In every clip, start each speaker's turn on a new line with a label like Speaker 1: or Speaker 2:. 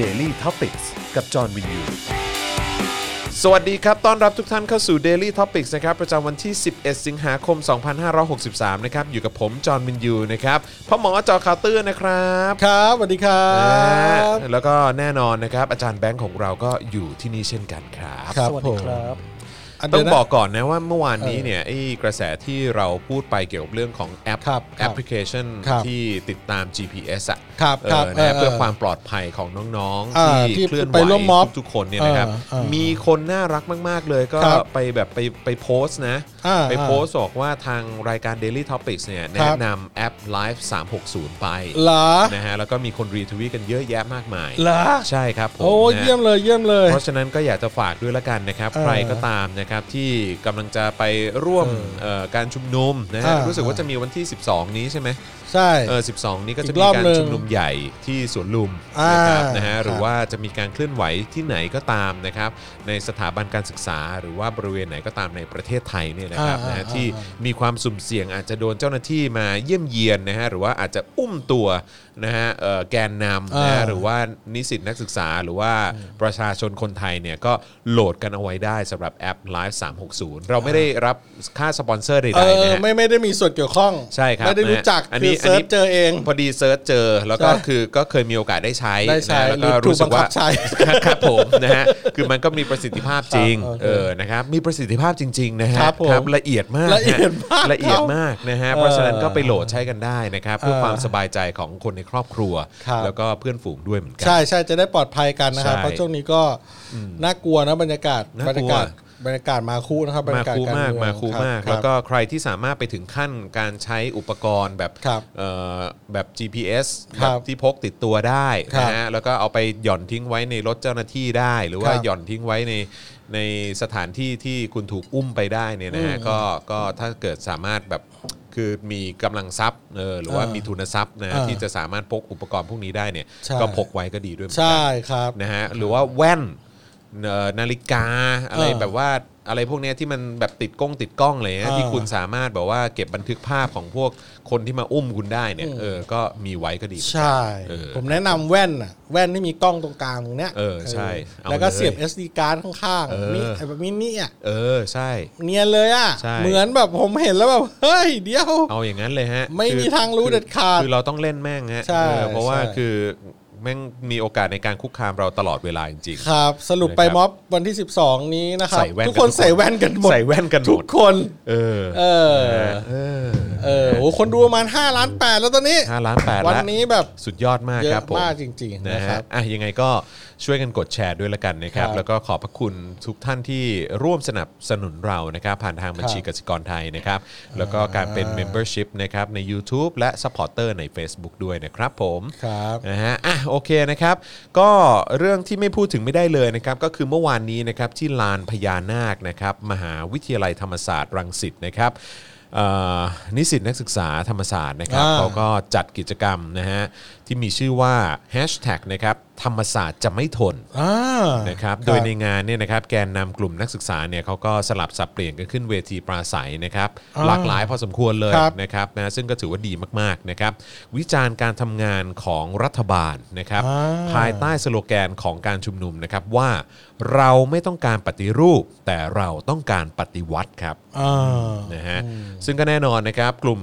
Speaker 1: Daily t o p i c กกับจอห์นวินยู สวัสดีครับ ต้อนรับทุกท่านเข้าสู่ Daily Topics นะครับ ประจำวันที่ 11 สิงหาคม 2563 นะครับ อยู่กับผม จอห์นวินยูนะครับพ่อหมอจอคาวเตอร์นะครับ
Speaker 2: ครับสวัสดีครั
Speaker 1: นะฮะ
Speaker 2: บ
Speaker 1: แล้วก็แน่นอนนะครับ อาจารย์แบงค์ของเราก็อยู่ที่นี่เช่นกันครับ
Speaker 2: ครับ
Speaker 3: สวัส
Speaker 2: ผ
Speaker 3: ดี
Speaker 2: ม
Speaker 3: ครับ
Speaker 2: อัน
Speaker 1: ต้
Speaker 2: เดี
Speaker 1: อย ง
Speaker 2: วนะ
Speaker 1: บอกก่อนนะว่าเมื่อวานนี้เนี่ยไอ้กระแสที่เราพูดไปเกี่ยวกับเรื่องของแอป
Speaker 2: ครับครับ
Speaker 1: แอปพลิเคชัน
Speaker 2: ครับ
Speaker 1: ที่ติดตาม GPS อ่ะ
Speaker 2: ครับ
Speaker 1: เออ
Speaker 2: ครับ
Speaker 1: นะฮะ
Speaker 2: เออ
Speaker 1: เพื่อความปลอดภัยของน้อง
Speaker 2: อ่า
Speaker 1: ๆ
Speaker 2: ที่
Speaker 1: ที่เคลื่อนไหว
Speaker 2: ไปร่วมม็อบ
Speaker 1: ทุกๆคนเนี่ยนะครับ
Speaker 2: เออเออ
Speaker 1: มีคนน่ารักมาก ๆ เลยก็
Speaker 2: ครับ
Speaker 1: ไปแบบไปไปโพสต์นะ
Speaker 2: อ่า
Speaker 1: ไปโพสต์บอกว่าทางรายการ Daily Topics เนี่ย
Speaker 2: ค
Speaker 1: แนะ
Speaker 2: รับ
Speaker 1: นำแอป Live 360 ไป
Speaker 2: เหรอ
Speaker 1: นะฮะแล้วก็มีคนรีทวีตกันเยอะแยะมากมาย
Speaker 2: เหรอ
Speaker 1: ใช่ครับผม
Speaker 2: โอ้ย
Speaker 1: นะ
Speaker 2: เยี่ยมเลยเยี่ยมเลย
Speaker 1: เพราะฉะนั้นก็อยากจะฝากด้วยละกันนะครับ
Speaker 2: เออ
Speaker 1: ใครก็ตามนะครับที่กำลังจะไปร่วมเอ่อการชุมนุมนะฮะ
Speaker 2: อ่ารู้
Speaker 1: รู้สึกว่าจะมีวันที่ 12 นี้ใช่ไหม
Speaker 2: ใช่
Speaker 1: เออ12 นี้ก็จะ
Speaker 2: อี
Speaker 1: มี
Speaker 2: กรอบ
Speaker 1: การ
Speaker 2: หนึ่ง
Speaker 1: ชุมนุมใหญ่ที่สวนลุมนะครับ
Speaker 2: อ่าน
Speaker 1: นะฮะ
Speaker 2: ครับ
Speaker 1: หรือว่าจะมีการเคลื่อนไหวที่ไหนก็ตามนะครับในสถาบันการศึกษา หรือว่าบริเวณไหนก็ตามในประเทศไทยเนี่ยนะครับ
Speaker 2: อ่า
Speaker 1: นะฮะ
Speaker 2: อ่า
Speaker 1: ที่
Speaker 2: อ่า
Speaker 1: มีความสุ่มเสี่ยงอาจจะโดนเจ้าหน้าที่มาเยี่ยมเยียนนะฮะหรือว่าอาจจะอุ้มตัวนะฮะเอ่อแกนนำนะฮะหรือว่า ว่านิสิตนักศึกษาหรือว่าประชาชนคนไทยเนี่ยก็โหลดกันเอาไว้ได้สำหรับแอป Live 360 เราไม่ได้รับค่าสปอนเซอร์ใด
Speaker 2: เอ
Speaker 1: ๆ
Speaker 2: อ
Speaker 1: นะฮะ
Speaker 2: ไม่ไม่ได้มีส่วนเกี่ยวข้อง
Speaker 1: ใช่ครับ
Speaker 2: ไม่ได้รู้จัก
Speaker 1: นะฮะอัน
Speaker 2: คือ
Speaker 1: นี้
Speaker 2: เซิร์ชเจอเอง
Speaker 1: พอดีเซิร์ชเจอแล้วก็
Speaker 2: ใช่
Speaker 1: คือก็เคยมีโอกาสได้ใช้
Speaker 2: ได้ใช้
Speaker 1: นะแล้วก็
Speaker 2: หรือ
Speaker 1: รู้สึกว่า
Speaker 2: ถูกบังคับใช้
Speaker 1: ครับ ผมนะฮะคือมันก็มีประสิทธิภาพจริง
Speaker 2: ครับโอเค
Speaker 1: เออนะครับมีประสิทธิภาพจริง ๆ นะฮะ
Speaker 2: ครับผม
Speaker 1: ละเอียดมาก
Speaker 2: ละเอียดมาก
Speaker 1: ละเอียดมากนะฮะเพราะฉะนั้น
Speaker 2: เออ
Speaker 1: ก็ไปโหลดใช้กันได้นะครับเพื่อ
Speaker 2: เออ
Speaker 1: ความสบายใจของคนในครอบครัว
Speaker 2: ครับ
Speaker 1: แล้วก็เพื่อนฝูงด้วยเหมือนกัน
Speaker 2: ใช่ใช่จะได้ปลอดภัยกันนะครับ
Speaker 1: ใช่
Speaker 2: เพราะช่วงนี้ก็น่ากลัวนะบรรยากาศ
Speaker 1: น่า
Speaker 2: บ
Speaker 1: ก
Speaker 2: รร
Speaker 1: ลัว
Speaker 2: ยากาศบรรยากาศมาคู่นะครับบร
Speaker 1: มาย
Speaker 2: รากาศ
Speaker 1: คู
Speaker 2: การ
Speaker 1: มาก
Speaker 2: เอง
Speaker 1: มาคูมาก
Speaker 2: รับ
Speaker 1: แล้วก็ใครที่สามารถไปถึงขั้นการใช้อุปกรณ์แบบ
Speaker 2: ครับ
Speaker 1: เอ่อแบบ GPS
Speaker 2: ครั
Speaker 1: แบบบที่พกติดตัวได้
Speaker 2: ครับ
Speaker 1: นะฮะแล้วก็เอาไปหย่อนทิ้งไว้ในรถเจ้าหน้าที่ได้ หรือว่า
Speaker 2: ครับ
Speaker 1: หย่อนทิ้งไว้ในในสถานที่ที่คุณถูกอุ้มไปได้เนี่ยนะฮะก็ก็ถ้าเกิดสามารถแบบคือมีกำลังทรัพย์เออหรือว่า
Speaker 2: เออ
Speaker 1: มีทุนทรัพย์นะ
Speaker 2: เออ
Speaker 1: ที่จะสามารถพกอุปกรณ์พวกนี้ได้เนี่ย
Speaker 2: ใช่
Speaker 1: ก็พกไว้ก็ดีด้วยเหมือนกัน
Speaker 2: ใช่ครับ
Speaker 1: นะฮะหรือว่าแว่นเอ่อนาฬิกาอะไร
Speaker 2: เออ
Speaker 1: แบบว่าอะไรพวกเนี้ยที่มันแบบติดกล้องติดกล้องอะไรเลยนะ
Speaker 2: เออ
Speaker 1: ที่คุณสามารถแบบว่าเก็บบันทึกภาพของพวกคนที่มาอุ้มคุณได้เนี่ย
Speaker 2: อืม
Speaker 1: เออก็มีไว้ก็ดี
Speaker 2: ใช่
Speaker 1: เออ
Speaker 2: ผมแนะนำแว่นน่ะแว่นที่มีกล้องตรงกลางตรงเนี้ย
Speaker 1: เออใช่เอา
Speaker 2: แล้วก็
Speaker 1: เลย
Speaker 2: เสียบ SD card ข้าง
Speaker 1: เออ
Speaker 2: ๆมีไอ้แบบมินิอ่ะ
Speaker 1: เออใช่
Speaker 2: เนียนเลยอ่ะ
Speaker 1: ใช่
Speaker 2: เหมือนแบบผมเห็นแล้วแบบเฮ้ยเดียว
Speaker 1: เอาอย่างนั้นเลยฮะ
Speaker 2: ไม่มี
Speaker 1: คือ
Speaker 2: ทางรู้เด็ดขาด
Speaker 1: คือเราต้องเล่นแม่งฮะ
Speaker 2: ใช่
Speaker 1: เออเพราะว่า
Speaker 2: ใช่
Speaker 1: คือแม่งมีโอกาสในการคุกคามเราตลอดเวลาจริง
Speaker 2: ครับ สรุปไป
Speaker 1: นะครับ
Speaker 2: ม็อบวันที่ 12 นี้นะครับ
Speaker 1: ใส่แว่น
Speaker 2: ทุกค
Speaker 1: กั
Speaker 2: น
Speaker 1: นทุกคน
Speaker 2: ใส่แว่นกันหม
Speaker 1: ๆ
Speaker 2: ด
Speaker 1: ใส่แว่นกันหม
Speaker 2: ทุก
Speaker 1: ด
Speaker 2: คน
Speaker 1: เออ
Speaker 2: เออ
Speaker 1: เออ
Speaker 2: เออโอ้คนดูประมาณ5ล้าน8แล้วตอนนี้
Speaker 1: ห้าล้านแปด
Speaker 2: วัน
Speaker 1: ละ
Speaker 2: นี้แบบ
Speaker 1: สุดยอดมาก
Speaker 2: เย
Speaker 1: ครับ
Speaker 2: อะ
Speaker 1: ผม
Speaker 2: มากจริง ๆ
Speaker 1: นะ
Speaker 2: นะค
Speaker 1: ฮะ
Speaker 2: รับ
Speaker 1: อ่ะยังไงก็ช่วยกันกดแชร์ด้วยละกันนะครับ
Speaker 2: ครับ
Speaker 1: แล้วก็ขอบพระคุณทุกท่านที่ร่วมสนับสนุนเรานะครับ ผ่านทางบัญชีกสิกรไทยนะครับ แล้วก็การเป็น
Speaker 2: อ่า
Speaker 1: Membership นะครับใน YouTube และ Supporter ใน Facebook ด้วยนะครับผม
Speaker 2: ครับ
Speaker 1: นะฮะอ่ะโอเคนะครับ ก็เรื่องที่ไม่พูดถึงไม่ได้เลยนะครับ ก็คือเมื่อวานนี้นะครับที่ลานพญานาคนะครับ มหาวิทยาลัยธรรมศาสตร์รังสิตนะครับเอ่อนิสิตนักศึกษาธรรมศาสตร์นะครับ
Speaker 2: อ่า
Speaker 1: เขาก็ ก็จัดกิจกรรมนะฮะที่มีชื่อว่า Hashtag นะครับธรรมศาสตร์จะไม่ทน
Speaker 2: อ่า
Speaker 1: นะครับโดยในงานเนี่ยนะครับแกนนำกลุ่มนักศึกษาเนี่ยเขาก็สลับสับเปลี่ยนกันขึ้นเวทีปราศัยนะครับ
Speaker 2: อ่า
Speaker 1: หลากหลายพอสมควรเลย
Speaker 2: ครับ
Speaker 1: นะครับนะซึ่งก็ถือว่าดีมากๆนะครับวิจารณ์การทำงานของรัฐบาลนะครับ
Speaker 2: อ่า
Speaker 1: ภายใต้สโลแกนของการชุมนุมนะครับว่าเราไม่ต้องการปฏิรูป แต่เราต้องการปฏิวัติครับ
Speaker 2: อ่า
Speaker 1: นะฮะซึ่งก็แน่นอนนะครับกลุ่ม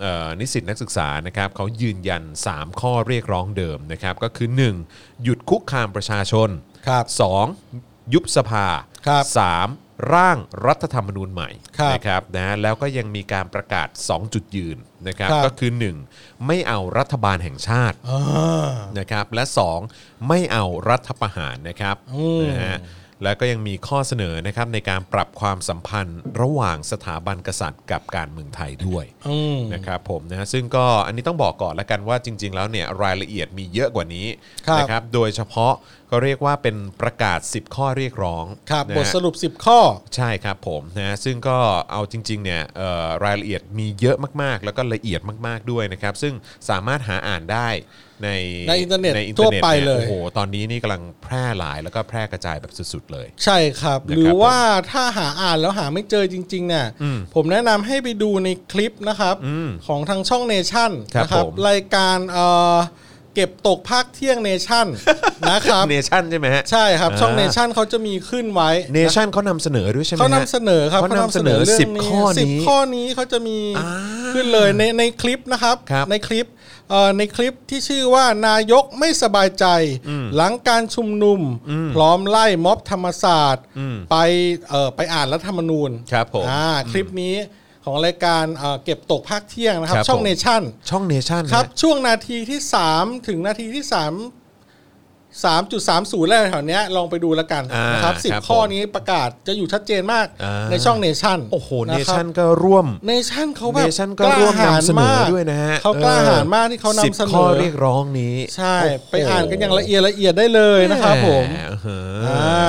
Speaker 1: เอ่อนิสิตนักศึกษานะครับเขายืนยัน 3 ข้อเรียกร้องเดิมนะครับก็คือ 1. หยุดคุกคามประชาชน
Speaker 2: ครับ
Speaker 1: 2. ยุบสภา
Speaker 2: ครับ
Speaker 1: 3. ร่างรัฐธรรมนูญใหม่
Speaker 2: ครับ
Speaker 1: นะครับนะแล้วก็ยังมีการประกาศ 2 จุดยืนนะครับ
Speaker 2: ครับ
Speaker 1: ก็คือ 1. ไม่เอารัฐบาลแห่งชาติ
Speaker 2: อ่า
Speaker 1: นะครับและ 2 ไม่เอารัฐประหารนะครับ
Speaker 2: อืม
Speaker 1: นะฮะแล้วก็ยังมีข้อเสนอนะครับในการปรับความสัมพันธ์ระหว่างสถาบันกษัตริย์กับการเมืองไทยด้วย
Speaker 2: อืม
Speaker 1: นะครับผมนะซึ่งก็อันนี้ต้องบอกก่อนละกันว่าจริง ๆ แล้วเนี่ยรายละเอียดมีเยอะกว่านี้
Speaker 2: ครับ
Speaker 1: นะครับโดยเฉพาะก็เรียกว่าเป็นประกาศ 10 ข้อเรียกร้อง
Speaker 2: ครับ
Speaker 1: นะ
Speaker 2: บท
Speaker 1: ฮะ
Speaker 2: สรุป 10 ข้อ
Speaker 1: ใช่ครับผมนะซึ่งก็เอาจริงๆเนี่ยเอ่อรายละเอียดมีเยอะมากๆ แล้วก็ละเอียดมากๆด้วยนะครับ ซึ่งสามารถหาอ่านได้ใน
Speaker 2: ในอินเทอร์เน็ต
Speaker 1: ใอินเทอร์เน็ต
Speaker 2: ทั่วไปเลย
Speaker 1: นี่โอ้โหตอนนี้นี่กำลังแพร่หลายแล้วก็แพร่กระจายแบบสุดๆเลย
Speaker 2: ใช่ครับ
Speaker 1: นะครับ
Speaker 2: หรือว่าถ้าหาอ่านแล้วหาไม่เจอจริงๆเนี่ย
Speaker 1: อืม
Speaker 2: ผมแนะนำให้ไปดูในคลิปนะครับ
Speaker 1: อืม
Speaker 2: ของทางช่องเนชั่น
Speaker 1: ครับ
Speaker 2: นะครับ
Speaker 1: ผม
Speaker 2: รายการเอ่อ เก็บตกภาคเที่ยงเนชั่น นะครับ
Speaker 1: เนชั่นใช่ไหมฮะ
Speaker 2: ใช่ครับ ช่อง
Speaker 1: อ่า
Speaker 2: เนชั่นเขาจะมีขึ้นไว้
Speaker 1: เนชั่นเขานำเสนอด้วยใช่ไหม
Speaker 2: เขานำ
Speaker 1: ฮะ
Speaker 2: เสนอครับ
Speaker 1: เขานำเสนอ
Speaker 2: รื่อง
Speaker 1: 10ข้อนี้
Speaker 2: สิบข้อนี้เขาจะมี
Speaker 1: อ่า
Speaker 2: ขึ้นเลยในในคลิปนะครับ
Speaker 1: ครับ
Speaker 2: ในคลิปเอ่อในคลิปที่ชื่อว่านายกไม่สบายใจ หลังการชุมนุม พร้อมไล่ม็อบธรรมศาสตร์
Speaker 1: อืม
Speaker 2: ไปเอ่อไปอ่านรัฐธรรมนูญ
Speaker 1: ครับผม
Speaker 2: อ่าคลิปนี้ของรายการเอ่อเก็บตกภาคเที่ยงนะครับ
Speaker 1: ครับ
Speaker 2: ช่อง
Speaker 1: ผม
Speaker 2: เนชั่น
Speaker 1: ช่องเนชั่น
Speaker 2: ครับ
Speaker 1: ฮะ
Speaker 2: ช่วงนาทีที่ 3 ถึงนาทีที่ 3 3.30แล้วแถวเนี้ยลองไปดูแล้วกัน
Speaker 1: อ่า
Speaker 2: นะครับ
Speaker 1: ครับ
Speaker 2: 10 ข้อนี้ประกาศจะอยู่ชัดเจนมาก
Speaker 1: อ่า
Speaker 2: ในช่องเนชั่น
Speaker 1: โอ้โหเนชั่นก็ร่วม
Speaker 2: เนชั่นเขาแบบ
Speaker 1: เนชั่นก็ร่วมนำเสนอด้วยนะฮะ
Speaker 2: เขากล้าหาญมากที่เขานำเส
Speaker 1: บ
Speaker 2: น
Speaker 1: ข้อ
Speaker 2: อ
Speaker 1: เรียกร้องนี้
Speaker 2: ใช่
Speaker 1: โโห
Speaker 2: ไปอ่านกันอย่างละเอียดละเอียดได้เลยนะครับผม
Speaker 1: แห
Speaker 2: อ่า
Speaker 1: ม่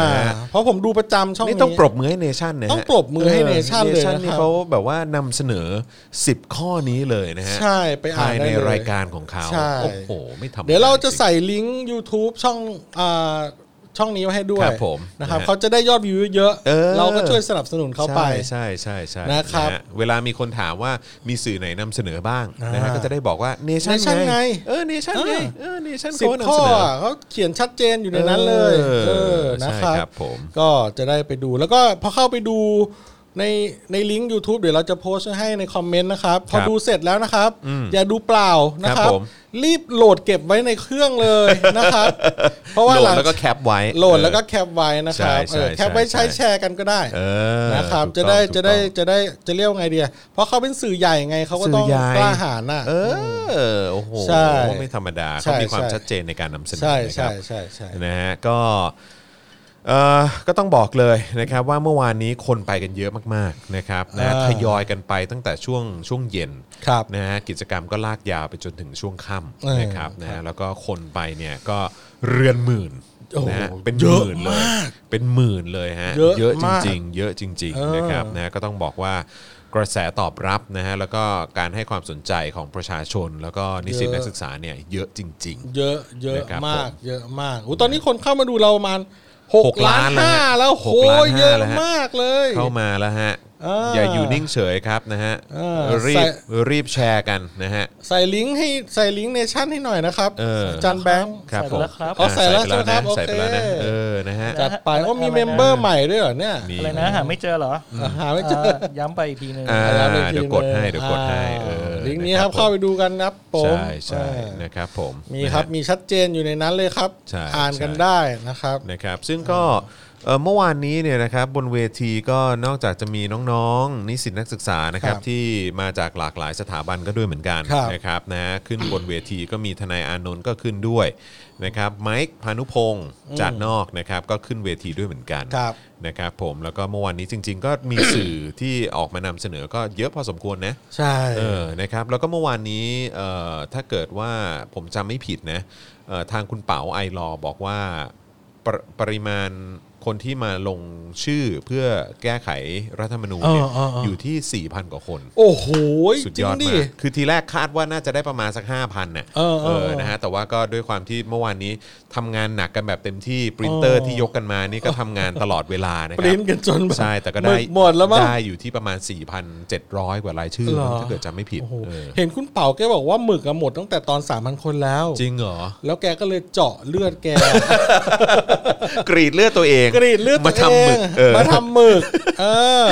Speaker 2: เพราะผมดูประจำช่อง
Speaker 1: นี่
Speaker 2: นี้
Speaker 1: ต้องปรบมือให้เนชั่นนะฮะ
Speaker 2: ต้องปรบมือให้ Nation เลยนะครับ
Speaker 1: นนี่เขาแบบว่านำเสนอ 10 ข้อนี้เลยนะฮะ
Speaker 2: ใช่ไปอ่า
Speaker 1: ภาน ย
Speaker 2: ได้
Speaker 1: ใน
Speaker 2: เลย
Speaker 1: รายการของเขา
Speaker 2: ใช่
Speaker 1: โอ้โหไม่ธรรมดา
Speaker 2: เดี๋ยวเราจะใส่ลิงก์ YouTube ช่องอ่าช่องนี้ไว้ให้ด้วย
Speaker 1: ครับผม
Speaker 2: นะครับ
Speaker 1: นะฮะ
Speaker 2: เขาจะได้ยอดวิวเยอะ
Speaker 1: เออ
Speaker 2: เราก็ช่วยสนับสนุนเขาไป
Speaker 1: ใช่ใช่ใช่
Speaker 2: นะครับ
Speaker 1: ฮเวลามีคนถามว่ามีสื่อไหนนำเสนอบ้าง
Speaker 2: อ่า
Speaker 1: นะฮะก็จะได้บอกว่าเนชั่น
Speaker 2: Nation ไง
Speaker 1: เออเนชั่นไง
Speaker 2: อ่า
Speaker 1: เออเนชั่น
Speaker 2: สิบ
Speaker 1: เขานำ
Speaker 2: ข้อ
Speaker 1: เสนอ
Speaker 2: อ่ะเขาเขียนชัดเจนอยู่ในนั้นเลย
Speaker 1: เออ
Speaker 2: เออ
Speaker 1: ใช่
Speaker 2: นะครับ
Speaker 1: ครับผม
Speaker 2: ก็จะได้ไปดูแล้วก็พอเข้าไปดูในในลิงก์ YouTube เดี๋ยวเราจะโพสต์ให้ในคอมเมนต์นะครับ พอดูเสร็จแล้วนะครับ อย่าดูเปล่านะค
Speaker 1: ค
Speaker 2: รั
Speaker 1: รับ บผม
Speaker 2: รีบโหลดเก็บไว้ในเครื่องเลย นะครับ เพราะว่า
Speaker 1: โหล
Speaker 2: ห
Speaker 1: ด
Speaker 2: ง
Speaker 1: แล้วก็แคปไว้
Speaker 2: โหลดแล้วก็แคปไว้นะครับ
Speaker 1: ใช่ใช่
Speaker 2: เออแคปไว้
Speaker 1: ใช่
Speaker 2: ใช้
Speaker 1: ใช่
Speaker 2: แชร์กันก็ได้
Speaker 1: เออ
Speaker 2: นะครับ
Speaker 1: ถู
Speaker 2: จะ
Speaker 1: กต้อง
Speaker 2: ได้
Speaker 1: ถูก
Speaker 2: จะได้
Speaker 1: ต้อง
Speaker 2: จะได้จะเรียกว่าไงเดียเพราะเขาเป็นสื่อใหญ่ไงเขาก็
Speaker 1: สื่อ
Speaker 2: ต้อง
Speaker 1: ใหญ่
Speaker 2: กล้าหาญน่ะ
Speaker 1: เออโอ้โห
Speaker 2: ใช่
Speaker 1: ไม่ธรรมดา
Speaker 2: ใช่
Speaker 1: เขามีความ
Speaker 2: ใช่
Speaker 1: ชัดเจนในการนำเสนอ
Speaker 2: ใช่
Speaker 1: นะค
Speaker 2: ใช่
Speaker 1: รับ
Speaker 2: ใช่ใช่
Speaker 1: นะฮะก็เอ่อก็ต้องบอกเลยนะครับว่าเมื่อวานนี้คนไปกันเยอะมากๆนะครับนะทยอยกันไปตั้งแต่ช่วงช่วงเย็น
Speaker 2: ครับ
Speaker 1: นะฮะกิจกรรมก็ลากยาวไปจนถึงช่วงค่
Speaker 2: เออ
Speaker 1: ำนะครับนะฮะแล้วก็คนไปเนี่ยก็เรือนหมื่น
Speaker 2: โอ้โห
Speaker 1: นะฮะเป็น
Speaker 2: เย
Speaker 1: ห
Speaker 2: อะ
Speaker 1: มื่นเลยเป็นหมื่นเลยฮะ
Speaker 2: เยอะ
Speaker 1: จ
Speaker 2: มาก
Speaker 1: ริงๆ เยอะจริง
Speaker 2: เอ
Speaker 1: ๆ
Speaker 2: อ
Speaker 1: นะครับนะฮะก็ต้องบอกว่ากระแสตอบรับนะฮะแล้วก็การให้ความสนใจของประชาชน แล้วก็นิสิตนักศึกษาเนี่ยเยอะจริง
Speaker 2: เยอะเยอะ
Speaker 1: นะครับ
Speaker 2: มาก
Speaker 1: ผม
Speaker 2: เยอะมากอู้ตอนนี้คนเข้ามาดูเราประมาณหกล้านห้าแล้วโหเยอะมากเลย
Speaker 1: ๆ เข้ามาแล้วฮะ
Speaker 2: เออ
Speaker 1: อย่าอยู่นิ่งเฉยครับนะฮะ
Speaker 2: เออ
Speaker 1: รี
Speaker 2: ใส่
Speaker 1: บรีบแชร์กันนะฮะ
Speaker 2: ใส่ลิงก์ให้ใส่ลิงก์เนชั่นให้หน่อยนะครับ
Speaker 1: เออ
Speaker 2: จานแบงค์
Speaker 1: ครับ
Speaker 3: ใส่ไป
Speaker 1: ผม
Speaker 3: แล้วครับ
Speaker 2: อ๋อใส่แล้วใช่ไหมครับ
Speaker 1: นะ
Speaker 2: โอ
Speaker 1: ใส่
Speaker 2: เค
Speaker 1: ไปแล้วนะเออนะฮะ
Speaker 2: จัดไปโอ้มีเมมเบอร์ใหม่ด้วยเหรอเนี่ย
Speaker 1: มี
Speaker 3: อะไรนะหาไม่เจอเหรอ
Speaker 2: หาไม่เจอ
Speaker 3: าย้ำไปอีกทีหนึง
Speaker 1: อ่า
Speaker 2: แล้วลที
Speaker 1: เดี๋ยวกดให้
Speaker 2: ล
Speaker 1: เดี๋ยวกดให้
Speaker 2: อ่า
Speaker 1: เออ
Speaker 2: ลิงก์นี้
Speaker 1: นะค
Speaker 2: ค
Speaker 1: รั
Speaker 2: รั
Speaker 1: บบ ผม
Speaker 2: เข้าไปดูกันนะครับผม
Speaker 1: ใช่ใช่
Speaker 2: เออ
Speaker 1: นะครับผม
Speaker 2: มีครับ
Speaker 1: นะฮะ
Speaker 2: มีชัดเจนอยู่ในนั้นเลยครับ
Speaker 1: ใช่
Speaker 2: อ่านกัน
Speaker 1: ใช่
Speaker 2: ได้นะครับ
Speaker 1: นะครับซึ่งก็เอ่อเมื่อวานนี้เนี่ยนะครับบนเวทีก็นอกจากจะมีน้องๆ นิสิตนักศึกษานะครับ
Speaker 2: ครับ
Speaker 1: ที่มาจากหลากหลายสถาบันก็ด้วยเหมือนกัน
Speaker 2: ครับ
Speaker 1: นะครับนะฮะขึ้นบนเวทีก็มีทนายอานนท์ก็ขึ้นด้วยนะครับไมค์พานุพงศ์จากนอกนะครับก็ขึ้นเวทีด้วยเหมือนกัน
Speaker 2: ครับ
Speaker 1: นะครับผมแล้วก็เมื่อวานนี้จริง ๆ ก็มี สื่อที่ออกมานำเสนอก็เยอะพอสมควรนะ
Speaker 2: ใช่
Speaker 1: เออ นะครับ แล้วก็เมื่อวานนี้เอ่อถ้าเกิดว่าผมจำไม่ผิดนะเอ่อทางคุณเป๋าไอรอว์บอกว่าปรปริมาณคนที่มาลงชื่อเพื่อแก้ไขรัฐธรรมนูญเนี่ย
Speaker 2: เออเออเออ
Speaker 1: อ
Speaker 2: อ
Speaker 1: ยู่ที่ 4,000 กว่าคน
Speaker 2: โอ้โห
Speaker 1: สุด
Speaker 2: จริ
Speaker 1: ย
Speaker 2: ง
Speaker 1: อด
Speaker 2: ดิ
Speaker 1: มาก คือทีแรกคาดว่าน่าจะได้ประมาณสัก 5,000น่ะ
Speaker 2: เออเออเออ
Speaker 1: นะฮะ แต่ว่าก็ด้วยความที่เมื่อวานนี้ทำงานหนักกันแบบเต็มที่ ปรินเตอร์
Speaker 2: เออ
Speaker 1: ที่ยกกันมานี่ก็ทำงานตลอดเวลานะค
Speaker 2: ป
Speaker 1: รั
Speaker 2: ริ้
Speaker 1: บ
Speaker 2: นกันจนแบบ
Speaker 1: ใช่ แต่ก็ได้
Speaker 2: หมึหมดแล้วมั้ง
Speaker 1: ได้อยู่ที่ประมาณ 4,700 กว่ารายชื่อ
Speaker 2: เหรอ
Speaker 1: ถ้าเกิดจำไม่ผิด
Speaker 2: โอ้โห
Speaker 1: เออ
Speaker 2: เห็นคุณเป่าแกบอกว่าหมึกอะหมดตั้งแต่ตอนสามพันคนแล้ว
Speaker 1: จริงเหรอ
Speaker 2: แล้วแกก็เลยเจาะเลือดแก
Speaker 1: กรีดเลือดตัวเอง
Speaker 2: กรีดเลือด
Speaker 1: มา
Speaker 2: ตัว
Speaker 1: ทำห
Speaker 2: เอ
Speaker 1: มึ
Speaker 2: ง
Speaker 1: กเออ
Speaker 2: มาทำหมึก เออ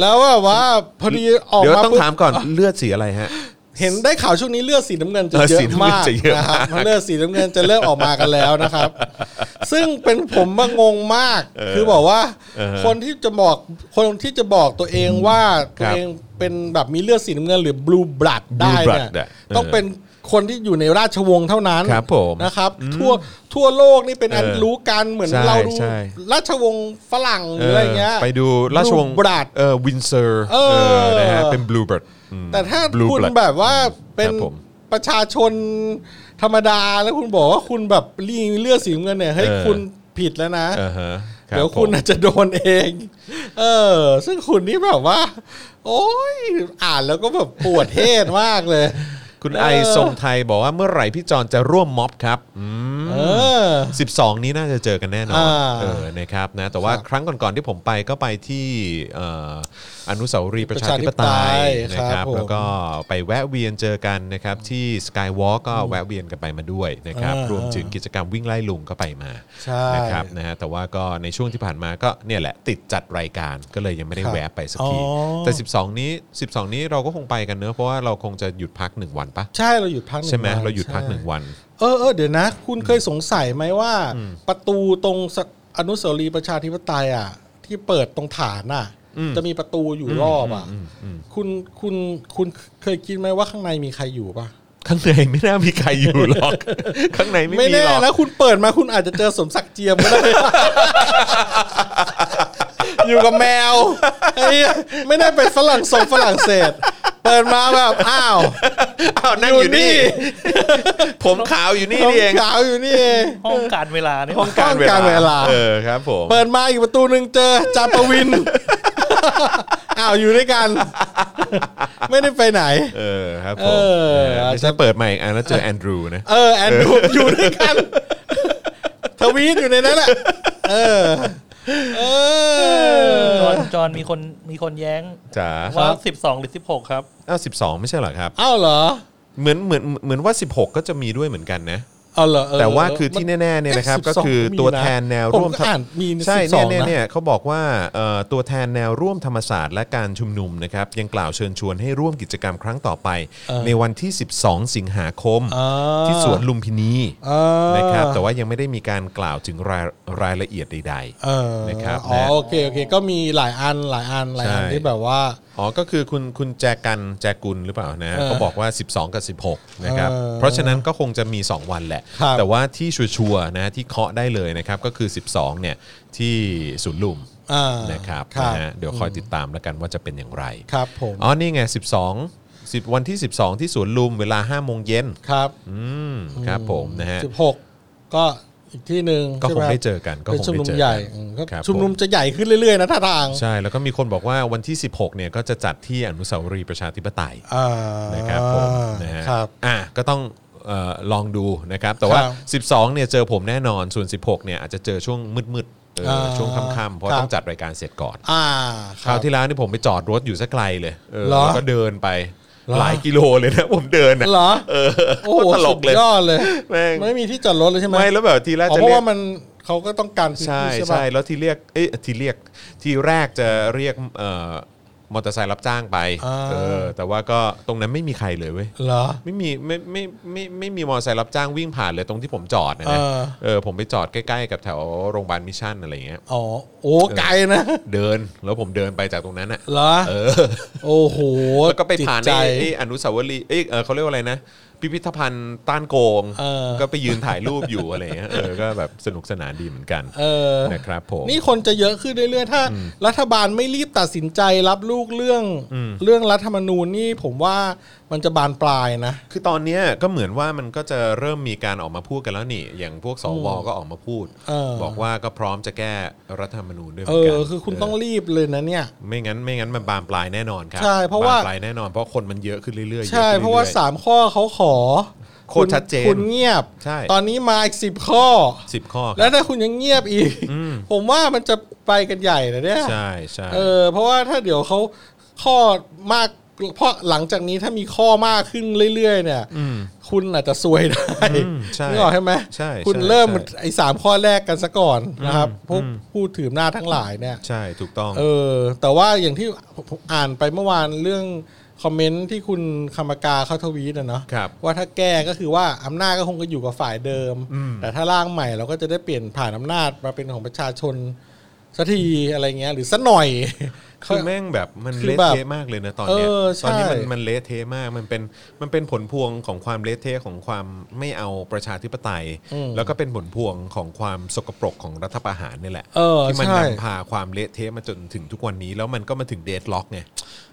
Speaker 2: แล้วว่าว่าพอดีออก
Speaker 1: เดี๋ยว
Speaker 2: มา
Speaker 1: ต้อง
Speaker 2: ปุ๊บ
Speaker 1: ถามก่อนเลือดสีอะไรฮะ
Speaker 2: เห็นได้ข่าวช่วงนี้เลือดสีน้ำเงินจะ
Speaker 1: เออ
Speaker 2: เยอะ
Speaker 1: สีน้ำเงิ
Speaker 2: มาน ก
Speaker 1: จะเยอะ
Speaker 2: นะครั
Speaker 1: มา
Speaker 2: บ
Speaker 1: ก
Speaker 2: เพราะเลือดสีน้ำเงินจะเริ่มออกมากันแล้วนะครับ ซึ่งเป็นผมมางงมาก คือบอกว่า คนที่จะบอกคนที่จะบอกตัวเองว่าตัวเองเป็นแบบมีเลือดสีน้ำเงินหรือบลูบลัดได้เนี่ย
Speaker 1: Blue blood อะ
Speaker 2: ต้องเป็นคนที่อยู่ในราชวงศ์เท่านั้น
Speaker 1: ครับผม
Speaker 2: นะครับ ทั่วทั่วโลกนี่เป็นอัน
Speaker 1: เออ
Speaker 2: รู้กันเหมือน
Speaker 1: ใช่
Speaker 2: เราดู
Speaker 1: ใช่
Speaker 2: ราชวงศ์ฝรั่งหรืออะไรเงี้ย
Speaker 1: ไปดูราชวงศ์
Speaker 2: Blue blood
Speaker 1: เออวินเซอร์
Speaker 2: เออ
Speaker 1: นะฮะเป็นบลูเบิร์ด
Speaker 2: แต่ถ้า
Speaker 1: Blue
Speaker 2: คุณ
Speaker 1: blood
Speaker 2: แบบว่าเป็น
Speaker 1: ครับผม
Speaker 2: ประชาชนธรรมดาแล้วคุณบอกว่าคุณแบบรีเลือดสีน้ำเงินเนี่ยเฮ้ย
Speaker 1: เออ
Speaker 2: คุณผิดแล้วนะ
Speaker 1: อ่าฮะรับ
Speaker 2: เดี๋ยวคุณ
Speaker 1: ผม
Speaker 2: อาจจะโดนเอง เออ ซึ่งคุณนี่แบบว่า โอ้ยอ่านแล้วก็แบบปวดเทศมากเลย
Speaker 1: คุณไอทรงไทยบอกว่าเมื่อไหร่พี่จอนจะร่วมม็อบครับอืม
Speaker 2: เออ
Speaker 1: 12 นี้น่าจะเจอกันแน่นอน
Speaker 2: อ่า
Speaker 1: เออนะครับนะแต่ว่า
Speaker 2: ครับ
Speaker 1: ครั้งก่อนๆที่ผมไปก็ไปที่เอ่ออนุสาวรีย์ประชาธิปไตย
Speaker 2: ประชาธิปไตย
Speaker 1: นะค
Speaker 2: ครั
Speaker 1: รับบ
Speaker 2: ผม
Speaker 1: แล้วก็ไปแวะเวียนเจอกันนะครับที่สกายวอล์กก็แวะเวียนกันไปมาด้วยนะครับ
Speaker 2: อ่าร ร
Speaker 1: วมถึงกิจกรรมวิ่งไล่ลุงก็ไปมา
Speaker 2: ใช่
Speaker 1: นะครับนะฮะแต่ว่าก็ในช่วงที่ผ่านมาก็เนี่ยแหละติดจัดรายการก็เลยยังไม่ได้
Speaker 2: ครับ
Speaker 1: แวะไปสักที
Speaker 2: อ๋อ
Speaker 1: แต่ 12 นี้ 12 นี้เราก็คงไปกันเนอะเพราะว่าเราคงจะหยุดพักหนึ่งวันปะ
Speaker 2: ใช่เราหยุดพักนึ่ง
Speaker 1: ใช่ไหม
Speaker 2: วัน
Speaker 1: เราหยุดพัก
Speaker 2: ใช่
Speaker 1: หนึ่งวัน
Speaker 2: เออเออเดี๋ยวนะ คุณเคยสงสัยไหมว่า ประตูตรงสอนุสาวรีย์ประชาธิปไตยอ่ะ ที่เปิดตรงฐานอ่ะ จะมีประตูอยู่รอบอ่ะ คุณคุณคุณเคยคิดไหมว่าข้างในมีใครอยู่ปะ
Speaker 1: ข้างในไม่น่ามีใครอยู่หรอก ข้างในไม่
Speaker 2: ไม่
Speaker 1: มี
Speaker 2: แน่
Speaker 1: หรอก
Speaker 2: นะคุณเปิดมาคุณอาจจะเจอสมศักดิ์เจียมก็ได้ อยู่กับแมวไอ้เหี้ยไม่ได้เป็นฝรั่งส่งฝรั่งเศส เปิดมาแบบอ้าว
Speaker 1: อ้าวนั่งอ
Speaker 2: อยู่
Speaker 1: ยู่
Speaker 2: นี่
Speaker 1: นี่ ผมขาวอยู่นี่
Speaker 2: ห้อง
Speaker 1: นี่เอง
Speaker 2: ขาวอยู่นี่เอง
Speaker 3: ห้องการเวลาเนี่ย
Speaker 2: ห้อง การเวลา
Speaker 1: เออครับผม
Speaker 2: เปิดมาอีกประตูหนึ่งเจอจาป วิน อ้าวอยู่ด้วยกัน ไม่ได้ไปไหน
Speaker 1: เออครับผ
Speaker 2: เอ
Speaker 1: ม
Speaker 2: อ
Speaker 1: เออไม่ใช่เปิดใหม่อันแล้วเจอแอนดรูนะ
Speaker 2: เออ แอนดูอยู่ด้วย กันทวีตอยู่ในนั้นแหละเออ เออ
Speaker 3: จอนจอนมีคนมีคนแย้ง
Speaker 1: จ๋า
Speaker 3: ว่าสิบสองหรือสิบหกครับ
Speaker 1: อ้าวสิบสองไม่ใช่เหรอครับ
Speaker 2: เอ้าเหรอ
Speaker 1: เหมือนเหมือนเหมือนว่า 16 ก็จะมีด้วยเหมือนกันนะ
Speaker 2: เอาเหรอเ
Speaker 1: แต่ว่าคือที่แน่ๆเนี่ยนะครับ
Speaker 2: เอ๊
Speaker 1: ก็คือ
Speaker 2: 12
Speaker 1: ตัวแทนแนวร่วม
Speaker 2: ผมก็อ่านมี
Speaker 1: ใช่
Speaker 2: 12
Speaker 1: เนี่ยเนี่ย
Speaker 2: นะ
Speaker 1: เนี่ยเขาบอกว่าเอ่อตัวแทนแนวร่วมธรรมศาสตร์และการชุมนุมนะครับยังกล่าวเชิญชวนให้ร่วมกิจกรรมครั้งต่อไป ในวันที่ 12 สิงหาคม
Speaker 2: อ่า
Speaker 1: ที่สวนลุมพินี
Speaker 2: อ่า
Speaker 1: นะครับแต่ว่ายังไม่ได้มีการกล่าวถึงรายรายละเอียดใด
Speaker 2: เออ
Speaker 1: นะครับ
Speaker 2: อ๋อโอเคโอเค ก็มีหลายอันหลายอันหลายอัน
Speaker 1: ใช่
Speaker 2: ที่แบบว่า
Speaker 1: ๆ อ๋อ ก็คือคุณคุณแจกันแจกุลหรือเปล่านะ
Speaker 2: เออ
Speaker 1: เขาบอกว่า 12 กับ 16 นะครับ
Speaker 2: เออ
Speaker 1: เพราะฉะนั้นก็คงจะมี 2 วันแหละ
Speaker 2: ครับ
Speaker 1: แต่ว่าที่ชัวร์ๆนะที่เคาะได้เลยนะครับ ก็คือ 12 เนี่ยที่สวนลุม
Speaker 2: อ่า
Speaker 1: นะครับ
Speaker 2: ครับ
Speaker 1: นะฮะเดี๋ยวคอยติดตามแล้วกันว่าจะเป็นอย่างไร
Speaker 2: ครับผม
Speaker 1: อ๋อ นี่ไง 12 10 วันที่ 12 ที่สวนลุมเวลา5โมงเย็น
Speaker 2: ครับ
Speaker 1: อืมครับผมนะฮะ
Speaker 2: สิบหกก็อีกที่หนึ่ง
Speaker 1: ก็คง
Speaker 2: ใช่หม
Speaker 1: ได้เจอกันก็คง
Speaker 2: เป็นชุมนุม
Speaker 1: ได้เจอกัน
Speaker 2: ใหญ่อืมก็
Speaker 1: ครับ
Speaker 2: ชุมนุม
Speaker 1: ผม
Speaker 2: จะใหญ่ขึ้นเรื่อยๆนะท่าทาง
Speaker 1: ใช่ แล้วก็มีคนบอกว่าวันที่ 16เนี่ยก็จะจัดที่อนุสาวรีย์ประชาธิปไตย
Speaker 2: อ่า
Speaker 1: นะครับผมนะฮะ
Speaker 2: ครับ
Speaker 1: อ่ะก็ต้องเอ่อลองดูนะครับ แต่ว่า
Speaker 2: ครั
Speaker 1: 12เนี่ยเจอผมแน่นอนส่วน 16เนี่ยอาจจะเจอช่วงมืดๆเอออา ช่วงค่ำๆเพราะ
Speaker 2: ครับ
Speaker 1: ต้องจัดรายการเสร็จก่อน
Speaker 2: อ่า
Speaker 1: คราว
Speaker 2: ที่
Speaker 1: ที่แล้วนี่ผมไปจอดรถอยู่สักไกลเลยเออ
Speaker 2: เหรอ
Speaker 1: แล้วก็เดินไป
Speaker 2: หรอ
Speaker 1: หลายกิโลเลยนะ ผมเดินนะ
Speaker 2: เหรอ
Speaker 1: เออ
Speaker 2: โอ้โห
Speaker 1: ตลกเลย
Speaker 2: สุดยอดเลย
Speaker 1: แม่ง
Speaker 2: ไม่มีที่จอดรถเลยใช่ไหม
Speaker 1: ไม่แล้วแบบทีแรก
Speaker 2: อ๋อ
Speaker 1: จะ
Speaker 2: เพราะ
Speaker 1: เรียก
Speaker 2: ว่ามันเขาก็ต้องการพื้น
Speaker 1: ใช่
Speaker 2: ที่ปะ
Speaker 1: ใช่แล้วที่เรียกเอ้ยที่เรียกที่แรกจะเรียกเอ่อมอเตอร์ไซค์รับจ้างไป
Speaker 2: อ่า
Speaker 1: เออแต่ว่าก็ตรงนั้นไม่มีใครเลยเว้ย
Speaker 2: เหรอ
Speaker 1: ไม่มีไม่ไม่ไม่ไม่ไม่มีมอเตอร์ไซค์รับจ้างวิ่งผ่านเลยตรงที่ผมจอดนะนะ
Speaker 2: เออ
Speaker 1: เออผมไปจอดใกล้ๆกับแถวโรงพยาบาลมิชชั่นอะไรอย่างเงี้ย
Speaker 2: อ๋อโอ้ไกลนะ
Speaker 1: เดินแล้วผมเดินไปจากตรงนั้นอ่ะ
Speaker 2: เหรอ
Speaker 1: เออ
Speaker 2: โอ้โห
Speaker 1: แล้วก็ไปผ่าน
Speaker 2: จิตใจ
Speaker 1: ไอ้ไอ้อนุสาวรีย์เอ้ยเออเขาเรียกว่าอะไรนะ พิพิธภัณฑ์ต้านโกง
Speaker 2: เออ
Speaker 1: ก็ไปยืนถ่ายรูปอยู่อะไรอย่างเงี้ยเออก็แบบสนุกสนานดีเหมือนกัน
Speaker 2: เออ
Speaker 1: นะครับผม
Speaker 2: นี่คนจะเยอะขึ้นเรื่อยๆ ถ้า รัฐบาลไม่รีบตัดสินใจรับลูกเรื่องเรื่องรัฐธรรมนูญนี่ผมว่ามันจะบานปลายนะ
Speaker 1: คือตอนเนี้ยก็เหมือนว่ามันก็จะเริ่มมีการออกมาพูดกันแล้วนี่ อย่างพวกสวก็ออกมาพูด
Speaker 2: เออ
Speaker 1: บอกว่าก็พร้อมจะแก้รัฐธรรมนูญด้วยเห
Speaker 2: เอ
Speaker 1: มือน
Speaker 2: อ
Speaker 1: กัน
Speaker 2: คือคุณต้องรีบเลยนะเนี่ย
Speaker 1: เออไม่งั้นไม่งั้นมันบานปลายแน่นอนครับ
Speaker 2: ใช่เพราะว่า
Speaker 1: บนปลายแน่นอนเพราะคนมันเยอะขึ้นเรื่อยๆเยอะขึ้น
Speaker 2: ใช่
Speaker 1: อยๆ
Speaker 2: เพราะว่าสามข้อเขาขอ
Speaker 1: โคตรชัดเจน
Speaker 2: คุณเงียบ
Speaker 1: ใช่
Speaker 2: ตอนนี้มาอีกสิบข้อ
Speaker 1: สิบข้อครับ
Speaker 2: แล้วถ้าคุณยังเงียบอีก ผมว่ามันจะไปกันใหญ่นะเนี่ย
Speaker 1: ใช่ใช่
Speaker 2: เออ เพราะว่าถ้าเดี๋ยวเขาข้อมากเพราะหลังจากนี้ถ้ามีข้อมากขึ้นเรื่อยๆ เนี่ย
Speaker 1: อืม
Speaker 2: คุณอาจจะซวยได้
Speaker 1: มใช่
Speaker 2: นึกออกใช่ไหม
Speaker 1: ใช่
Speaker 2: คุณ
Speaker 1: ใช่
Speaker 2: เริ่ม
Speaker 1: ใช่
Speaker 2: ไอ้สามข้อแรกกันซะก่อนนะครับพวกผู้ถือหน้าจทั้งหลายเนี่ย
Speaker 1: ใช่ถูกต้อง
Speaker 2: เออ แต่ว่าอย่างที่ผมผมอ่านไปเมื่อวานเรื่องคอมเมนต์ที่คุณคำปากาเขาทวีตนะเนาะ
Speaker 1: ครับ
Speaker 2: ว่าถ้าแก้ก็คือว่าอำนาจก็คงจะอยู่กับฝ่ายเดิม
Speaker 1: อืม
Speaker 2: แต่ถ้าร่างใหม่เราก็จะได้เปลี่ยนผ่านอำนาจมาเป็นของประชาชนสักทีอะไรเงี้ย หรือสักหน่อย
Speaker 1: คือแม่งแบบมัน
Speaker 2: คือ
Speaker 1: เละ
Speaker 2: แบบ
Speaker 1: เทะมากเลยนะตอนเนี้ย
Speaker 2: เออ
Speaker 1: ต
Speaker 2: ใช่
Speaker 1: อนนี้มันมันเละเทะมากมันเป็นมันเป็นผลพวงของความเละเทะของความไม่เอาประชาธิปไตย แล้วก็เป็นผลพวงของความสกปรกของรัฐประหารนี่แหละ
Speaker 2: เออ
Speaker 1: ที่มัน
Speaker 2: ใช่
Speaker 1: นำพาความเละเทะมาจนถึงทุกวันนี้แล้วมันก็มาถึงเดดล็อกไง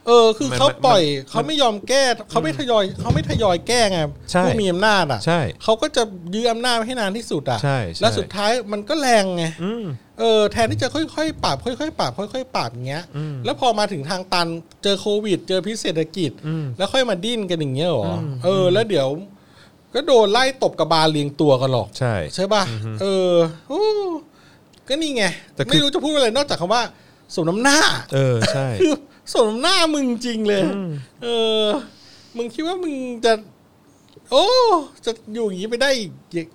Speaker 2: เออคือ
Speaker 1: มัน
Speaker 2: เขา
Speaker 1: มัน
Speaker 2: ปล่อย
Speaker 1: มัน
Speaker 2: เขาไม่ยอมแก้เขาไม่ทยอยเขาไม่ทยอยแก้ไง
Speaker 1: ใช่
Speaker 2: ผู้มีอำนาจอ่ะ
Speaker 1: ใช่
Speaker 2: เขาก็จะยื้ออำนาจไว้ให้นานที่สุดอ่ะ
Speaker 1: ใช่ใช่
Speaker 2: และสุดท้ายมันก็แรงไง
Speaker 1: อืม
Speaker 2: เ เออแทนที่จะค่อยๆปรับค่อยๆปรับค่อยๆปรับอย่างเงี้ย แล้วพอมาถึงทางตันเจอโควิด เจอพิษเศรษฐกิจ แล้วค่อยมาดิ้นกันอย่างเงี้ยเหรออเออ แล้วเดี๋ยว ก็โดนไล่ตบกับบาลเลียงตัวกันหรอก
Speaker 1: ใช่
Speaker 2: ใช่ป่ะเออโอ้ก็นี่ไง
Speaker 1: แต่คือ
Speaker 2: ไม่รู้จะพูดอะไรนอกจากคำว่าสมน้ำหน้า
Speaker 1: เออใช่
Speaker 2: คือสมน้ำหน้ามึงจริงเลย เออ มึงคิดว่ามึงจะ โอ้ จะอยู่อย่างนี้ไปได้อีกยัง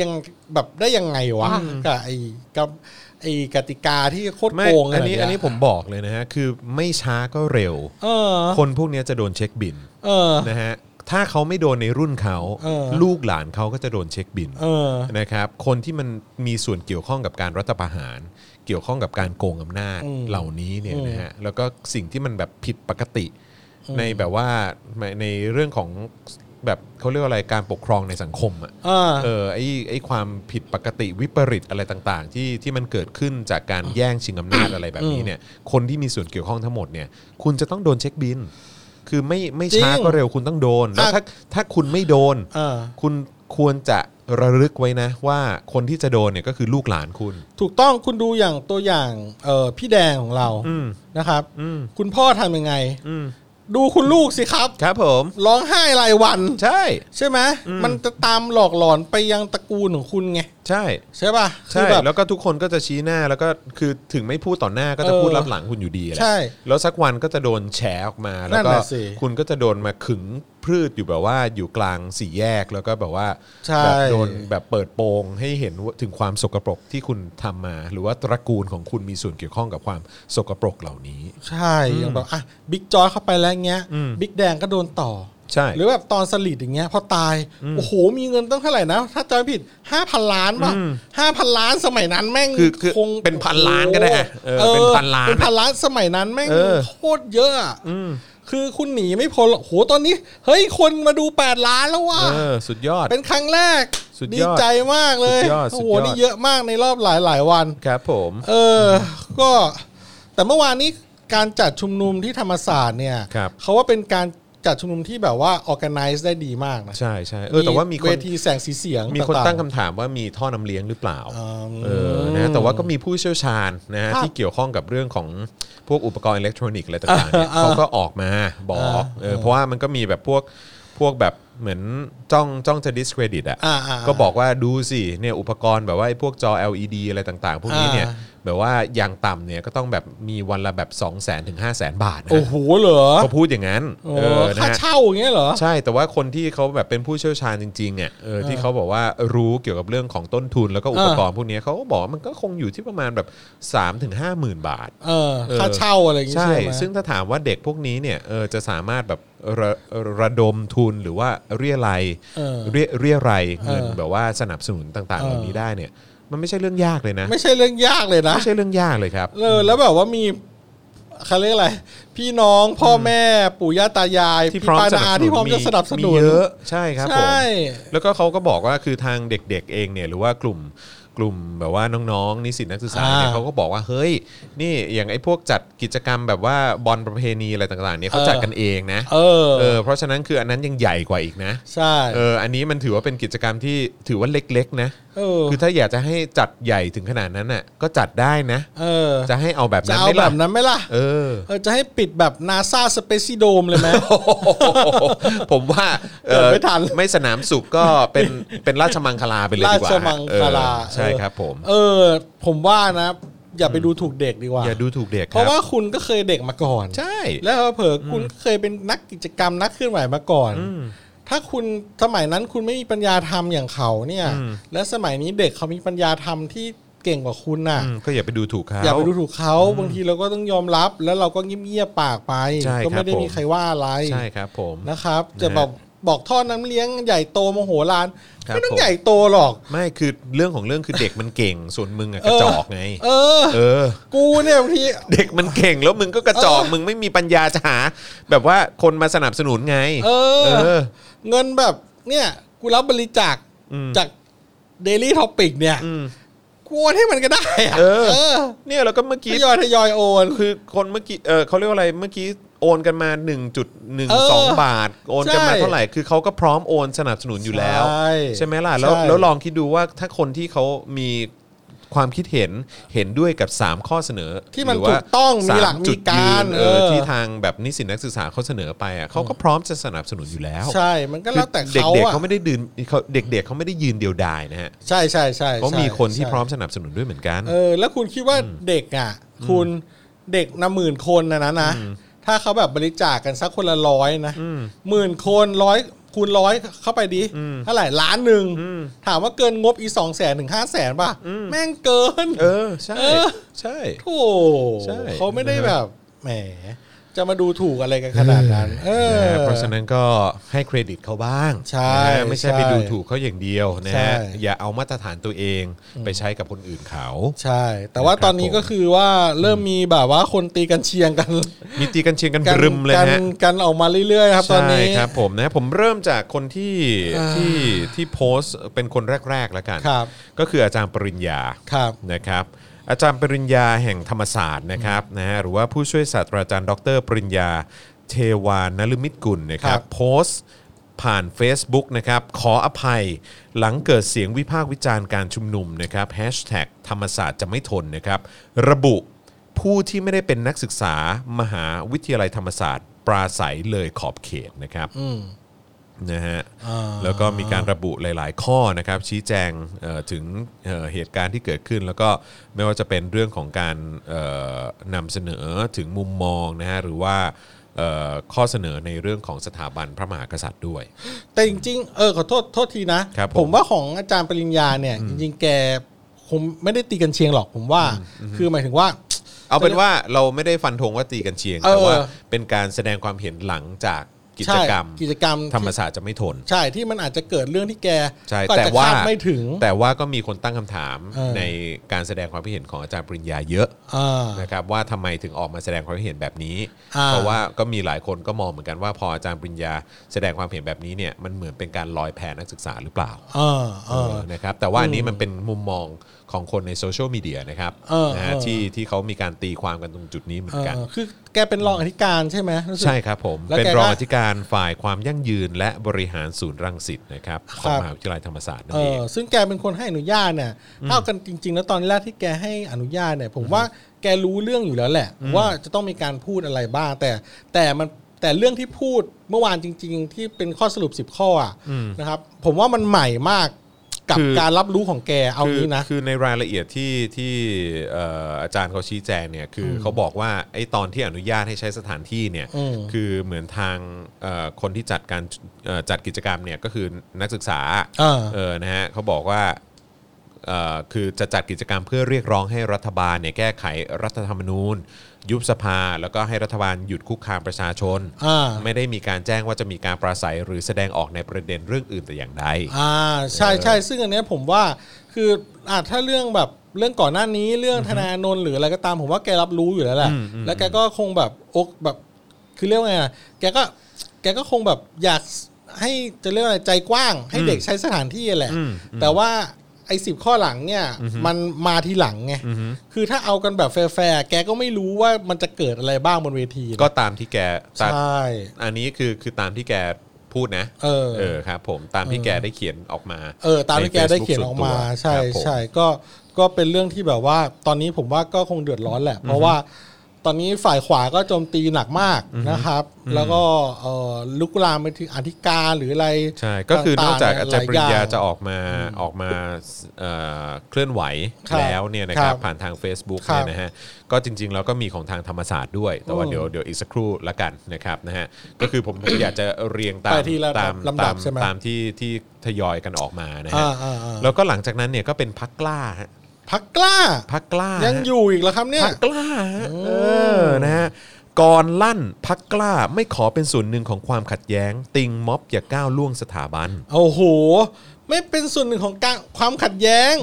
Speaker 2: ยังแบบได้ยังไงวะกับไอ้กับไอ้กติกาที่โคตร
Speaker 1: ไม่
Speaker 2: โกง
Speaker 1: อันนี้
Speaker 2: ะไรเงี้ย
Speaker 1: อันนี้ผมบอกเลยนะฮะ คือไม่ช้าก็เร็ว
Speaker 2: เออ
Speaker 1: คนพวกเนี้ยจะโดนเช็คบิน
Speaker 2: เออ
Speaker 1: นะฮะ ถ้าเขาไม่โดนในรุ่นเขา
Speaker 2: เออ
Speaker 1: ลูกหลานเขาก็จะโดนเช็คบิน
Speaker 2: เออ
Speaker 1: นะครับคนที่มันมีส่วนเกี่ยวข้องกับการรัฐประหาร เกี่ยวข้องกับการโกงอำนาจ
Speaker 2: อืม
Speaker 1: เหล่านี้เนี่ย
Speaker 2: อืม
Speaker 1: นะฮะแล้วก็สิ่งที่มันแบบผิดปกติ ในแบบว่าในในเรื่องของแบบเขาเรียกว่าอะไรการปกครองในสังคมอ่ะ
Speaker 2: ่า
Speaker 1: เออไอ้ไอ้ความผิดปกติวิปริตอะไรต่างๆ ที่ที่มันเกิดขึ้นจากการแย่งชิงอ ำนาจอะไรแบบนี้เนี่ยคนที่มีส่วนเกี่ยวข้องทั้งหมดเนี่ยคุณจะต้องโดนเช็คบิน คือไม่ไม่ช้า
Speaker 2: จริง
Speaker 1: ก็เร็วคุณต้องโดนแล้ว
Speaker 2: อ่ะ
Speaker 1: ถ้าถ้าคุณไม่โดน
Speaker 2: อ่า
Speaker 1: คุณควรจะระลึกไว้นะ ว่าคนที่จะโดนเนี่ยก็คือลูกหลานคุณ
Speaker 2: ถูกต้องคุณดูอย่างตัวอย่างเออพี่แดงของเรา
Speaker 1: อืม
Speaker 2: นะครับ
Speaker 1: อืม
Speaker 2: คุณพ่อทำยังไง
Speaker 1: อืม
Speaker 2: ดูคุณลูกสิครับ
Speaker 1: ครับผม
Speaker 2: ร้องไห้รายวัน
Speaker 1: ใช่
Speaker 2: ใช่ไหม
Speaker 1: อืม
Speaker 2: มันจะตามหลอกหลอนไปยังตระกูลของคุณไง
Speaker 1: ใช่
Speaker 2: ใช่ป่ะ
Speaker 1: ใช่
Speaker 2: คือแบบ
Speaker 1: แล้วก็ทุกคนก็จะชี้หน้าแล้วก็คือถึงไม่พูดต่อหน้าก็จะ
Speaker 2: เออ
Speaker 1: พูดรับหลังคุณอยู่ดีแหละ
Speaker 2: ใช่
Speaker 1: แล้วสักวันก็จะโดนแฉออกมาแล้วก็
Speaker 2: นั่นน่ะสิ
Speaker 1: คุณก็จะโดนมาขึงพืชอยู่แบบว่าอยู่กลางสี่แยกแล้วก็แบบว่า
Speaker 2: ใช่
Speaker 1: แบบโดนแบบเปิดโปงให้เห็นว่าถึงความสกปรกที่คุณทำมา หรือว่าตระกูลของคุณมีส่วนเกี่ยวข้องกับความสกปรกเหล่านี้
Speaker 2: ใช่อย่างแบบอ่ะบิ๊กจอยเข้าไปแล้วเงี้ย
Speaker 1: อืม
Speaker 2: บิ๊กแดงก็โดนต่อ
Speaker 1: ใช่
Speaker 2: หรือแบบตอนสลิดอย่างเงี้ยพอตาย โอ้โห มีเงินตั้งเท่าไหร่นะ ถ้าจำไม่ผิดห้าพันล้านป่ะห้าพันล้านสมัยนั้นแม่ง
Speaker 1: คือคือ
Speaker 2: คง
Speaker 1: เป็นพันล้านก็ได้อะเออ
Speaker 2: ออ
Speaker 1: เป็นพันล้าน
Speaker 2: เป็นพันล้านสมัยนั้นแม่ง
Speaker 1: เออ
Speaker 2: โคตรเยอะอะคือคุณหนีไม่พ้นหรอกโหตอนนี้ เฮ้ยคนมาดูแปดล้านแล้วว่ะ
Speaker 1: เออสุดยอด
Speaker 2: เป็นครั้งแรก
Speaker 1: สุดยอด
Speaker 2: ดีใจมากเลย
Speaker 1: สุดยอดสุ
Speaker 2: โอ้
Speaker 1: ด
Speaker 2: โห
Speaker 1: ยอด
Speaker 2: นี่เยอะมากในรอบหลายหลายๆวัน
Speaker 1: ครับผม
Speaker 2: เอออก็ แต่เมื่อวานนี้การจัดชุมนุมที่ธรรมศาสตร์เนี่ย
Speaker 1: ครับ
Speaker 2: เขาว่าเป็นการจัดชุมนุมที่แบบว่า organize ได้ดีมากนะ
Speaker 1: ใช่ใช่เออแต่ว่ามีค
Speaker 2: เวน ทีแสงสีเสียง
Speaker 1: มีคนตั้ง
Speaker 2: า
Speaker 1: คำถามว่ามีท่อน้ำเลี้ยงหรือเปล่า
Speaker 2: อืม
Speaker 1: เออนะแต่ว่าก็มีผู้เชี่ยวชาญนะฮะ
Speaker 2: ครับ
Speaker 1: ที่เกี่ยวข้องกับเรื่องของพวกอุปกรณ์อิเล็กทรอนิกส์อะไรต่างๆเนี่ยเขาก็ออกมาบอก
Speaker 2: อ่า
Speaker 1: เออเพราะว่ามันก็มีแบบพวกพวกแบบเหมือนจ้องจ้องจะ discredit อ่ะ
Speaker 2: ๆอ่าๆ
Speaker 1: ก็บอกว่าดูสิเนี่ยอุปกรณ์แบบว่าไอ้พวกจอ LED อะไรต่างๆ พวกนี้เนี่ย
Speaker 2: อ่า
Speaker 1: แบบว่าอย่างต่ำเนี่ยก็ต้องแบบมีวันละแบบ 2 0 0 0 0 0ถึง5 0 0 0 0 0 บาทนะ
Speaker 2: โอ้โหเหรอ
Speaker 1: เขาพูดอย่างนั้น
Speaker 2: โอ้
Speaker 1: เออนะ
Speaker 2: ค่า
Speaker 1: ฮะ
Speaker 2: เช่าอย่างเงี้ยเหรอ
Speaker 1: ใช่แต่ว่าคนที่เขาแบบเป็นผู้เชี่ยวชาญจริงๆอ่ะเออที่เขาบอกว่ารู้เกี่ยวกับเรื่องของต้นทุนแล้วก็อุปกรณ์พวกเนี้ยเขาก็บอกว่ามันก็คงอยู่ที่ประมาณแบบ3 5 0 0 0 0 บาท
Speaker 2: เออ
Speaker 1: เออ
Speaker 2: ค่าเช่าอะไรอย่างเงี้ย
Speaker 1: ใช่
Speaker 2: ใช่ไหม
Speaker 1: ซึ่งถ้าถามว่าเด็กพวกนี้เนี่ยเออจะสามารถแบบระระดมทุนหรือว่าเรียไรย
Speaker 2: เออ
Speaker 1: เรียเรียไรยเงิน
Speaker 2: เออ
Speaker 1: แบบว่าสนับสนุนต่างๆ
Speaker 2: เออ
Speaker 1: เหล่านี้ได้เนี่ยมันไม่ใช่เรื่องยากเลยนะ
Speaker 2: ไม่ใช่เรื่องยากเลยนะ
Speaker 1: ไม่ใช่เรื่องยากเลยครับ
Speaker 2: เออแล้วแบบว่ามีเขาเรียกอะไร พี่น้องพ่อแม่ปู่ย่าตายาย
Speaker 1: ที่
Speaker 2: พี่
Speaker 1: พร้อม
Speaker 2: ป้า
Speaker 1: สนับ
Speaker 2: นา
Speaker 1: สนุน
Speaker 2: ที่พร้อมจะสนับสนุน
Speaker 1: มีเยอะใช่ครับผม
Speaker 2: ใช่
Speaker 1: แล้วก็เขาก็บอกว่าคือทางเด็กๆเองเนี่ยหรือว่ากลุ่มกลุ่มแบบว่าน้องๆนิสิตนักศึกษาเนี่ย
Speaker 2: อ่า
Speaker 1: เขาก็บอกว่าเฮ้ย นี่อย่างไอ้พวกจัดกิจกรรมแบบว่าบอลประเพณีอะไรต่างๆเนี่ยเขา
Speaker 2: เออ
Speaker 1: จัดกันเองนะ
Speaker 2: เออ
Speaker 1: เออเพราะฉะนั้นคืออันนั้นยังใหญ่กว่าอีกนะ
Speaker 2: ใช่
Speaker 1: เอออันนี้มันถือว่าเป็นกิจกรรมที่ถือว่าเล็กๆนะ
Speaker 2: เออ
Speaker 1: คือถ้าอยากจะให้จัดใหญ่ถึงขนาดนั้นน่ะก็จัดได้นะ
Speaker 2: เออ
Speaker 1: จะให้เอาแบบ
Speaker 2: จะ
Speaker 1: นั้น
Speaker 2: เอา
Speaker 1: ไหม่
Speaker 2: แบ
Speaker 1: ล่ะ
Speaker 2: บนั้นไหมล่ะ
Speaker 1: เออ
Speaker 2: เออ จะให้ปิดแบบนาซาสเปซิโดมเลยไหม
Speaker 1: ผมว่า
Speaker 2: เกิดไม่ทัน
Speaker 1: เอ่อไม่สนามสุขก็เป็นเป็นราชมังคลาไปเลยดีกว่า
Speaker 2: ราชมังคลา
Speaker 1: เออใช่ครับผม
Speaker 2: เออ ผมว่านะ อย่าไปดูถูกเด็กดีกว่า
Speaker 1: อย่าดูถูกเด็กค
Speaker 2: เพ
Speaker 1: รับ
Speaker 2: ราะว่าคุณก็เคยเด็กมาก่อน
Speaker 1: ใช่
Speaker 2: แล้วเผลอๆคุณก็เคยเป็นนักกิจกรรมนักเคลื่อนไหวมาก่อน ถ้าคุณสมัยนั้นคุณไม่มีปัญญาทำอย่างเขาเนี่ย
Speaker 1: อืม
Speaker 2: และสมัยนี้เด็กเขามีปัญญาทำที่เก่งกว่าคุณน่ะ
Speaker 1: อืมก็อย่าไปดูถูกเขา
Speaker 2: อย่าไปดูถูกเขาบางทีเราก็ต้องยอมรับแล้วเราก็เงียบๆปากไป
Speaker 1: ใช่ครับ
Speaker 2: ก็ไม่ได้
Speaker 1: ผม
Speaker 2: มีใครว่าอะไร
Speaker 1: ใช่ครับผม
Speaker 2: นะครับจะ
Speaker 1: นะฮะ
Speaker 2: แบบบอกท่อน้ำเลี้ยงใหญ่โตโมโหลาน
Speaker 1: ครับ
Speaker 2: ไม่ต้อ
Speaker 1: ผ
Speaker 2: ง
Speaker 1: ม
Speaker 2: ใหญ่โตหรอก
Speaker 1: ไม่คือเรื่องของเรื่องคือเด็กมันเก่ง ส่วนมึงอะก
Speaker 2: เออ
Speaker 1: ระจอกไง
Speaker 2: เออ
Speaker 1: เออ
Speaker 2: กูเนี่ยบางที
Speaker 1: เด็กมันเก่งแล้วมึงก็กระจอกมึงไม่มีปัญญาจะหา แบบว่าคนมาสนับสนุนไง
Speaker 2: เออ
Speaker 1: เออ
Speaker 2: เงินแบบเนี่ย กูรับบริจาค
Speaker 1: อืม
Speaker 2: จากเดลี่ท็อปิกเนี่ย
Speaker 1: อืม
Speaker 2: กูโอนให้มันก็ได้อะ
Speaker 1: เออ
Speaker 2: เออ
Speaker 1: เนี่ยแล้วก็เมื่อ
Speaker 2: ท
Speaker 1: กี้
Speaker 2: ยอยทยอยโอน
Speaker 1: คือคนเมื่อกี้ เออเขาเรียกว่าอะไร เมื่อกี้โอนกันมา
Speaker 2: เออ
Speaker 1: 1.12 บาท โอนกันมา
Speaker 2: ใช่
Speaker 1: เท่าไหร่ คือเขาก็พร้อมโอนสนับสนุนอยู่แล้ว
Speaker 2: ใช่
Speaker 1: ใช่ไหมล่ะ แล้ว
Speaker 2: ใช่
Speaker 1: แล้วลองคิดดูว่าถ้าคนที่เขามี ความคิดเห็นเห็นด้วยกับ 3 ข้อเสนอ
Speaker 2: ที่มัน
Speaker 1: รืว่า
Speaker 2: ถูกต้องมีหลัก
Speaker 1: สาจุด
Speaker 2: มีการ
Speaker 1: ยืนเออ
Speaker 2: เออ
Speaker 1: ที่ทางแบบนิสิตนักศึกษาเขาเสนอไปอ่ะเขาก็พร้อมจะสนับสนุนอยู่แล้ว
Speaker 2: ใช่มันก็แล้วแต่
Speaker 1: คือ
Speaker 2: เขา
Speaker 1: เด็กๆ
Speaker 2: อะ
Speaker 1: เขาไม่ได้ดืนเขาเด็ก ๆเขาไม่ได้ยืนเดียวดายนะฮะ
Speaker 2: ใช่ใช่ใช่
Speaker 1: เขามีคนที่
Speaker 2: ใช่
Speaker 1: พร้อมสนับสนุนด้วยเหมือนกัน
Speaker 2: เออ แล้วคุณคิดว่าเด็กอ่ะ คุณเด็กนะหมื่นคนนะนะนะถ้าเขาแบบบริจาคกันสักคนละร้อยนะหมื่นคนร้อยคูณร้อยเข้าไปดิเท่าไหร่ล้านหนึ่งถามว่าเกินงบอีสองแสนถึงห้าแสนป่ะ แม่งเกิน
Speaker 1: เออใช่
Speaker 2: เออ
Speaker 1: ใช่
Speaker 2: โอ้
Speaker 1: ใช่
Speaker 2: เขาไม่ได้แบบแหม จะมาดูถูกอะไรกันขนาดนั้น เออ
Speaker 1: นะฮะเพราะฉะนั้นก็ให้เครดิตเขาบ้าง
Speaker 2: ใช่
Speaker 1: นะฮะไม่ใช่
Speaker 2: ใช่
Speaker 1: ไปดูถูกเขาอย่างเดียวนะ
Speaker 2: ใช่
Speaker 1: ฮะอย่าเอามาตรฐานตัวเองไปใช้กับคนอื่นเขา
Speaker 2: ใช่ แต่ว่า
Speaker 1: นะครับ
Speaker 2: ตอนนี้
Speaker 1: ผม
Speaker 2: ก็คือว่าเริ่มมีแบบว่าคนตีกันเชียงกัน
Speaker 1: มีตีกันเชียงกัน
Speaker 2: กัน
Speaker 1: บรึมเลย
Speaker 2: กัน
Speaker 1: ฮะ
Speaker 2: กันออกมาเรื่อยๆครับตอน
Speaker 1: ใช่
Speaker 2: นี้
Speaker 1: ครับผมนะผมเริ่มจากคนที่ที่ที่โพสต์เป็นคนแรกๆแล้วกัน
Speaker 2: ครับ
Speaker 1: ก็คืออาจารย์ปริญญา
Speaker 2: ครับ
Speaker 1: นะครับอาจารย์ปริญญาแห่งธรรมศาสตร์นะครับนะฮะหรือว่าผู้ช่วยศาสตราจารย์ดร ปริญญาเทวานลมิตกุลนะครั
Speaker 2: ครับ บ
Speaker 1: โพสต์ผ่าน Facebook นะครับขออภัยหลังเกิดเสียงวิพากษ์วิจารณ์การชุมนุมนะครับแฮชแท็กธรรมศาสตร์จะไม่ทนนะครับระบุผู้ที่ไม่ได้เป็นนักศึกษามหาวิทยาลัยธรรมศาสตร์ ปราศัยเลยขอบเขตนะครับ นะฮะแล้วก็มีการระบุหลาย ๆ ข้อนะครับชี้แจงเอ่อถึงเอ่อเหตุการณ์ที่เกิดขึ้น แล้วก็ไม่ว่าจะเป็นเรื่องของการเอ่อนำเสนอถึงมุมมองนะฮะหรือว่าเอ่อข้อเสนอในเรื่องของสถาบันพระมหากษัตริย์ด้วย
Speaker 2: แต่จริงๆ เออขอโทษโทษทีนะ
Speaker 1: ครับผม
Speaker 2: ผมว่าของอาจารย์ปริญญาเนี่ย จริงๆ แกคงไม่ได้ตีกันเชียงหรอกผมว่า คือหมายถึงว่า
Speaker 1: เอาเป็นว่าเราไม่ได้ฟันธงว่าตีกันเชียง
Speaker 2: เออ
Speaker 1: แต่ว่าเป็นการแสดงความเห็นหลังจากกิจ
Speaker 2: ใช่
Speaker 1: กรรม
Speaker 2: กิจกรรม
Speaker 1: ธรรมศาสตร์จะไม่ทน
Speaker 2: ใช่ที่มันอาจจะเกิดเรื่องที่แก
Speaker 1: ใช่
Speaker 2: ก็อจ
Speaker 1: แต่
Speaker 2: จะ
Speaker 1: ว่า
Speaker 2: คดไม่ถึง
Speaker 1: แต่ว่าก็มีคนตั้งคำถาม
Speaker 2: เออ
Speaker 1: ในการแสดงความคิดเห็นของอาจารย์ปริญญาเยอะ
Speaker 2: อ่า
Speaker 1: นะครับว่าทำไมถึงออกมาแสดงความเห็นแบบนี้
Speaker 2: อ่า
Speaker 1: เพราะว่าก็มีหลายคนก็มองเหมือนกันว่าพออาจารย์ปริญญาแสดงความเห็นแบบนี้เนี่ยมันเหมือนเป็นการลอยแพนักศึกษาหรือเปล่า
Speaker 2: อ่า
Speaker 1: เออ
Speaker 2: อ่า
Speaker 1: นะครับแต่ว่าอันนี้มันเป็นมุมมองของคนในโซเชียลมีเดียนะครับ
Speaker 2: เออ
Speaker 1: นะฮะ
Speaker 2: เออ
Speaker 1: ที่ที่เขามีการตีความกันตรงจุดนี้เหมือนกัน
Speaker 2: เออคือแกเป็นรองอธิการใช่ไหมรู้สึก
Speaker 1: ใช่ครับผม
Speaker 2: แล้วแก
Speaker 1: เป็นรอง
Speaker 2: ก็
Speaker 1: อธิการฝ่ายความยั่งยืน และบริหารศูนย์รังสิตนะครับข
Speaker 2: ครั
Speaker 1: อง
Speaker 2: บ
Speaker 1: มหาวิทยาลัยธรรมศาสตร์นั่
Speaker 2: เอน
Speaker 1: เอง
Speaker 2: อซึ่งแกเป็นคนให้อนุญาตเนี่ยเท่ากันจริง ๆ แล้วตอนแรกที่แกให้อนุญาตเนี่ย ผมว่าแกรู้เรื่องอยู่แล้วแหละ ว่าจะต้องมีการพูดอะไรบ้าง แต่แต่มันแต่เรื่องที่พูดเมื่อวานจริง ๆ ที่เป็นข้อสรุป 10 ข้ออะนะครับ ผมว่ามันใหม่มากกับการรับรู้ของแกเอา
Speaker 1: คือ
Speaker 2: นี้นะ
Speaker 1: คือในรายละเอียดที่ที่เอ่ออาจารย์เขาชี้แจงเนี่ยคืออเขาบอกว่าไอ้ตอนที่อนุญาตให้ใช้สถานที่เนี่ย
Speaker 2: อืม
Speaker 1: คือเหมือนทางเอ่อคนที่จัดการเอ่อจัดกิจกรรมเนี่ยก็คือนักศึกษา
Speaker 2: เออ
Speaker 1: เออนะฮะเขาบอกว่าเอ่อคือจะจัดกิจกรรมเพื่อเรียกร้องให้รัฐบาลเนี่ยแก้ไขรัฐธรรมนูญ ยุบสภา แล้วก็ให้รัฐบาลหยุดคุกคามประชาชน
Speaker 2: อ่า
Speaker 1: ไม่ได้มีการแจ้งว่าจะมีการปราศัยหรือแสดงออกในประเด็นเรื่องอื่นแต่อย่างใด
Speaker 2: อ่าใช่ใช่ซึ่งอันเนี้ยผมว่าคืออ่าถ้าเรื่องแบบเรื่องก่อนหน้านี้เรื่องธนาโนนท์หรืออะไรก็ตามผมว่าแกรับรู้อยู่แล้วแหละแล้วแกก็คงแบบอกแบบคือเรียกว่าไงอ่ะแกก็แกก็คงแบบอยากให้จะเรียกว่าอะไรใจกว้าง ให้เด็กใช้สถานที่แหละ
Speaker 1: อืม
Speaker 2: แต่ว่าไอ้สิบข้อหลังเนี่ยมันมาทีหลังไงคือถ้าเอากันแบบแฟร์ๆแกก็ไม่รู้ว่ามันจะเกิดอะไรบ้างบนเวทีนะ
Speaker 1: ก็ตามที่แก
Speaker 2: ใช
Speaker 1: ตาม่ อันนี้คือคือตามที่แกพูดนะ
Speaker 2: เออ
Speaker 1: ครับผมตามที่แกได้เขียนออกมา
Speaker 2: เออตามที่
Speaker 1: ใ
Speaker 2: แกได้
Speaker 1: Facebook
Speaker 2: เขียนออกมา
Speaker 1: ส่วนตัวค
Speaker 2: ใช่
Speaker 1: รับผม
Speaker 2: ใช่ก็ก็เป็นเรื่องที่แบบว่า ตอนนี้ผมว่าก็คงเดือดร้อนแหละ เพราะว่าตอนนี้ฝ่ายขวาก็โจมตีหนักมากนะครับ แล้วก็เอ่อลุกลามไปถึงอธิการหรืออะไร
Speaker 1: ใช่ ก็คือนอกจาก
Speaker 2: ต่
Speaker 1: อาง
Speaker 2: ๆ
Speaker 1: จารย์ปริญญา
Speaker 2: หลๆ
Speaker 1: จะออกมาออกมาเอ่อเคลื่อนไหว
Speaker 2: ครับ
Speaker 1: แล้วเนี่ยนะครับ
Speaker 2: ครับ
Speaker 1: ผ่านทาง Facebook
Speaker 2: ครั
Speaker 1: เนี่ย
Speaker 2: บ
Speaker 1: นะฮะก็จริงๆแล้วก็มีของทางธรรมศาสตร์ด้วย แต่ว่า
Speaker 2: อืม
Speaker 1: เดี๋ยวเดี๋ยวอีกสักครู่ละกันนะครับนะฮะก็คือผม อยากจะเรียงตาม
Speaker 2: ไปทีละ
Speaker 1: ตาม
Speaker 2: ลำดั
Speaker 1: ตา
Speaker 2: บ
Speaker 1: ม
Speaker 2: ใช่ไหม
Speaker 1: ตามที่ที่ทยอยกันออกมานะฮะ
Speaker 2: อ่าอ่าอ่า
Speaker 1: แล้วก็หลังจากนั้นเนี่ยก็เป็นพักกล้าฮะ
Speaker 2: พักกล้า
Speaker 1: พักกล้า
Speaker 2: ยัง
Speaker 1: ฮะ
Speaker 2: อยู่อีกแล้วครับเนี่ย
Speaker 1: พักกล้าฮะเออนะฮะก่อนลั่นพักกล้าไม่ขอเป็นส่วนหนึ่งของความขัดแย้ง ติงม็อบอย่าก้าวล่วงสถาบัน
Speaker 2: โอ้โห ไม่เป็นส่วนหนึ่งของการความขัดแย้ง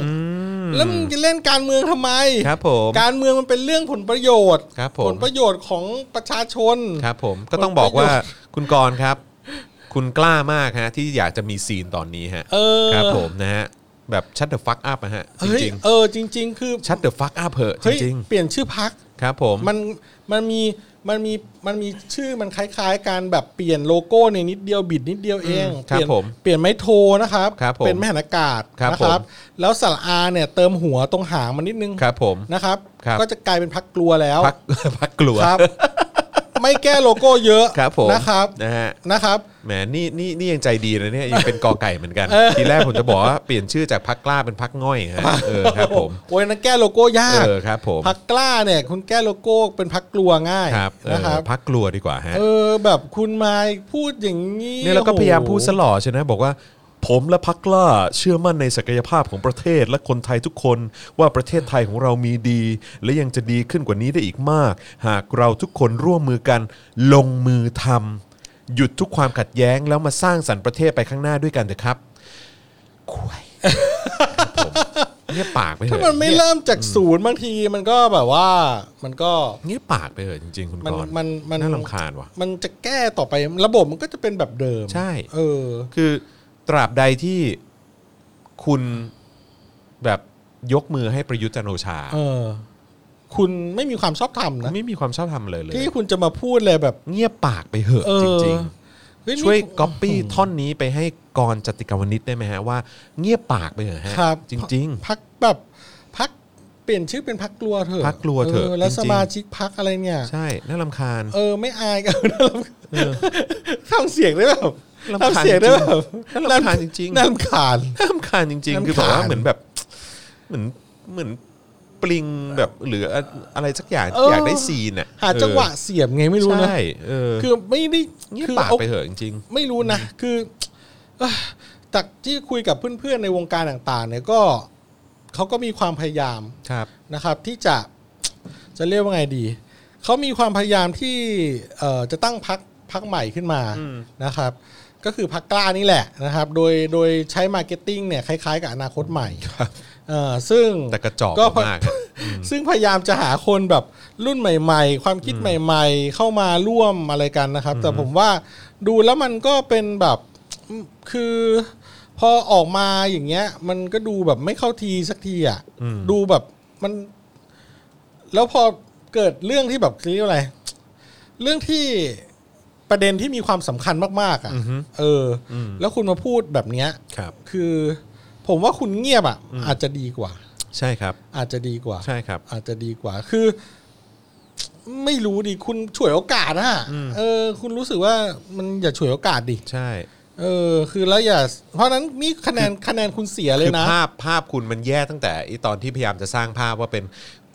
Speaker 2: แล้วมึงจะเล่นการเมืองทำไม
Speaker 1: ครับผม
Speaker 2: การเมืองมันเป็นเรื่องผลประโยชน์
Speaker 1: ครับผม
Speaker 2: ผลประโยชน์ของประชาชน
Speaker 1: ครับผมก็ต้องบอกว่าคุณกรณ์ครับ คุณกล้ามากฮะที่อยากจะมีซีนตอนนี้ฮะ
Speaker 2: เออ
Speaker 1: ครับผมนะฮะแบบชัดเดอะฟักอัพนะฮะจ
Speaker 2: เฮ้ย
Speaker 1: ริง
Speaker 2: เออจริง ๆ คือ
Speaker 1: ๆชัดเดอะฟักอัพเหอะจ
Speaker 2: เฮ้ย
Speaker 1: ริง
Speaker 2: เปลี่ยนชื่อพัก
Speaker 1: ๆครับผม
Speaker 2: มันมันมี มันมีมันมีชื่อมันคล้ายๆการแบบเปลี่ยนโลโก้เนี่ยนิดเดียวบิดนิดเดียวเอง
Speaker 1: ครับ
Speaker 2: เปลี่ยน
Speaker 1: ผม
Speaker 2: เปลี่ยนไม้โทนะครับ
Speaker 1: ครับผม
Speaker 2: เป็นแม่หันอากาศ
Speaker 1: ครับ
Speaker 2: นะ
Speaker 1: ผม
Speaker 2: แล้วสระอาเนี่ยเติมหัวตรงหางมันนิดนึง
Speaker 1: ครับผม
Speaker 2: นะครับ
Speaker 1: ครับ
Speaker 2: ก็จะกลายเป็นพักกลัวแล้ว
Speaker 1: พัก พักกลัว
Speaker 2: ครับ ไม่แก้โลโก้เยอะ
Speaker 1: ครับผม
Speaker 2: นะครับ
Speaker 1: นะฮะ
Speaker 2: นะครับ
Speaker 1: แหมนี่นี่นี่ยังใจดีนะ เนี่ยยังเป็นกอไก่เหมือนกัน ทีแรกผมจะบอกว่าเปลี่ยนชื่อจากพักกล้าเป็นพักง่อยฮะเออครับผม
Speaker 2: โอ้ยนั้นแก้โลโก้ยาก
Speaker 1: เออครับผม
Speaker 2: พักกล้าเนี่ยคุณแก้โลโก้เป็นพักกลัวง่าย
Speaker 1: ครับเออ
Speaker 2: นะครับ
Speaker 1: พักกลัวดีกว่าฮะ
Speaker 2: เออแบบคุณมาพูดอย่างนี้
Speaker 1: เนี่ยเราก็
Speaker 2: โอ้โห
Speaker 1: พยายามพูดสลอใช่ไหมบอกว่า ผมและพักกล้าเชื่อมั่นในศักยภาพของประเทศและคนไทยทุกคนว่าประเทศไทยของเรามีดี และยังจะดีขึ้นกว่านี้ได้อีกมาก หากเราทุกคนร่วมมือกันลงมือทำหยุดทุกความขัดแย้งแล้วมาสร้างสรรค์ประเทศไปข้างหน้าด้วยกันเถอะครับคุยครับผมเนี่ยบปากไปเถ
Speaker 2: ถ้า
Speaker 1: อะ
Speaker 2: มันไม่
Speaker 1: เนี่ย
Speaker 2: เริ่มจากศูนย์บางทีมันก็แบบว่ามันก็
Speaker 1: เงียบปากไปเถอะจริง ๆ คุณ
Speaker 2: มัน
Speaker 1: กรณ์
Speaker 2: มันมัน
Speaker 1: น่ารำคาญว่ะ
Speaker 2: มันจะแก้ต่อไประบบมันก็จะเป็นแบบเดิม
Speaker 1: ใช่
Speaker 2: เออ
Speaker 1: คือตราบใดที่คุณแบบยกมือให้ประยุทธ์จันทร์โอชา
Speaker 2: เออ คุณไม่มีความชอบธรรมนะ
Speaker 1: ไม่มีความชอบธรรมเลยเลย
Speaker 2: ที่คุณจะมาพูดเลยแบบ
Speaker 1: เงียบปากไปเถอะ
Speaker 2: เออ
Speaker 1: จริง
Speaker 2: เฮ้
Speaker 1: ๆ ช่วย
Speaker 2: นี่
Speaker 1: ก๊อปปี้ท่อนนี้ไปให้กรณ์จติกาวนิชได้ไหมฮะว่าเงียบปากไปเถอะฮะ
Speaker 2: ครับ
Speaker 1: จริง
Speaker 2: พักแบบพักเปลี่ยนชื่อเป็นพักกลัวเถอะ
Speaker 1: พรรคกลัวเถอะ
Speaker 2: แล้ว
Speaker 1: จริงๆ
Speaker 2: สมาชิกพักอะไรเนี่ย
Speaker 1: ๆ ใช่น่ารำคาญ
Speaker 2: เออไม่อายกันนะทำเสียงได้แบบ
Speaker 1: รำคาญ
Speaker 2: ทำเสียงได้แบบ
Speaker 1: น่ารำคาญจริงๆ
Speaker 2: น่ารำคาญ
Speaker 1: น่ารำคาญจริง ๆ
Speaker 2: น่ารำคาญ
Speaker 1: คือแบบว่าเหมือนแบบเหมือนเหมือนปลิงแบบหรืออะไรสักอย่างที่อยากได้ซีนอ่ะ
Speaker 2: หาจังหวะเสียบไงไม่รู้นะ
Speaker 1: ใช่เออ
Speaker 2: คือไม่ได้
Speaker 1: เงียบ
Speaker 2: คือ
Speaker 1: ปาก
Speaker 2: เอา
Speaker 1: ไปเถอะจริง
Speaker 2: ไม่รู้นะ คือเอ้อจากที่คุยกับเพื่อนๆในวงการต่างๆ เนี่ยก็เขาก็มีความพยายาม
Speaker 1: ๆ ครับ
Speaker 2: นะครับ ที่จะจะเรียกว่าไงดีเขามีความพยายามที่เอ่อจะตั้งพักพักใหม่ขึ้นมา
Speaker 1: อืม
Speaker 2: นะครับ ก็คือพักกล้านี่แหละนะครับ โดยโดยใช้มาร์เก็ตติ้งเนี่ยคล้ายๆกับอนาคตใหม่เอ่อซึ่ง
Speaker 1: แต่กระจอก
Speaker 2: ก็
Speaker 1: มาก
Speaker 2: ซึ่งพยายามจะหาคนแบบรุ่นใหม่ ๆ ความคิดใหม่ ๆ เข้ามาร่วมอะไรกันนะครับ แต่ผมว่าดูแล้วมันก็เป็นแบบอืมคือพอออกมาอย่างเงี้ย มันก็ดูแบบไม่เข้าทีสักทีอ่ะดูแบบมัน แล้วพอเกิดเรื่องที่แบบเรียกว่าอะไร เรื่องที่ประเด็นที่มีความสำคัญมากๆอ่ะเอออแล้วคุณมาพูดแบบเนี้ย
Speaker 1: ครับ
Speaker 2: คือ ผมว่าคุณเงียบอ่ะ อาจจะดีกว่า
Speaker 1: ใช่ครับ
Speaker 2: อาจจะดีกว่า
Speaker 1: ใช่ครับ
Speaker 2: อาจจะดีกว่า คือ ไม่รู้ดิ คุณฉวยโอกาสนะเออ คุณรู้สึกว่ามันอย่าฉวยโอกาสดิ
Speaker 1: ใช่
Speaker 2: เออ คือแล้วอย่า เพราะฉะนั้นนี่คะแนนคะแนนคุณเสียเล
Speaker 1: คื
Speaker 2: ย
Speaker 1: อ
Speaker 2: นะ
Speaker 1: ภาพภาพคุณมันแย่ตั้งแต่ไอตอนที่พยายามจะสร้างภาพว่าเป็น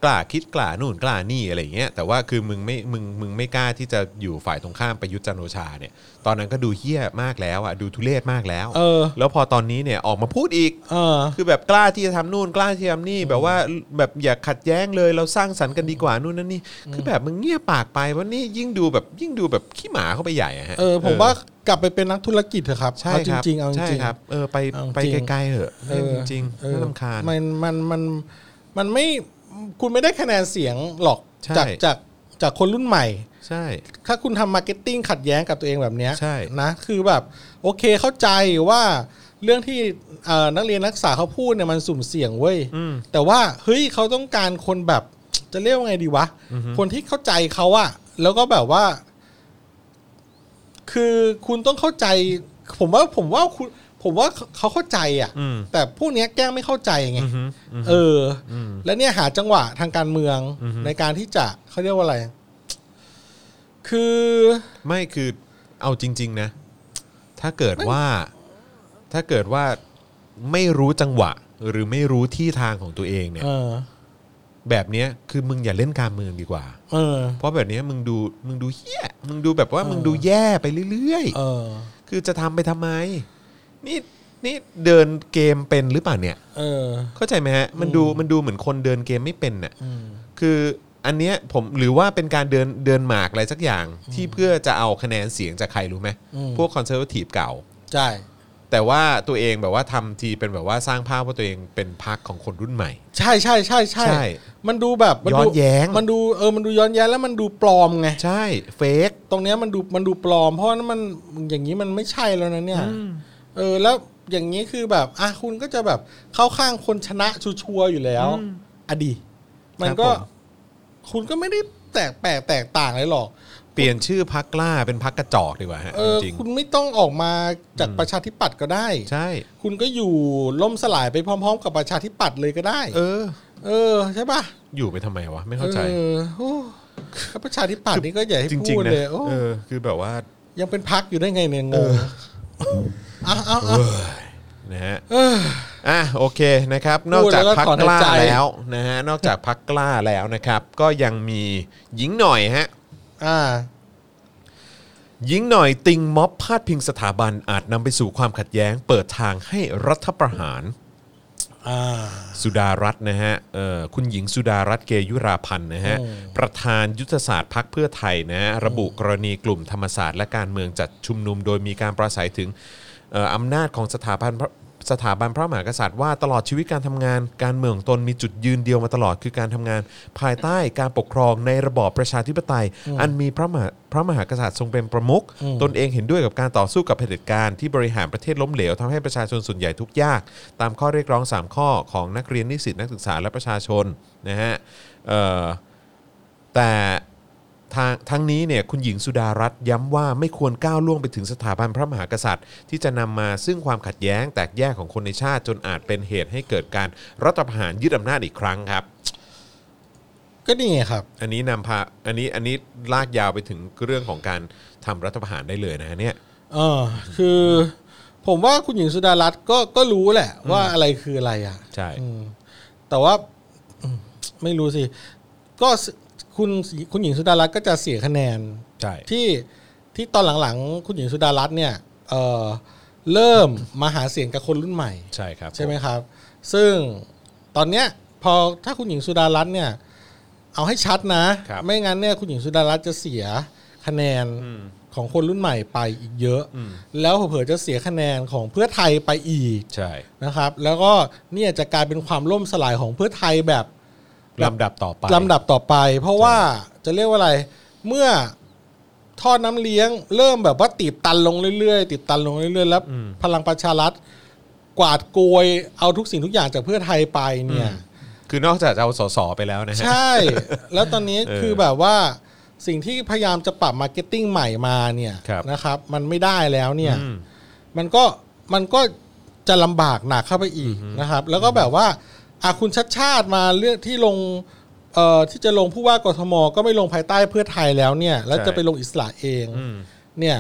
Speaker 1: กล้าคิดกล้านู่นกล้านี่อะไรอย่างเงี้ย แต่ว่าคือมึงไม่มึงมึงไม่กล้าที่จะอยู่ฝ่ายตรงข้ามประยุทธ์จันทร์โอชาเนี่ย ตอนนั้นก็ดูเหี้ยมากแล้วอ่ะ ดูทุเรศมากแล้ว
Speaker 2: เออ
Speaker 1: แล้วพอตอนนี้เนี่ยออกมาพูดอีก
Speaker 2: เออ
Speaker 1: คือแบบกล้าที่จะทำนู่นกล้าที่จะทำนี่แบบว่าแบบอย่าขัดแย้งเลยเราสร้างสรรค์กันดีกว่านู่นนั่นนี่คือแบบมึงเงียบปากไปวันนี้ยิ่งดูแบบยิ่งดูแบบขี้หมาเข้าไปใหญ่อะฮะ
Speaker 2: เออ ผมว่ากลับไปเป็นนักธุรกิจเถอะครับ
Speaker 1: ใช่
Speaker 2: เอาจ
Speaker 1: ครับ
Speaker 2: ริงๆเอาจ
Speaker 1: ใช่
Speaker 2: ริง
Speaker 1: ครับเออไป
Speaker 2: เอาจริง
Speaker 1: ไปไกลๆเถอะ
Speaker 2: เออ
Speaker 1: จริง
Speaker 2: เอ
Speaker 1: ๆน่า
Speaker 2: อ
Speaker 1: รำคาญ
Speaker 2: มันมันมันมันไม่คุณไม่ได้คะแนนเสียงหรอก
Speaker 1: ใช่
Speaker 2: จากจากจากคนรุ่นใหม่
Speaker 1: ใช่
Speaker 2: ถ้าคุณทำมาร์เก็ตติ้งขัดแย้งกับตัวเองแบบเนี้ย
Speaker 1: ใช่
Speaker 2: นะคือแบบโอเคเข้าใจว่าเรื่องที่เอ่อนักเรียนนักศึกษาเขาพูดเนี่ยมันสุ่มเสี่ยงเว้ย
Speaker 1: อืม
Speaker 2: แต่ว่าเฮ้ยเขาต้องการคนแบบจะเรียกว่าไงดีวะ คนที่เข้าใจเขาอะแล้วก็แบบว่า คือคุณต้องเข้าใจ ผมว่าผมว่าคุณผมว่าเขาเข้าใจอะ
Speaker 1: อืม
Speaker 2: แต่พวกเนี้ยแกล้งไม่เข้าใจไง
Speaker 1: อือฮึอือฮึ
Speaker 2: เอออ
Speaker 1: ม
Speaker 2: แล้วเนี่ยหาจังหวะทางการเมือง
Speaker 1: อือฮึ
Speaker 2: ในการที่จะเขาเรียกว่าอะไร คือ
Speaker 1: ไม่คือเอาจริง ๆ นะ ถ้าเกิดว่าถ้าเกิดว่าไม่รู้จังหวะ หรือไม่รู้ที่ทางของตัวเองเนี่ย
Speaker 2: เออ
Speaker 1: แบบเนี้ยคือมึงอย่าเล่นการเมืองดีกว่า
Speaker 2: เออ
Speaker 1: เพราะแบบเนี้ยมึงดูมึงดูเฮี้ยมึงดูแบบว่า
Speaker 2: เออ
Speaker 1: มึงดูแย่ไปเรื่อย
Speaker 2: เออ
Speaker 1: ๆ คือจะทำไปทำไม นี่นี่เดินเกมเป็นหรือเปล่าเนี่ย
Speaker 2: เออ
Speaker 1: เข้าใจไหมฮะ มันดูมันดูเหมือนคนเดินเกมไม่เป็นน่ะ
Speaker 2: อืม
Speaker 1: คืออันเนี้ยผมหรือว่าเป็นการเดินเดินหมากอะไรสักอย่างที่เพื่อจะเอาคะแนนเสียงจากใครรู้ไหม
Speaker 2: อืม
Speaker 1: พวกคอนเซอร์วทีฟเก่า
Speaker 2: ใช่
Speaker 1: แต่ว่าตัวเองแบบว่าทำทีเป็นแบบว่าสร้างภาพว่าตัวเองเป็นพักของคนรุ่นใหม่
Speaker 2: ใช่ใช่ใช่ใช่
Speaker 1: ใช่
Speaker 2: มันดูแบบมัดู
Speaker 1: ย้อนแย้ง
Speaker 2: มันดูเออมันดูย้อนแย้งแล้วมันดูปลอมไง
Speaker 1: ใช่ เฟก
Speaker 2: ตรงเนี้ยมันดูมันดูปลอม เพราะว่ามันอย่างนี้มันไม่ใช่แล้วนะเนี่ยเออ แล้วอย่างนี้คือแบบอ่ะคุณก็จะแบบเข้าข้างคนชนะชัวร์ๆอยู่แล้วอะดี มันก็
Speaker 1: ครับผม
Speaker 2: คุณก็ไม่ได้ แตกแปลกแตกต่างเลยหรอก
Speaker 1: เปลี่ยนชื่อพักกล้าเป็นพักกระจอกดีกว่าฮะ
Speaker 2: เออ
Speaker 1: จริง
Speaker 2: คุณไม่ต้องออกมาจากประชาธิปัตย์ก็ได้
Speaker 1: ใช่
Speaker 2: คุณก็อยู่ล่มสลายไปพร้อม ๆ กับประชาธิปัตย์เลยก็ได้
Speaker 1: เออ
Speaker 2: เออใช่ป่ะ
Speaker 1: อยู่ไปทำไมวะ ไม่เข้าใจ
Speaker 2: เออโอ้แล้วประชาธิปัตย์นี่ก็อย่าให้
Speaker 1: จริ
Speaker 2: พู
Speaker 1: ง
Speaker 2: ด
Speaker 1: ๆนะ
Speaker 2: เลยโอ้
Speaker 1: เออคือแบบว่า
Speaker 2: ยังเป็นพักอยู่ได้ไงเนี่ยง
Speaker 1: เอง อ
Speaker 2: เอาเอาเอา
Speaker 1: นะฮะอ่ะโอเคนะครับ นอก
Speaker 2: พูดแล้
Speaker 1: จาว ก
Speaker 2: ก็
Speaker 1: พัก
Speaker 2: ถอน
Speaker 1: ก
Speaker 2: หาย
Speaker 1: ล้า
Speaker 2: ใจ
Speaker 1: แล้วนะฮะนอกจากพักกล้าแล้วนะครับ ก็ยังมีหญิงหน่อยฮะ
Speaker 2: อ่า
Speaker 1: หญิงหน่อยติงม็อบพาดพิงสถาบันอาจนำไปสู่ความขัดแย้ง เปิดทางให้รัฐประหาร
Speaker 2: อ่า
Speaker 1: สุดารัตน์นะฮะเอ่อคุณหญิงสุดารัตน์เกยุราพันธ์นะฮะ
Speaker 2: อืม
Speaker 1: ประธานยุทธศาสตร์พักเพื่อไทยนะฮะระบุกรณีกลุ่มธรรมศาสตร์และการเมืองจัดชุมนุม โดยมีการปราศัยถึงเอ่ออำนาจของสถาบันพระสถาบันพระมหากษัตริย์ว่าตลอดชีวิตการทำงาน การเมืองของตนมีจุดยืนเดียวมาตลอดคือการทำงาน ภายใต้การปกครองในระบอบประชาธิปไตย อันมีพระมหาพระมหากษัตริย์ทรงเป็นประมุขตนเองเห็นด้วยกับการต่อสู้กับเผด็จการที่บริหารประเทศล้มเหลวทำให้ประชาชนส่วนใหญ่ทุกข์ยาก ตามข้อเรียกร้อง 3 ข้อของนักเรียนนิสิตนักศึกษาและประชาชนนะฮะเอ่อ แต่ทางทั้งนี้เนี่ยคุณหญิงสุดารัตน์ย้ำว่าไม่ควรก้าวล่วงไปถึงสถาบันพระมหากษัตริย์ ที่จะนำมาซึ่งความขัดแย้งแตกแยกของคนในชาติ จนอาจเป็นเหตุให้เกิดการรัฐประหารยึดอำนาจอีกครั้งครับ
Speaker 2: ก็นี่ไงครับ
Speaker 1: อันนี้นำพาอันนี้อันนี้ลากยาวไปถึงเรื่องของการทำรัฐประหารได้เลยนะฮะเนี่ย
Speaker 2: เออคือผมว่าคุณหญิงสุดารัตน์ก็ก็รู้แหละ ว่าอะไรคืออะไรอ่ะ
Speaker 1: ใช่
Speaker 2: อืมแต่ว่าอืมไม่รู้สิ ก็สคุณคุณหญิงสุดารัตน์ก็จะเสียคะแนน
Speaker 1: ใช่
Speaker 2: ที่ที่ตอนหลังๆ คุณหญิงสุดารัตน์เนี่ยเออเริ่มมาหาเสียงกับคนรุ่นใหม่
Speaker 1: ใช่ครับ
Speaker 2: ใช่ไหมครับ ซึ่งตอนเนี้ยพอถ้าคุณหญิงสุดารัตน์เนี่ย เอาให้ชัดนะ ไม่งั้นเนี่ยคุณหญิงสุดารัตน์จะเสียคะแนนของคนรุ่นใหม่ไปอีกเยอะ แล้วเผลอๆจะเสียคะแนนของเพื่อไทยไปอีก
Speaker 1: ใช่
Speaker 2: นะครับ แล้วก็เนี่ยจะกลายเป็นความล่มสลายของเพื่อไทยแบบ
Speaker 1: ลำดับต่อไป
Speaker 2: ลำดับต่อไป เพราะว่าจะเรียกว่าอะไรเมื่อท่อน้ำเลี้ยง เริ่มแบบว่าตีบตันลงเรื่อยๆตีบตันลงเรื่อยๆแล้ว
Speaker 1: อืม
Speaker 2: พลังประชารัฐกวาดโกยเอาทุกสิ่งทุกอย่างจากเพื่อไทยไปเนี่ย
Speaker 1: อืม คือนอกจากจะเอาสสไปแล้วนะฮะ
Speaker 2: ใช่ แล้วตอนนี้
Speaker 1: เออ
Speaker 2: คือแบบว่าสิ่งที่พยายามจะปรับมาร์เก็ตติ้งใหม่มาเนี่ย
Speaker 1: ครับ
Speaker 2: นะครับ มันไม่ได้แล้วเนี่ย
Speaker 1: อืม
Speaker 2: มันก็มันก็จะลำบากหนักเข้าไปอีกนะครับ แล้วก็แบบว่าอาคุณชัดชาติมาเลือกที่ลงเอ่อที่จะลงผู้ว่ากทม ก็ไม่ลงภายใต้เพื่อไทยแล้วเนี่ย แล้ว
Speaker 1: ใช่
Speaker 2: จะไปลงอิสระเอง
Speaker 1: อืม
Speaker 2: เนี่ย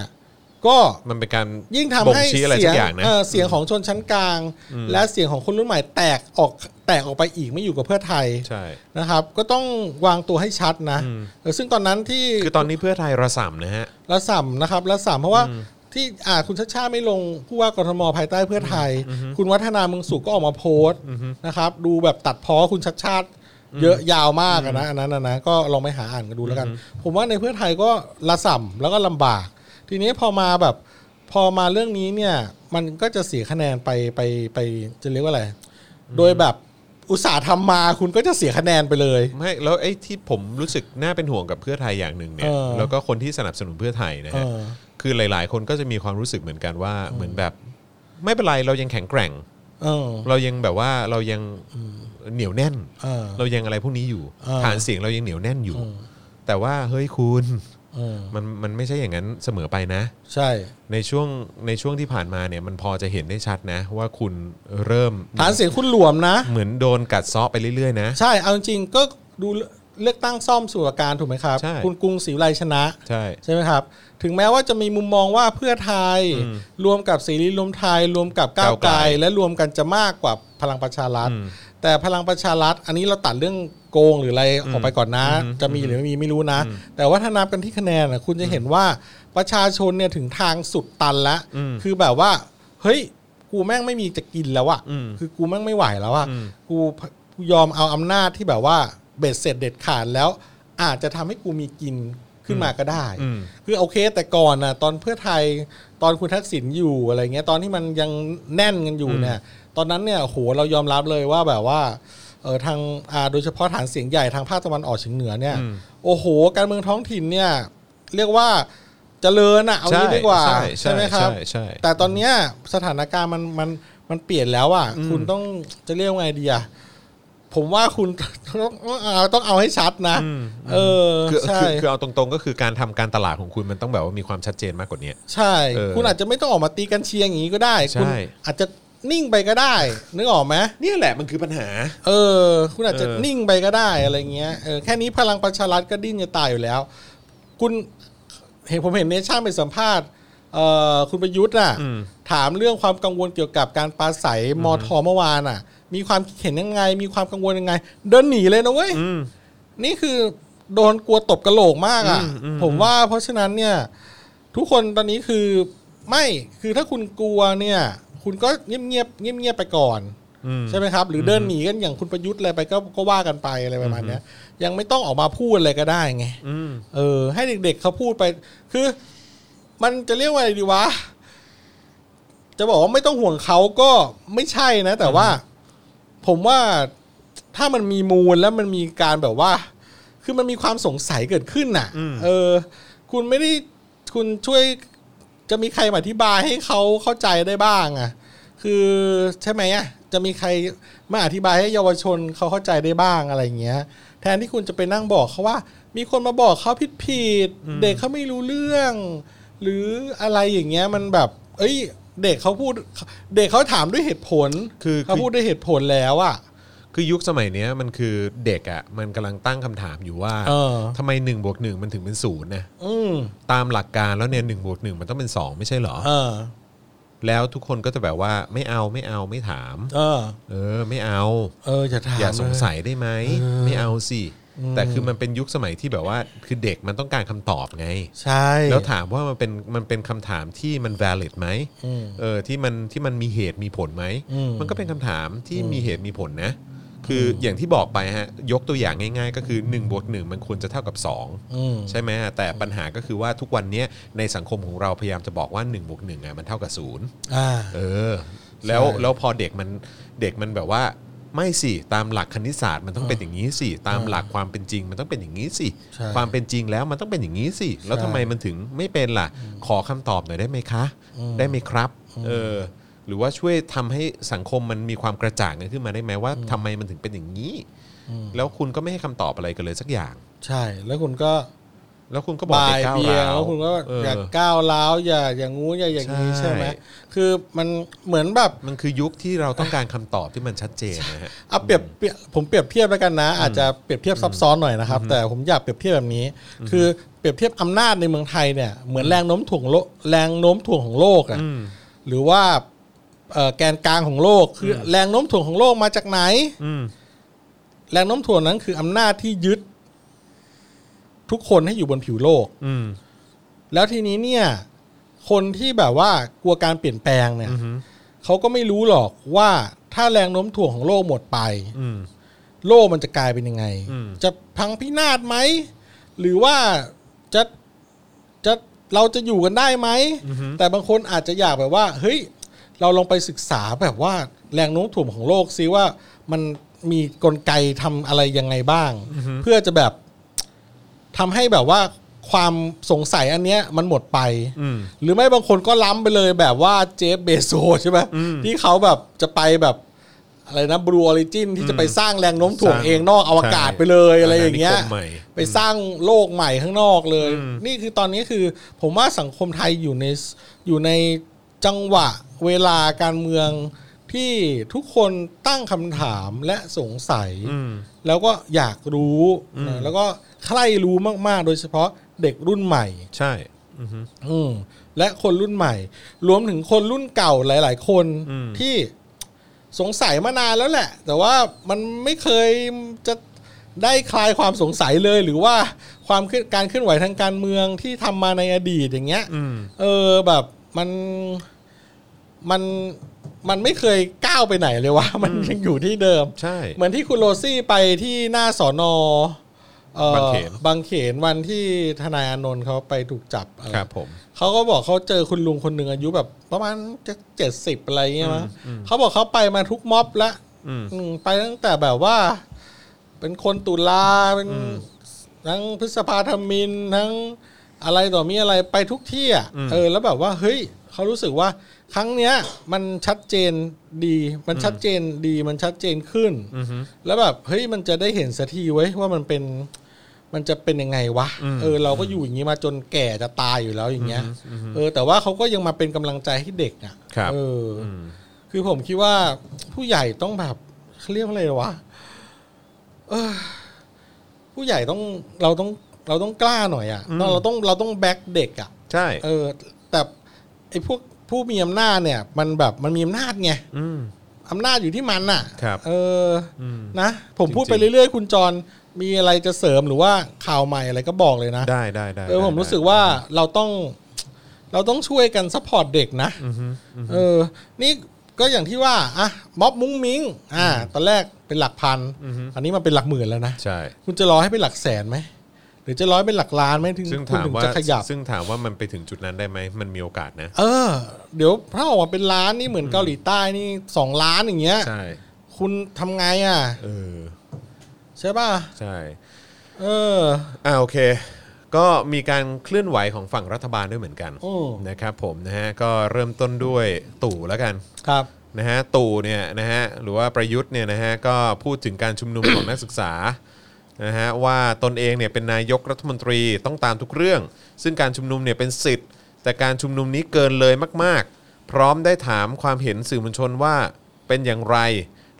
Speaker 2: ก็
Speaker 1: มันเป็นการ
Speaker 2: ยิ่งทำ
Speaker 1: บ่
Speaker 2: ให้
Speaker 1: ชี้อะไร
Speaker 2: เสี
Speaker 1: สั
Speaker 2: ย
Speaker 1: ก
Speaker 2: ง
Speaker 1: อย่างนะ
Speaker 2: เอ่อเสียงของชนชั้นกลาง
Speaker 1: อืม
Speaker 2: และเสียงของคนรุ่นใหม่แตกออกแตกออกไปอีกไม่อยู่กับเพื่อไทย
Speaker 1: ใช่
Speaker 2: นะครับ ก็ต้องวางตัวให้ชัดนะ
Speaker 1: อืม
Speaker 2: เออซึ่งตอนนั้นที่
Speaker 1: คือตอนนี้เพื่อไทยระส่ำนะฮะ
Speaker 2: ละสามนะครับละสามเพราะว่าที่อ่าคุณชาชาติไม่ลงผู้ว่ากทมภายใต้เพื่อไทย คุณวัฒนาเมืองสุขก็ออกมาโพสต์นะครับ ดูแบบตัดพ้อคุณชัดชาติ เยอะยาวมากอะนะอันนั้นอะนะก็ลองไปหาอ่านกันดูแล้วกัน ผมว่าในเพื่อไทยก็ละสัมแล้วก็ลำบาก ทีนี้พอมาแบบ พอมาเรื่องนี้เนี่ยมันก็จะเสียคะแนนไปไปไปจะเรียกว่าอะไร โดยแบบอุตสาห์ทำมาคุณก็จะเสียคะแนนไปเลย
Speaker 1: ไม่แล้วไอ้ที่ผมรู้สึกน่าเป็นห่วงกับเพื่อไทยอย่างหนึ่งเนี่ย
Speaker 2: เออ
Speaker 1: แล้วก็คนที่สนับสนุนเพื่อไทยนะ
Speaker 2: เอ
Speaker 1: ฮะ
Speaker 2: อ
Speaker 1: คือหลาย ๆ คนก็จะมีความรู้สึกเหมือนกันว่าเหมือนแบบ ไม่เป็นไรเรายังแข็งแกร่ง
Speaker 2: เออ
Speaker 1: เรายังแบบว่าเรายังเหนียวแน่น
Speaker 2: เออ
Speaker 1: เรายังอะไรพวกนี้อยู่
Speaker 2: เออ
Speaker 1: ฐานเสียงเรายังเหนียวแน่นอยู่ แต่ว่าเฮ้ยคุณ
Speaker 2: เออ
Speaker 1: มันมันไม่ใช่อย่างนั้นเสมอไปนะ
Speaker 2: ใช่
Speaker 1: ในช่วงในช่วงที่ผ่านมาเนี่ยมันพอจะเห็นได้ชัดนะ ว่าคุณเริ่ม
Speaker 2: ฐานเสียงคุณหลวมนะ
Speaker 1: เหมือนโดนกัดเซาะไปเรื่อยๆนะ
Speaker 2: ใช่ เอาจริงๆก็ดูเลือกตั้งซ่อมสู่อาการถูกไหมครับ
Speaker 1: ใช่
Speaker 2: คุณกรุงศรีวิไลชนะ
Speaker 1: ใช่
Speaker 2: ใช่ไหมครับ ถึงแม้ว่าจะมีมุมมองว่าเพื่อไทย
Speaker 1: อืม
Speaker 2: รวมกับเสรีรวมไทย รวมกับก้า
Speaker 1: ก้า
Speaker 2: ว
Speaker 1: วไก
Speaker 2: ไก
Speaker 1: ล
Speaker 2: ลและรวมกันจะมากกว่าพลังประชารัฐ
Speaker 1: อืม
Speaker 2: แต่พลังประชารัฐ อันนี้เราตัดเรื่องโกงหรืออะไรออกไปก่อนนะ
Speaker 1: อืม
Speaker 2: จะมีหรือไม่มีไม่รู้นะ แต่ว่าถ้านับกันที่คะแนนน่ะคุณจะเห็นว่าประชาชนเนี่ยถึงทางสุดตันแล้ว
Speaker 1: อืม
Speaker 2: คือแบบว่าเฮ้ยกูแม่งไม่มีจะกินแล้วอะ
Speaker 1: อืม
Speaker 2: คือกูแม่งไม่ไหวแล้วอะ
Speaker 1: อืม
Speaker 2: กูกูยอมเอาอำนาจที่แบบว่าเบ็ดเสร็จเด็ดขาดแล้ว อาจจะทำให้กูมีกินขึ้นมาก็ได้
Speaker 1: อืม
Speaker 2: คือโอเค แต่ก่อนนะตอนเพื่อไทยตอนคุณทักษิณอยู่อะไรเงี้ยตอนที่มันยังแน่นกันอยู่เนี่ยตอนนั้นเนี่ยโอ้โหเรายอมรับเลยว่าแบบว่าเออทางอ่าโดยเฉพาะฐานเสียงใหญ่ทางภาคตะวันออกเฉียงเหนือเนี่ย
Speaker 1: อืม
Speaker 2: โอ้โห การเมืองท้องถิ่นเนี่ย เรียกว่าเจริญอะเอางี้ดีกว่า
Speaker 1: ใช่ใช่
Speaker 2: ไหมครับ
Speaker 1: ใช่ใช่
Speaker 2: แต่ตอนเนี้ยสถานการณ์มันมันมันเปลี่ยนแล้วอ่ะ
Speaker 1: อืม
Speaker 2: คุณต้องจะเรียกว่าไงดีอ่ะ ผมว่าคุณ ต้องเอาต้องเอาให้ชัดนะเออ
Speaker 1: คือ
Speaker 2: ใช่
Speaker 1: คือคือเอาตรงๆก็คือการทำการตลาดของคุณมันต้องแบบว่ามีความชัดเจนมากกว่านี้
Speaker 2: ใช่
Speaker 1: เออ
Speaker 2: คุณอาจจะไม่ต้องออกมาตีกันเชียร์อย่างนี้ก็ได้
Speaker 1: ใช่
Speaker 2: คุณอาจจะนิ่งไปก็ได้ นึกออกไหม
Speaker 1: เนี่ยแหละมันคือปัญหา
Speaker 2: เออ คุณอาจจะ
Speaker 1: เออ
Speaker 2: นิ่งไปก็ได้อะไรเงี้ยเออแค่นี้พลังประชารัฐก็ดิ้นจะตายอยู่แล้ว คุณเห็นผมเห็นเนชั่นไปสัมภาษณ์เอ่อคุณประยุทธ์น่ะ
Speaker 1: อืม
Speaker 2: ถามเรื่องความกังวลเกี่ยวกับการปราศัยมอทอเมื่อวานอ่ะ มีความคิดเห็นยังไง มีความกังวลยังไง เดินหนีเลยนะเว้ย
Speaker 1: อืม
Speaker 2: นี่คือโดนกลัวตบกระโหลกมากอ่ะ
Speaker 1: อืมอืม
Speaker 2: ผมว่าเพราะฉะนั้นเนี่ย ทุกคนตอนนี้คือไม่คือถ้าคุณกลัวเนี่ย คุณก็เงียบเงียบเงียบเงียบๆไปก่อน
Speaker 1: อืม
Speaker 2: ใช่ไหมครับ หรือเดินหนีกันอย่างคุณประยุทธ์อะไรไปก็ก็ว่ากันไปอะไรประมาณเนี้ยยังไม่ต้องออกมาพูดอะไรก็ได้ไง
Speaker 1: อืม
Speaker 2: เออให้เด็กๆเขาพูดไป คือ มันจะเรียกว่าอะไรดีวะ จะบอกว่าไม่ต้องห่วงเขาก็ไม่ใช่นะ แต่ว่า ผมว่าถ้ามันมีมูลแล้วมันมีการแบบว่า คือมันมีความสงสัยเกิดขึ้นน่ะ
Speaker 1: อืม
Speaker 2: เออ คุณไม่ได้คุณช่วย จะมีใครมาอธิบายให้เขาเข้าใจได้บ้างอ่ะ คือใช่ไหมอ่ะจะมีใครมาอธิบายให้เยาวชนเขาเข้าใจได้บ้างอะไรอย่างเงี้ย แทนที่คุณจะไปนั่งบอกเขาว่า มีคนมาบอกเขาผิดผิดๆเด็กเขาไม่รู้เรื่อง หรืออะไรอย่างเงี้ยมันแบบ เอ้ย เด็กเขาพูด เด็กเขาถามด้วยเหตุผล
Speaker 1: คือ
Speaker 2: เขา
Speaker 1: คือ
Speaker 2: พูดด้วยเหตุผลแล้วอ่ะ
Speaker 1: คือยุคสมัยเนี้ยมันคือเด็กอ่ะมันกำลังตั้งคำถามอยู่ว่า
Speaker 2: เออ
Speaker 1: ทำไม1นบวกหมันถึงเป็นศูนย์นะ
Speaker 2: อืม
Speaker 1: ตามหลักการแล้วเนี่ยหนึ่งบวกหมันต้องเป็น 2 ไม่ใช่เหรอ
Speaker 2: เออ
Speaker 1: แล้วทุกคนก็จะแบบว่าไม่เอาไม่เอาไม่ถาม
Speaker 2: เออ
Speaker 1: เออไม่เอา
Speaker 2: เอออย่าถาม
Speaker 1: อย่าสง
Speaker 2: เล
Speaker 1: สัยได้ไหม
Speaker 2: เออ
Speaker 1: ไม่เอาสิแต่คือมันเป็นยุคสมัยที่แบบว่า คือเด็กมันต้องการคำตอบไง
Speaker 2: ใช่
Speaker 1: แล้วถามว่ามันเป็นมันเป็นคำถามที่มัน valid ไหม
Speaker 2: อืม
Speaker 1: เออที่มันที่มันมีเหตุมีผลไหม
Speaker 2: อืม
Speaker 1: มันก็เป็นคำถามที่มีเหตุมีผลนะ คืออย่างที่บอกไปฮะยกตัวอย่างง่ายๆ ก็คือ1นบวกหมันควรจะเท่ากับ 2
Speaker 2: อืม
Speaker 1: ใช่ไหมฮะแต่ปัญหาก็คือว่าทุกวันเนี้ยในสังคมของเราพยายามจะบอกว่า1นบวกหนึ่งอะมันเท่ากับศูนย์
Speaker 2: อ่า
Speaker 1: เออแล้ว
Speaker 2: ใช่
Speaker 1: แล้วพอเด็กมันเด็กมันแบบว่าไม่สิตามหลักคณิตศาสตร์มันต้องเป็นอย่างนี้สิตามหลักความเป็นจริง มันต้องเป็นอย่างนี้สิ
Speaker 2: ใช่
Speaker 1: ความเป็นจริงแล้วมันต้องเป็นอย่างนี้สิแล้วทำไมมันถึงไม่เป็นล่ะ ขอคำตอบหน่อยได้ไหมคะ ได้ไหมครับเออหรือว่าช่วยทำให้สังคมมันมีความกระจ่างขึ้นมาได้ไหมว่าทำไมมันถึงเป็นอย่างนี้
Speaker 2: อืม
Speaker 1: แล้วคุณก็ไม่ให้คำตอบอะไรกันเลยสักอย่าง
Speaker 2: ใช่แล้วคุณก็
Speaker 1: แล้วคุณก็บอก
Speaker 2: บ่า
Speaker 1: เด็ก
Speaker 2: ย
Speaker 1: ก้าว
Speaker 2: เบียง
Speaker 1: ร้าว
Speaker 2: แล้วคุณก็
Speaker 1: เออ
Speaker 2: อ
Speaker 1: อ
Speaker 2: ย่าก้าวร้าวอย่าอย่างงู้นอย่าอย่างนี้
Speaker 1: ใช่
Speaker 2: ใช่ไหมคือมันเหมือนแบบ
Speaker 1: มันคือยุคที่เราต้องการคำตอบที่มันชัดเจนนะฮะ
Speaker 2: เอาเปรียบเปรียบผมเปรียบเทียบแล้วกันนะ อาจจะเปรียบเทียบซับซ้อนหน่อยนะครับ แต่ผมอยากเปรียบเทียบแบบนี้ คือเปรียบเทียบอำนาจในเมืองไทยเนี่ยเหมือนแรงโน้มถ่วงโลกแรงโน้มถ่วงของโลกอะ
Speaker 1: อืม
Speaker 2: หรือว่าเอ่อแกนกลางของโลก คืออแรงโน้มถ่วงของโลกมาจากไหน
Speaker 1: อืม
Speaker 2: แรงโน้มถ่วงนั้นคืออำนาจที่ยึด ทุกคนให้อยู่บนผิวโลก
Speaker 1: อืม
Speaker 2: แล้วทีนี้เนี่ย คนที่แบบว่ากลัวการเปลี่ยนแปลงเนี่ย
Speaker 1: อือหือ
Speaker 2: เขาก็ไม่รู้หรอกว่าถ้าแรงโน้มถ่วงของโลกหมดไป
Speaker 1: อืม
Speaker 2: โลกมันจะกลายเป็นยังไง
Speaker 1: อืม
Speaker 2: จะพังพินาศไหม หรือว่าจะจะเราจะอยู่กันได้ไหม แต่บางคนอาจจะอยากแบบว่า เฮ้ย เราลองไปศึกษาแบบว่าแรงโน้มถ่วงของโลกซิว่ามันมีกลไกทำอะไรยังไงบ้าง เพื่อจะแบบทำให้แบบว่าความสงสัยอันเนี้ยมันหมดไป
Speaker 1: อืม
Speaker 2: หรือไม่บางคนก็ล้ำไปเลยแบบว่าเจฟเบโซใช่ไหม
Speaker 1: อืม
Speaker 2: ที่เขาแบบจะไปแบบอะไรนะบรูออริจินที่จะไปสร้างแรงโน้มถ่ว
Speaker 1: ส
Speaker 2: ง
Speaker 1: ร้าง
Speaker 2: เองนอกอวกาศไปเลยอะไรอย่างเงี้ย
Speaker 1: อาณานิคมใหม่
Speaker 2: ไปสร้างโลกใหม่ข้างนอกเลย
Speaker 1: อืม
Speaker 2: นี่คือตอนนี้คือ ผมว่าสังคมไทยอยู่ในอยู่ในจังหวะเวลาการเมืองที่ทุกคนตั้งคำถามและสงสัย
Speaker 1: อืม
Speaker 2: แล้วก็อยากรู้นะแล้วก็ใคร่รู้มากๆ โดยเฉพาะเด็กรุ่นใหม่
Speaker 1: ใช่ อือฮึ
Speaker 2: อืมและคนรุ่นใหม่ รวมถึงคนรุ่นเก่าหลาย ๆ คน
Speaker 1: อืม
Speaker 2: ที่สงสัยมานานแล้วแหละ แต่ว่ามันไม่เคยจะได้คลายความสงสัยเลย หรือว่าความเคลื่อนการเคลื่อนไหวทางการเมืองที่ทำมาในอดีตอย่างเงี้ย
Speaker 1: อืม
Speaker 2: เออแบบมันมันมันไม่เคยก้าวไปไหนเลยว่า มันยังอยู่ที่เดิม
Speaker 1: ใช่
Speaker 2: เหมือนที่คุณโรซี่ไปที่หน้าสอนอบ
Speaker 1: างเขน
Speaker 2: บางเขนวันที่ทนายอานนท์เขาไปถูกจับเอ่อ
Speaker 1: ครับผม
Speaker 2: เขาก็บอกเขาเจอคุณลุงคนหนึ่งอายุแบบ ประมาณจะเจ็ดสิบอะไรเงี้ยมั้งเขาบอกเขาไปมาทุกม็อบละ
Speaker 1: อืม
Speaker 2: อืมไปตั้งแต่แบบว่า เป็นคนตุลาเป็นทั้งพฤษภาธมินทั้งอะไรต่อมีอะไรไปทุกที่อ่ะ
Speaker 1: อืม
Speaker 2: เออ แล้วแบบว่า เฮ้ยเขารู้สึกว่า ครั้งเนี้ยมันชัดเจนดี มันชัดเจนดีมันชัดเจนขึ้น
Speaker 1: อือฮึ
Speaker 2: แล้วแบบเฮ้ยมันจะได้เห็นสักทีไว้ยว่ามันเป็นมันจะเป็นยังไงวะ
Speaker 1: อืม
Speaker 2: เออเราก็อยู่อย่างนี้มาจนแก่จะตายอยู่แล้วอย่างเงี้ยเออ แต่ว่าเขาก็ยังมาเป็นกำลังใจให้เด็กอ่ะ
Speaker 1: ครับ
Speaker 2: เอออ
Speaker 1: อืม
Speaker 2: คือผมคิดว่าผู้ใหญ่ต้องแบบเขาเรียกว่าอะไรวะเอ้อผู้ใหญ่ต้องเราต้องเราต้องกล้าหน่อยอ่ะ
Speaker 1: อืม
Speaker 2: เราต้องเราต้องแบกเด็กอ่ะ
Speaker 1: ใช่
Speaker 2: เออ แต่ไอ้พวกผู้มีอำนาจเนี่ย มันแบบมันมีอำนาจไง
Speaker 1: อืม
Speaker 2: อำนาจอยู่ที่มันน่ะ
Speaker 1: ครับ
Speaker 2: เออ
Speaker 1: อืม
Speaker 2: นะ ผมพูด
Speaker 1: จริงๆ
Speaker 2: ไปเรื่อยๆ คุณจรมีอะไรจะเสริมหรือว่าข่าวใหม่อะไรก็บอกเลยนะ
Speaker 1: ได้ได้ได้
Speaker 2: เออผม
Speaker 1: ได้
Speaker 2: รู้สึกว่าเราต้อง เราต้องช่วยกันซัพพอร์ตเด็กนะ
Speaker 1: อือฮึอือฮึ
Speaker 2: เออ นี่ก็อย่างที่ว่าอ่ะม็อบมุ้งมิ้ง อ่า ตอนแรกเป็นหลักพัน
Speaker 1: อือฮึ
Speaker 2: อันนี้มันเป็นหลักหมื่นแล้วนะ
Speaker 1: ใช่
Speaker 2: คุณจะรอให้เป็นหลักแสนไหม หรือจะร้อยเป็นหลักล้านไหมถึง
Speaker 1: ซึ่ง
Speaker 2: คุณ
Speaker 1: ถาม
Speaker 2: ถึง
Speaker 1: ว่า
Speaker 2: จะขยับ
Speaker 1: ซึ่งถามว่ามันไปถึงจุดนั้นได้ไหมมันมีโอกาสนะ
Speaker 2: เออ เดี๋ยวถ้าออกมาเป็นล้านนี่เหมือนเกาหลีใต้นี่สองล้านอย่างเงี้ย
Speaker 1: ใช่
Speaker 2: คุณทำไงอ่ะ
Speaker 1: เออ
Speaker 2: ใช่ป่ะ
Speaker 1: ใช่
Speaker 2: เออ
Speaker 1: อ่าโอเค ก็มีการเคลื่อนไหวของฝั่งรัฐบาลด้วยเหมือนกัน
Speaker 2: อืม
Speaker 1: นะครับผมนะฮะก็เริ่มต้นด้วยตู่แล้วกัน
Speaker 2: ครับ
Speaker 1: นะฮะตู่เนี่ยนะฮะหรือว่าประยุทธ์เนี่ยนะฮะก็พูดถึงการชุมนุม ของนักศึกษานะฮะว่าตนเองเนี่ยเป็นนายกรัฐมนตรีต้องตามทุกเรื่อง ซึ่งการชุมนุมเนี่ยเป็นสิทธิ์ แต่การชุมนุมนี้เกินเลยมาก ๆ พร้อมได้ถามความเห็นสื่อมวลชนว่าเป็นอย่างไร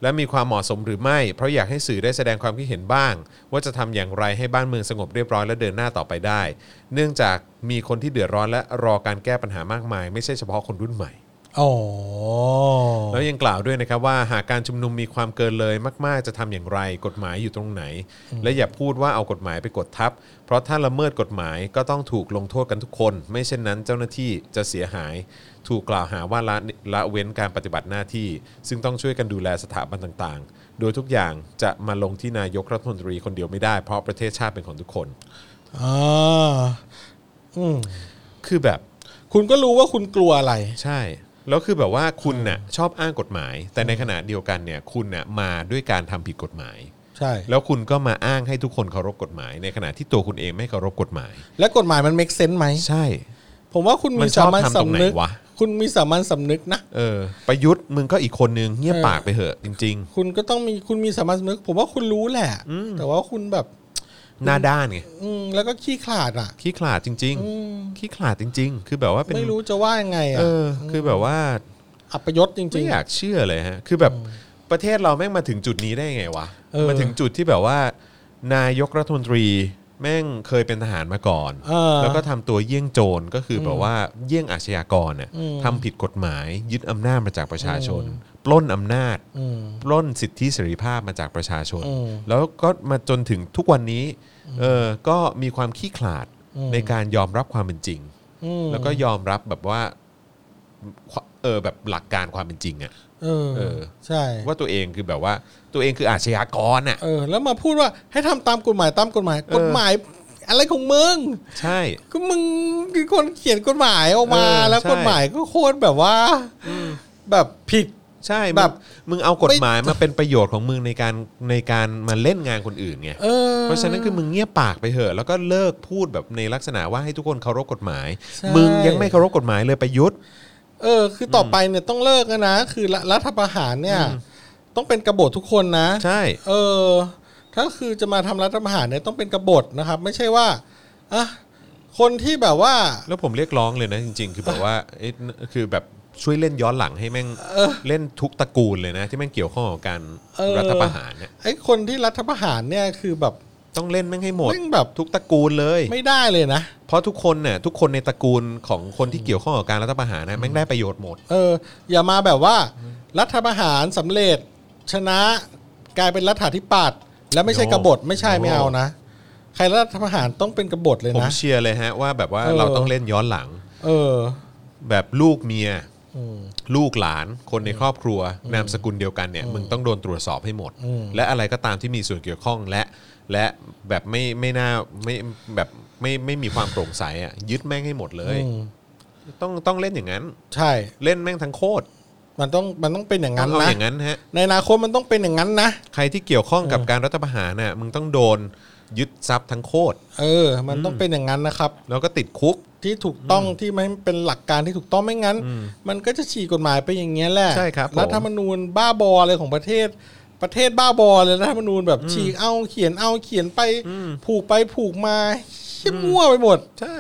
Speaker 1: และมีความเหมาะสมหรือไม่ เพราะอยากให้สื่อได้แสดงความคิดเห็นบ้าง ว่าจะทำอย่างไรให้บ้านเมืองสงบเรียบร้อยและเดินหน้าต่อไปได้ เนื่องจากมีคนที่เดือดร้อนและรอการแก้ปัญหามากมาย ไม่ใช่เฉพาะคนรุ่นใหม่
Speaker 2: อ๋อ
Speaker 1: แล้วยังกล่าวด้วยนะครับว่าหากการชุมนุมมีความเกินเลยมาก ๆ จะทำอย่างไรกฎหมายอยู่ตรงไหน และอย่าพูดว่าเอากฎหมายไปกดทับ เพราะถ้าละเมิดกฎหมายก็ต้องถูกลงโทษกันทุกคน ไม่เช่นนั้นเจ้าหน้าที่จะเสียหาย ถูกกล่าวหาว่าละละเว้นการปฏิบัติหน้าที่ ซึ่งต้องช่วยกันดูแลสถาบันต่างๆ โดยทุกอย่างจะมาลงที่นายกรัฐมนตรีคนเดียวไม่ได้เพราะประเทศชาติเป็นของทุกคน
Speaker 2: อ่า อืม
Speaker 1: คือแบบ
Speaker 2: คุณก็รู้ว่าคุณกลัวอะไร
Speaker 1: ใช่แล้วคือแบบว่าคุณน่ะชอบอ้างกฎหมาย แต่ในขณะเดียวกันเนี่ยคุณน่ะมาด้วยการทำผิดกฎหมาย
Speaker 2: ใช่
Speaker 1: แล้วคุณก็มาอ้างให้ทุกคนเคารพกฎหมาย ในขณะที่ตัวคุณเองไม่เคารพกฎหมาย
Speaker 2: และกฎหมายมันเมคเซนส์ไหม
Speaker 1: ใช่
Speaker 2: ผมว่าคุณ
Speaker 1: มั
Speaker 2: มี
Speaker 1: นชอ
Speaker 2: สา
Speaker 1: บ
Speaker 2: มัญ
Speaker 1: ทำตรงไหน
Speaker 2: สำนึก
Speaker 1: วะ
Speaker 2: คุณมีสามัญสำนึกนะ
Speaker 1: เออ ประยุทธ์มึงก็อีกคนนึงเงียบ
Speaker 2: เออ
Speaker 1: ปากไปเหอะจริง
Speaker 2: คุณก็ต้องมีคุณมีสามัญสำนึก ผมว่าคุณรู้แหละ
Speaker 1: อืม
Speaker 2: แต่ว่าคุณแบบ
Speaker 1: ๆ หน้าด้านไง
Speaker 2: อืม แล้วก็ขี้ขลาดอ่ะ
Speaker 1: ขี้ขลาดจริง
Speaker 2: อืม
Speaker 1: ๆ ขี้ขลาดจริง ๆ คือแบบว่าเป็น
Speaker 2: ไม่รู้จะว่ายังไงอ่ะ
Speaker 1: เออ คือแบบว่า
Speaker 2: อัปยศจริ
Speaker 1: ไม่
Speaker 2: ง
Speaker 1: อยากเชื่อเลยฮะ คือแบบประเทศเราแม่งมาถึงจุดนี้ได้ยังไงวะ
Speaker 2: เออ
Speaker 1: มาถึงจุดที่แบบว่า นายกรัฐมนตรีแม่งเคยเป็นทหารมาก่อน
Speaker 2: ๆเออ
Speaker 1: แล้วก็ทำตัวเยี่ยงโจรก็คือแบบว่าเยี่ยงอาชญากรน่ะ
Speaker 2: อืม
Speaker 1: ทำผิดกฎหมาย ยึดอำนาจมาจากประชาชน ปล้นอำนาจ
Speaker 2: อืม
Speaker 1: ปล้นสิทธิเสรีภาพมาจากประชาชน
Speaker 2: อืม
Speaker 1: แล้วก็มาจนถึงทุกวันนี้เออก็มีความขี้ขลาด
Speaker 2: อืม
Speaker 1: ในการยอมรับความเป็นจริง
Speaker 2: อืม
Speaker 1: แล้วก็ยอมรับแบบว่าเออแบบหลักการความเป็นจริงอะ
Speaker 2: เออ
Speaker 1: เออ
Speaker 2: ใช่
Speaker 1: ว่าตัวเองคือแบบว่าตัวเองคืออาชญากรน่ะ
Speaker 2: เออ แล้วมาพูดว่าให้ทำตามกฎหมายตามกฎหมาย
Speaker 1: เออ
Speaker 2: กฎหมายอะไรของมึง
Speaker 1: ใช่
Speaker 2: ก็มึงคือคนเขียนกฎหมายออกมา
Speaker 1: เออ
Speaker 2: แล้ว
Speaker 1: ใช่
Speaker 2: กฎหมายก็โคตรแบบว่าแบบผิด
Speaker 1: ใช่
Speaker 2: แบ
Speaker 1: แบบ บมึงเอากฎหมายมาเป็นประโยชน์ของมึงในการในการมาเล่นงานคนอื่นไง
Speaker 2: เออ
Speaker 1: เพราะฉะนั้นคือมึงเงียบปากไปเถอะแล้วก็เลิกพูดแบบในลักษณะว่าให้ทุกคนเคารพกฎหมาย
Speaker 2: ใช่
Speaker 1: มึงยังไม่เคารพกฎหมายเลยประยุทธ์
Speaker 2: เออ คือต่อไปเนี่ยต้องเลิกแล้วนะ คือรัรัฐประหารเนี่ย ต้องเป็นกบฏทุกคนนะ
Speaker 1: ใช่
Speaker 2: เออ ถ้าคือจะมาทำรัฐประหารเนี่ยต้องเป็นกบฏนะครับ ไม่ใช่ว่าอ่ะคนที่แบบว่า
Speaker 1: แล้วผมเรียกร้องเลยนะจริง ๆ คือแบบว่าเอ๊ะคือแบบช่วยเล่นย้อนหลังให้แม่ง
Speaker 2: เออ
Speaker 1: เล่นทุกตระกูลเลยนะ ที่แม่งเกี่ยวข้องกับการ
Speaker 2: เออ
Speaker 1: รัฐประหารเนี่ย
Speaker 2: ไอ้คนที่รัฐประหารเนี่ยคือแบบ
Speaker 1: ต้องเล่นแม่งให้หมด
Speaker 2: แม่งแบบ
Speaker 1: ทุกตระกูลเลย
Speaker 2: ไม่ได้เลยนะ
Speaker 1: เพราะทุกคนเนี่ยทุกคนในตระกูลของคนที่เกี่ยวข้องกับการรัฐประหารนะแม่งได้ประโยชน์หมด
Speaker 2: เออ อย่ามาแบบว่า รัฐประหารสำเร็จชนะกลายเป็นรัฐาธิปัตย์แล้วไม่ใช่
Speaker 1: No
Speaker 2: กบฏไม่ใช่
Speaker 1: No
Speaker 2: ไม่เอานะ ใครรัฐประหารต้องเป็นกบฏเลย
Speaker 1: ผม
Speaker 2: นะ
Speaker 1: เชียร์เลยฮะว่าแบบว่า
Speaker 2: เออ
Speaker 1: เราต้องเล่นย้อนหลัง
Speaker 2: เออ
Speaker 1: แบบลูกเมีย
Speaker 2: อืม
Speaker 1: ลูกหลานคนในครอบครัว นามสกุลเดียวกันเนี่ยมึงต้องโดนตรวจสอบให้หมด
Speaker 2: อืม
Speaker 1: และอะไรก็ตามที่มีส่วนเกี่ยวข้องและและแบบไม่ไม่น่าไม่แบบไม่ไม่มีความโปร่งใสอ่ะยึดแม่งให้หมดเลย
Speaker 2: อืม
Speaker 1: ต้องต้องเล่นอย่างนั้น
Speaker 2: ใช่
Speaker 1: เล่นแม่งทั้งโคตร
Speaker 2: มันต้องมันต้องเป็นอย่าง
Speaker 1: ต้อง
Speaker 2: นั้น
Speaker 1: เอา
Speaker 2: นะ
Speaker 1: อย่างนั้นฮะ
Speaker 2: ในอนาคตมันต้องเป็นอย่างนั้นนะ
Speaker 1: ใครที่เกี่ยวข้องกับการรัฐประหารน่ะมึงต้องโดนยึดทรัพย์ทั้งโคตร
Speaker 2: เออ มันต้องเป็นอย่างนั้นนะครับ
Speaker 1: แล้วก็ติดคุก
Speaker 2: ที่ถูกต้องที่ไม่เป็นหลักการที่ถูกต้องไม่งั้น มันก็จะฉีกกฎหมายไปอย่างเงี้ยแหละ
Speaker 1: ใช่ครับผม
Speaker 2: รัฐธรรมนูญบ้าบออะไรของประเทศ ประเทศบ้าบอเลยรัฐธรรมนูญแบบฉีกเอาเขียนเอาเขียนไป ผูกไปผูกมาเชี่ยมั่วไปหมด
Speaker 1: ใช่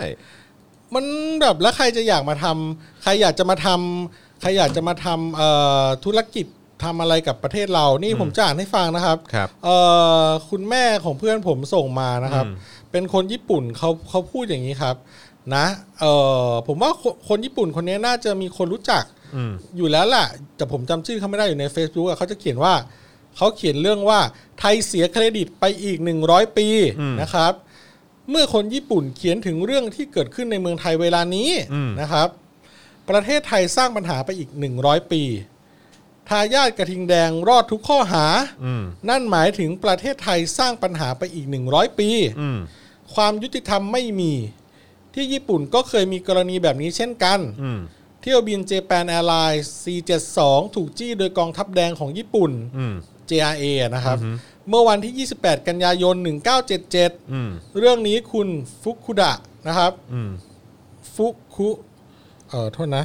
Speaker 2: มันแบบแล้วใครจะอยากมาทำใครอยากจะมาทำใครอยากจะมาทำเอ่อธุรกิจทำอะไรกับประเทศเรานี่ผมจะอ่านให้ฟังนะครับ
Speaker 1: ครับ
Speaker 2: เอ่อคุณแม่ของเพื่อนผมส่งมานะครับ
Speaker 1: อืม
Speaker 2: เป็นคนญี่ปุ่นเขาเขาพูดอย่างนี้ครับ นะเอ่อผมว่าคนคนญี่ปุ่นคนนี้น่าจะมีคนรู้จัก
Speaker 1: อืม
Speaker 2: อยู่แล้วล่ะ แต่ผมจำชื่อเขาไม่ได้อยู่ใน Facebook อะเขาจะเขียนว่าเขาเขียนเรื่องว่าไทยเสียเครดิตไปอีก 100 ปีนะครับ เมื่อคนญี่ปุ่นเขียนถึงเรื่องที่เกิดขึ้นในเมืองไทยเวลานี้นะครับ ประเทศไทยสร้างปัญหาไปอีก 100 ปีทายาทกระทิงแดงรอดทุกข้อหา
Speaker 1: อืม
Speaker 2: นั่นหมายถึงประเทศไทยสร้างปัญหาไปอีก 100 ปี
Speaker 1: อืม
Speaker 2: ความยุติธรรมไม่มี ที่ญี่ปุ่นก็เคยมีกรณีแบบนี้เช่นกัน
Speaker 1: อืม
Speaker 2: เที่ยวบินเจแปนแอร์ไลน์ C72 ถูกจี้โดยกองทัพแดงของญี่ปุ่น
Speaker 1: อืม
Speaker 2: JRA นะครับ
Speaker 1: อือหือ
Speaker 2: เมื่อวันที่ 28 กันยายน 1977
Speaker 1: อืม
Speaker 2: เรื่องนี้คุณฟุคุดะนะครับ
Speaker 1: อืม
Speaker 2: ฟุคุเอ่อโทษนะ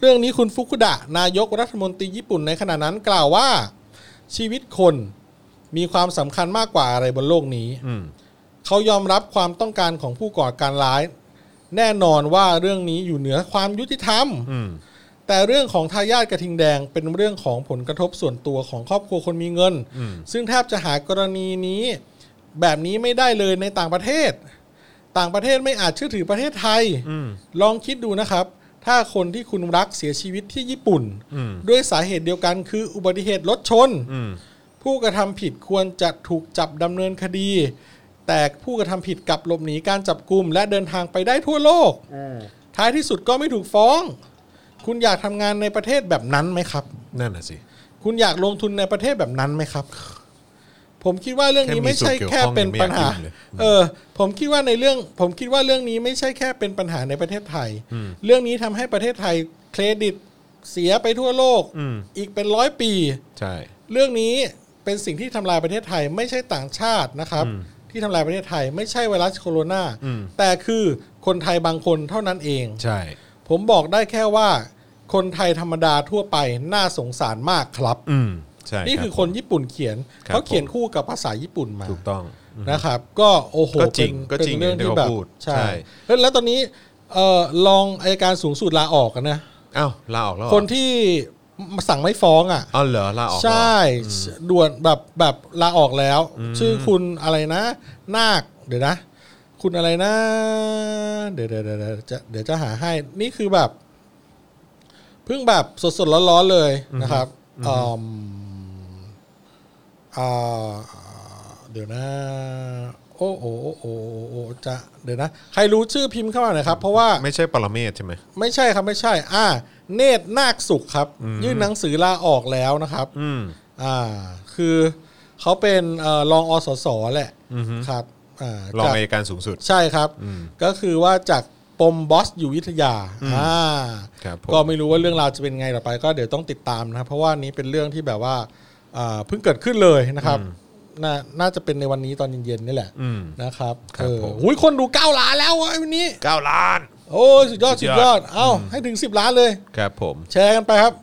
Speaker 2: เรื่องนี้คุณฟุคุดะ นายกรัฐมนตรีญี่ปุ่นในขณะนั้นกล่าวว่า ชีวิตคนมีความสำคัญมากกว่าอะไรบนโลกนี้
Speaker 1: อืม
Speaker 2: เขายอมรับความต้องการของผู้ก่อการร้าย แน่นอนว่าเรื่องนี้อยู่เหนือความยุติธรรม
Speaker 1: อืม
Speaker 2: แต่เรื่องของทายาทกระทิงแดงเป็นเรื่องของผลกระทบส่วนตัวของครอบครัวคนมีเงิน
Speaker 1: อืม
Speaker 2: ซึ่งแทบจะหากรณีนี้ แบบนี้ไม่ได้เลยในต่างประเทศ ต่างประเทศไม่อาจเชื่อถือประเทศไทย
Speaker 1: อืม
Speaker 2: ลองคิดดูนะครับ ถ้าคนที่คุณรักเสียชีวิตที่ญี่ปุ่น
Speaker 1: อืม
Speaker 2: ด้วยสาเหตุเดียวกันคืออุบัติเหตุรถชน
Speaker 1: อืม
Speaker 2: ผู้กระทำผิดควรจะถูกจับดำเนินคดี แต่ผู้กระทำผิดกลับหลบหนีการจับกลุ่มและเดินทางไปได้ทั่วโลก ท้ายที่สุดก็ไม่ถูกฟ้อง คุณอยากทำงานในประเทศแบบนั้นไหมครับ
Speaker 1: นั่นน่ะสิ
Speaker 2: คุณอยากลงทุนในประเทศแบบนั้นไหมครับ ผมคิดว่าเรื่องนี้
Speaker 1: แค่มี
Speaker 2: ไม่ใช่
Speaker 1: ส่วนเกี่ยว
Speaker 2: แค่
Speaker 1: ข้อง
Speaker 2: เป็นปัญหา
Speaker 1: เนี่ยไม่อยากยุ่งเลย
Speaker 2: เออ ผมคิดว่าในเรื่อง ผมคิดว่าเรื่องนี้ไม่ใช่แค่เป็นปัญหาในประเทศไทย
Speaker 1: อืม
Speaker 2: เรื่องนี้ทำให้ประเทศไทยเครดิตเสียไปทั่วโลก
Speaker 1: อืม
Speaker 2: อีกเป็นร้อยปี
Speaker 1: ใช่
Speaker 2: เรื่องนี้เป็นสิ่งที่ทำลายประเทศไทย ไม่ใช่ต่างชาตินะครับ
Speaker 1: อืม
Speaker 2: ที่ทำลายประเทศไทย ไม่ใช่ไวรัสโคโรนา
Speaker 1: อืม
Speaker 2: แต่คือคนไทยบางคนเท่านั้นเอง
Speaker 1: ใช่
Speaker 2: ผมบอกได้แค่ว่า คนไทยธรรมดาทั่วไปน่าสงสารมากครับ
Speaker 1: อืมใช่
Speaker 2: นี่คือ
Speaker 1: รับ
Speaker 2: คนญี่ปุ่นเขียน
Speaker 1: ครับ
Speaker 2: เขาเขียนคู่กับภาษาญี่ปุ่นมา
Speaker 1: ถูกต้อง
Speaker 2: นะครับ ก็โอ้โห
Speaker 1: ก็จริง
Speaker 2: เป็น
Speaker 1: ก็จริง
Speaker 2: เป็นเรื่องที่
Speaker 1: อ
Speaker 2: แบ
Speaker 1: ย่างที่เขา
Speaker 2: บ
Speaker 1: พูด
Speaker 2: ใช่
Speaker 1: ใช่
Speaker 2: แล้วแล้วตอนนี้เอ่อรองอายการสูงสุดลาออกอะนะ
Speaker 1: อ้าวลาออกแล้วเหรอ
Speaker 2: คนที่สั่งไม่ฟ้องอ่ะ
Speaker 1: อ๋อเหรอลาออกแล้ว
Speaker 2: ใช่ด่วนแบบแบบลาออกแล้ว ชื่อคุณอะไรนะ นาคเดี๋ยวนะ คุณอะไรนะ เดี๋ยวเดี๋ยวเดี๋ยวเดี๋ยวจะเดี๋ยวจะหาให้นี่คือแบบ เพิ่งแบบสดๆร้อนๆเลยนะครับอืมอ่าเดี๋ยวนะ โอ้โอ้โอ้โอ้โอ้โอ้จะเดี๋ยวนะ ใครรู้ชื่อพิมพ์เข้ามาหน่อยครับ เพราะว่า
Speaker 1: ไม่ใช่ปรเมศใช่ไหม
Speaker 2: ไม่ใช่ครับไม่ใช่ อ่า เนตรนาคสุขครับ ยื่นหนังสือลาออกแล้วนะครับ
Speaker 1: อืม
Speaker 2: อ่า คือเขาเป็นเอ่อรองอสสแหละ
Speaker 1: อือฮึ
Speaker 2: ครับ อ่าร
Speaker 1: อง
Speaker 2: จาก
Speaker 1: อายการสูงสุด
Speaker 2: ใช่ครับ
Speaker 1: อืม
Speaker 2: ก็คือว่าจากปมบอสอยู่วิทยา อ่า
Speaker 1: ครับผม
Speaker 2: ก็ไม่รู้ว่าเรื่องราวจะเป็นไงต่อไป ก็เดี๋ยวต้องติดตามนะครับเพราะว่านี้เป็นเรื่องที่แบบว่าอ่าเพิ่งเกิดขึ้นเลยนะครับนาน่าจะเป็นในวันนี้ตอนเย็นๆนี่แหละ
Speaker 1: อืม
Speaker 2: นะครับ
Speaker 1: ครับ
Speaker 2: เออ
Speaker 1: ผม
Speaker 2: หุ้ยคนดู9ล้านแล้วเว้ยวันนี้
Speaker 1: เก้าล้าน
Speaker 2: โอ้ยสุดยอด
Speaker 1: สุ
Speaker 2: สุ
Speaker 1: ด
Speaker 2: ด
Speaker 1: ยอด
Speaker 2: ยอด เอ้าให้ถึง 10 ล้านเลย
Speaker 1: ครับผม
Speaker 2: แชร์กันไปครับ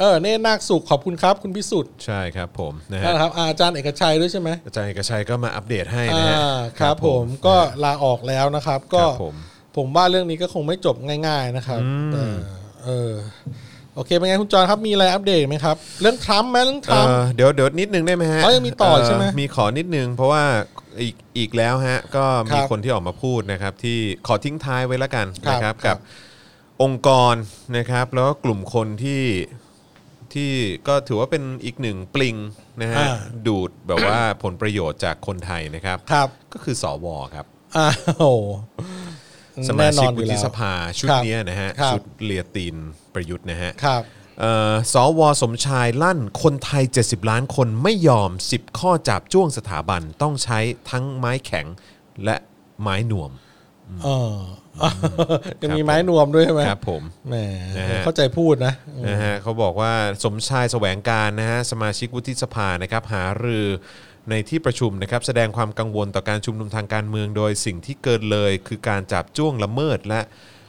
Speaker 2: เออเน่นาคสุขขอบคุณครับ คุณพิสุทธิ์
Speaker 1: ใช่ครับผมนะฮะ
Speaker 2: นะครับอาอาจารย์เอกชัยด้วยใช่ไหม
Speaker 1: อาจารย์เอกระชัยก็มาอัปเดตให้นะ
Speaker 2: อ่า
Speaker 1: ฮะ
Speaker 2: ครับผมก็ลาออกแล้วนะครับ
Speaker 1: ค
Speaker 2: ก็
Speaker 1: รับผม
Speaker 2: ผมว่าเรื่องนี้ก็คงไม่จบง่ายๆนะครับ
Speaker 1: อืม
Speaker 2: เออเออโอเคเป็นไงคุณจอนครับมีอะไรอัปเดตไหมครับ เรื่องทรัมป์ไหมเรื่องทรัมป์
Speaker 1: เอ่อเดี๋ยวเดี๋ยวนิดนึงได้ไหมฮะ
Speaker 2: อ๋อยังมีต่อใช่ไหม
Speaker 1: เมีขอนิดนึง เพราะว่าอีกอีกแล้วฮะ ก็มี
Speaker 2: ครับ
Speaker 1: คนที่ออกมาพูดนะครับ ที่ขอทิ้งท้ายไว้ละกัน
Speaker 2: ครับ
Speaker 1: นะครับ
Speaker 2: ค
Speaker 1: กั
Speaker 2: รั
Speaker 1: บบ องค์กรนะครับ แล้วก็กลุ่มคนที่ที่ก็ถือว่าเป็นอีกหนึ่งปลิงนะฮะ ดูดแบบว่าผลประโยชน์จากคนไทยนะครับ
Speaker 2: ครับ
Speaker 1: ก็คือสวครับ
Speaker 2: อ้าว
Speaker 1: สมาชิก
Speaker 2: อ
Speaker 1: วุ
Speaker 2: ยู่
Speaker 1: ฒิ
Speaker 2: แล้ว
Speaker 1: สภาชุด
Speaker 2: ครับ
Speaker 1: เนี้ยนะฮะ
Speaker 2: ครับ
Speaker 1: ชุดเลียตีนประยุทธ์นะฮะ
Speaker 2: ครับ
Speaker 1: เอ่อสวสมชายลั่นคนไทย 70 ล้านคนไม่ยอม 10 ข้อจับจ้วงสถาบันต้องใช้ทั้งไม้แข็งและไม้หน่วม
Speaker 2: เออยังมีไม้นวมด้วยใช่ไหม
Speaker 1: ครับผม
Speaker 2: แหม
Speaker 1: นะฮะ
Speaker 2: เข้าใจพูดนะ
Speaker 1: นะฮะเขาบอกว่าสมชายแสวงการนะฮะสมาชิกวุฒิสภานะครับหารือ ในที่ประชุมนะครับแสดงความกังวลต่อการชุมนุมทางการเมือง โดยสิ่งที่เกินเลย คือการจับจ้วงละเมิดและ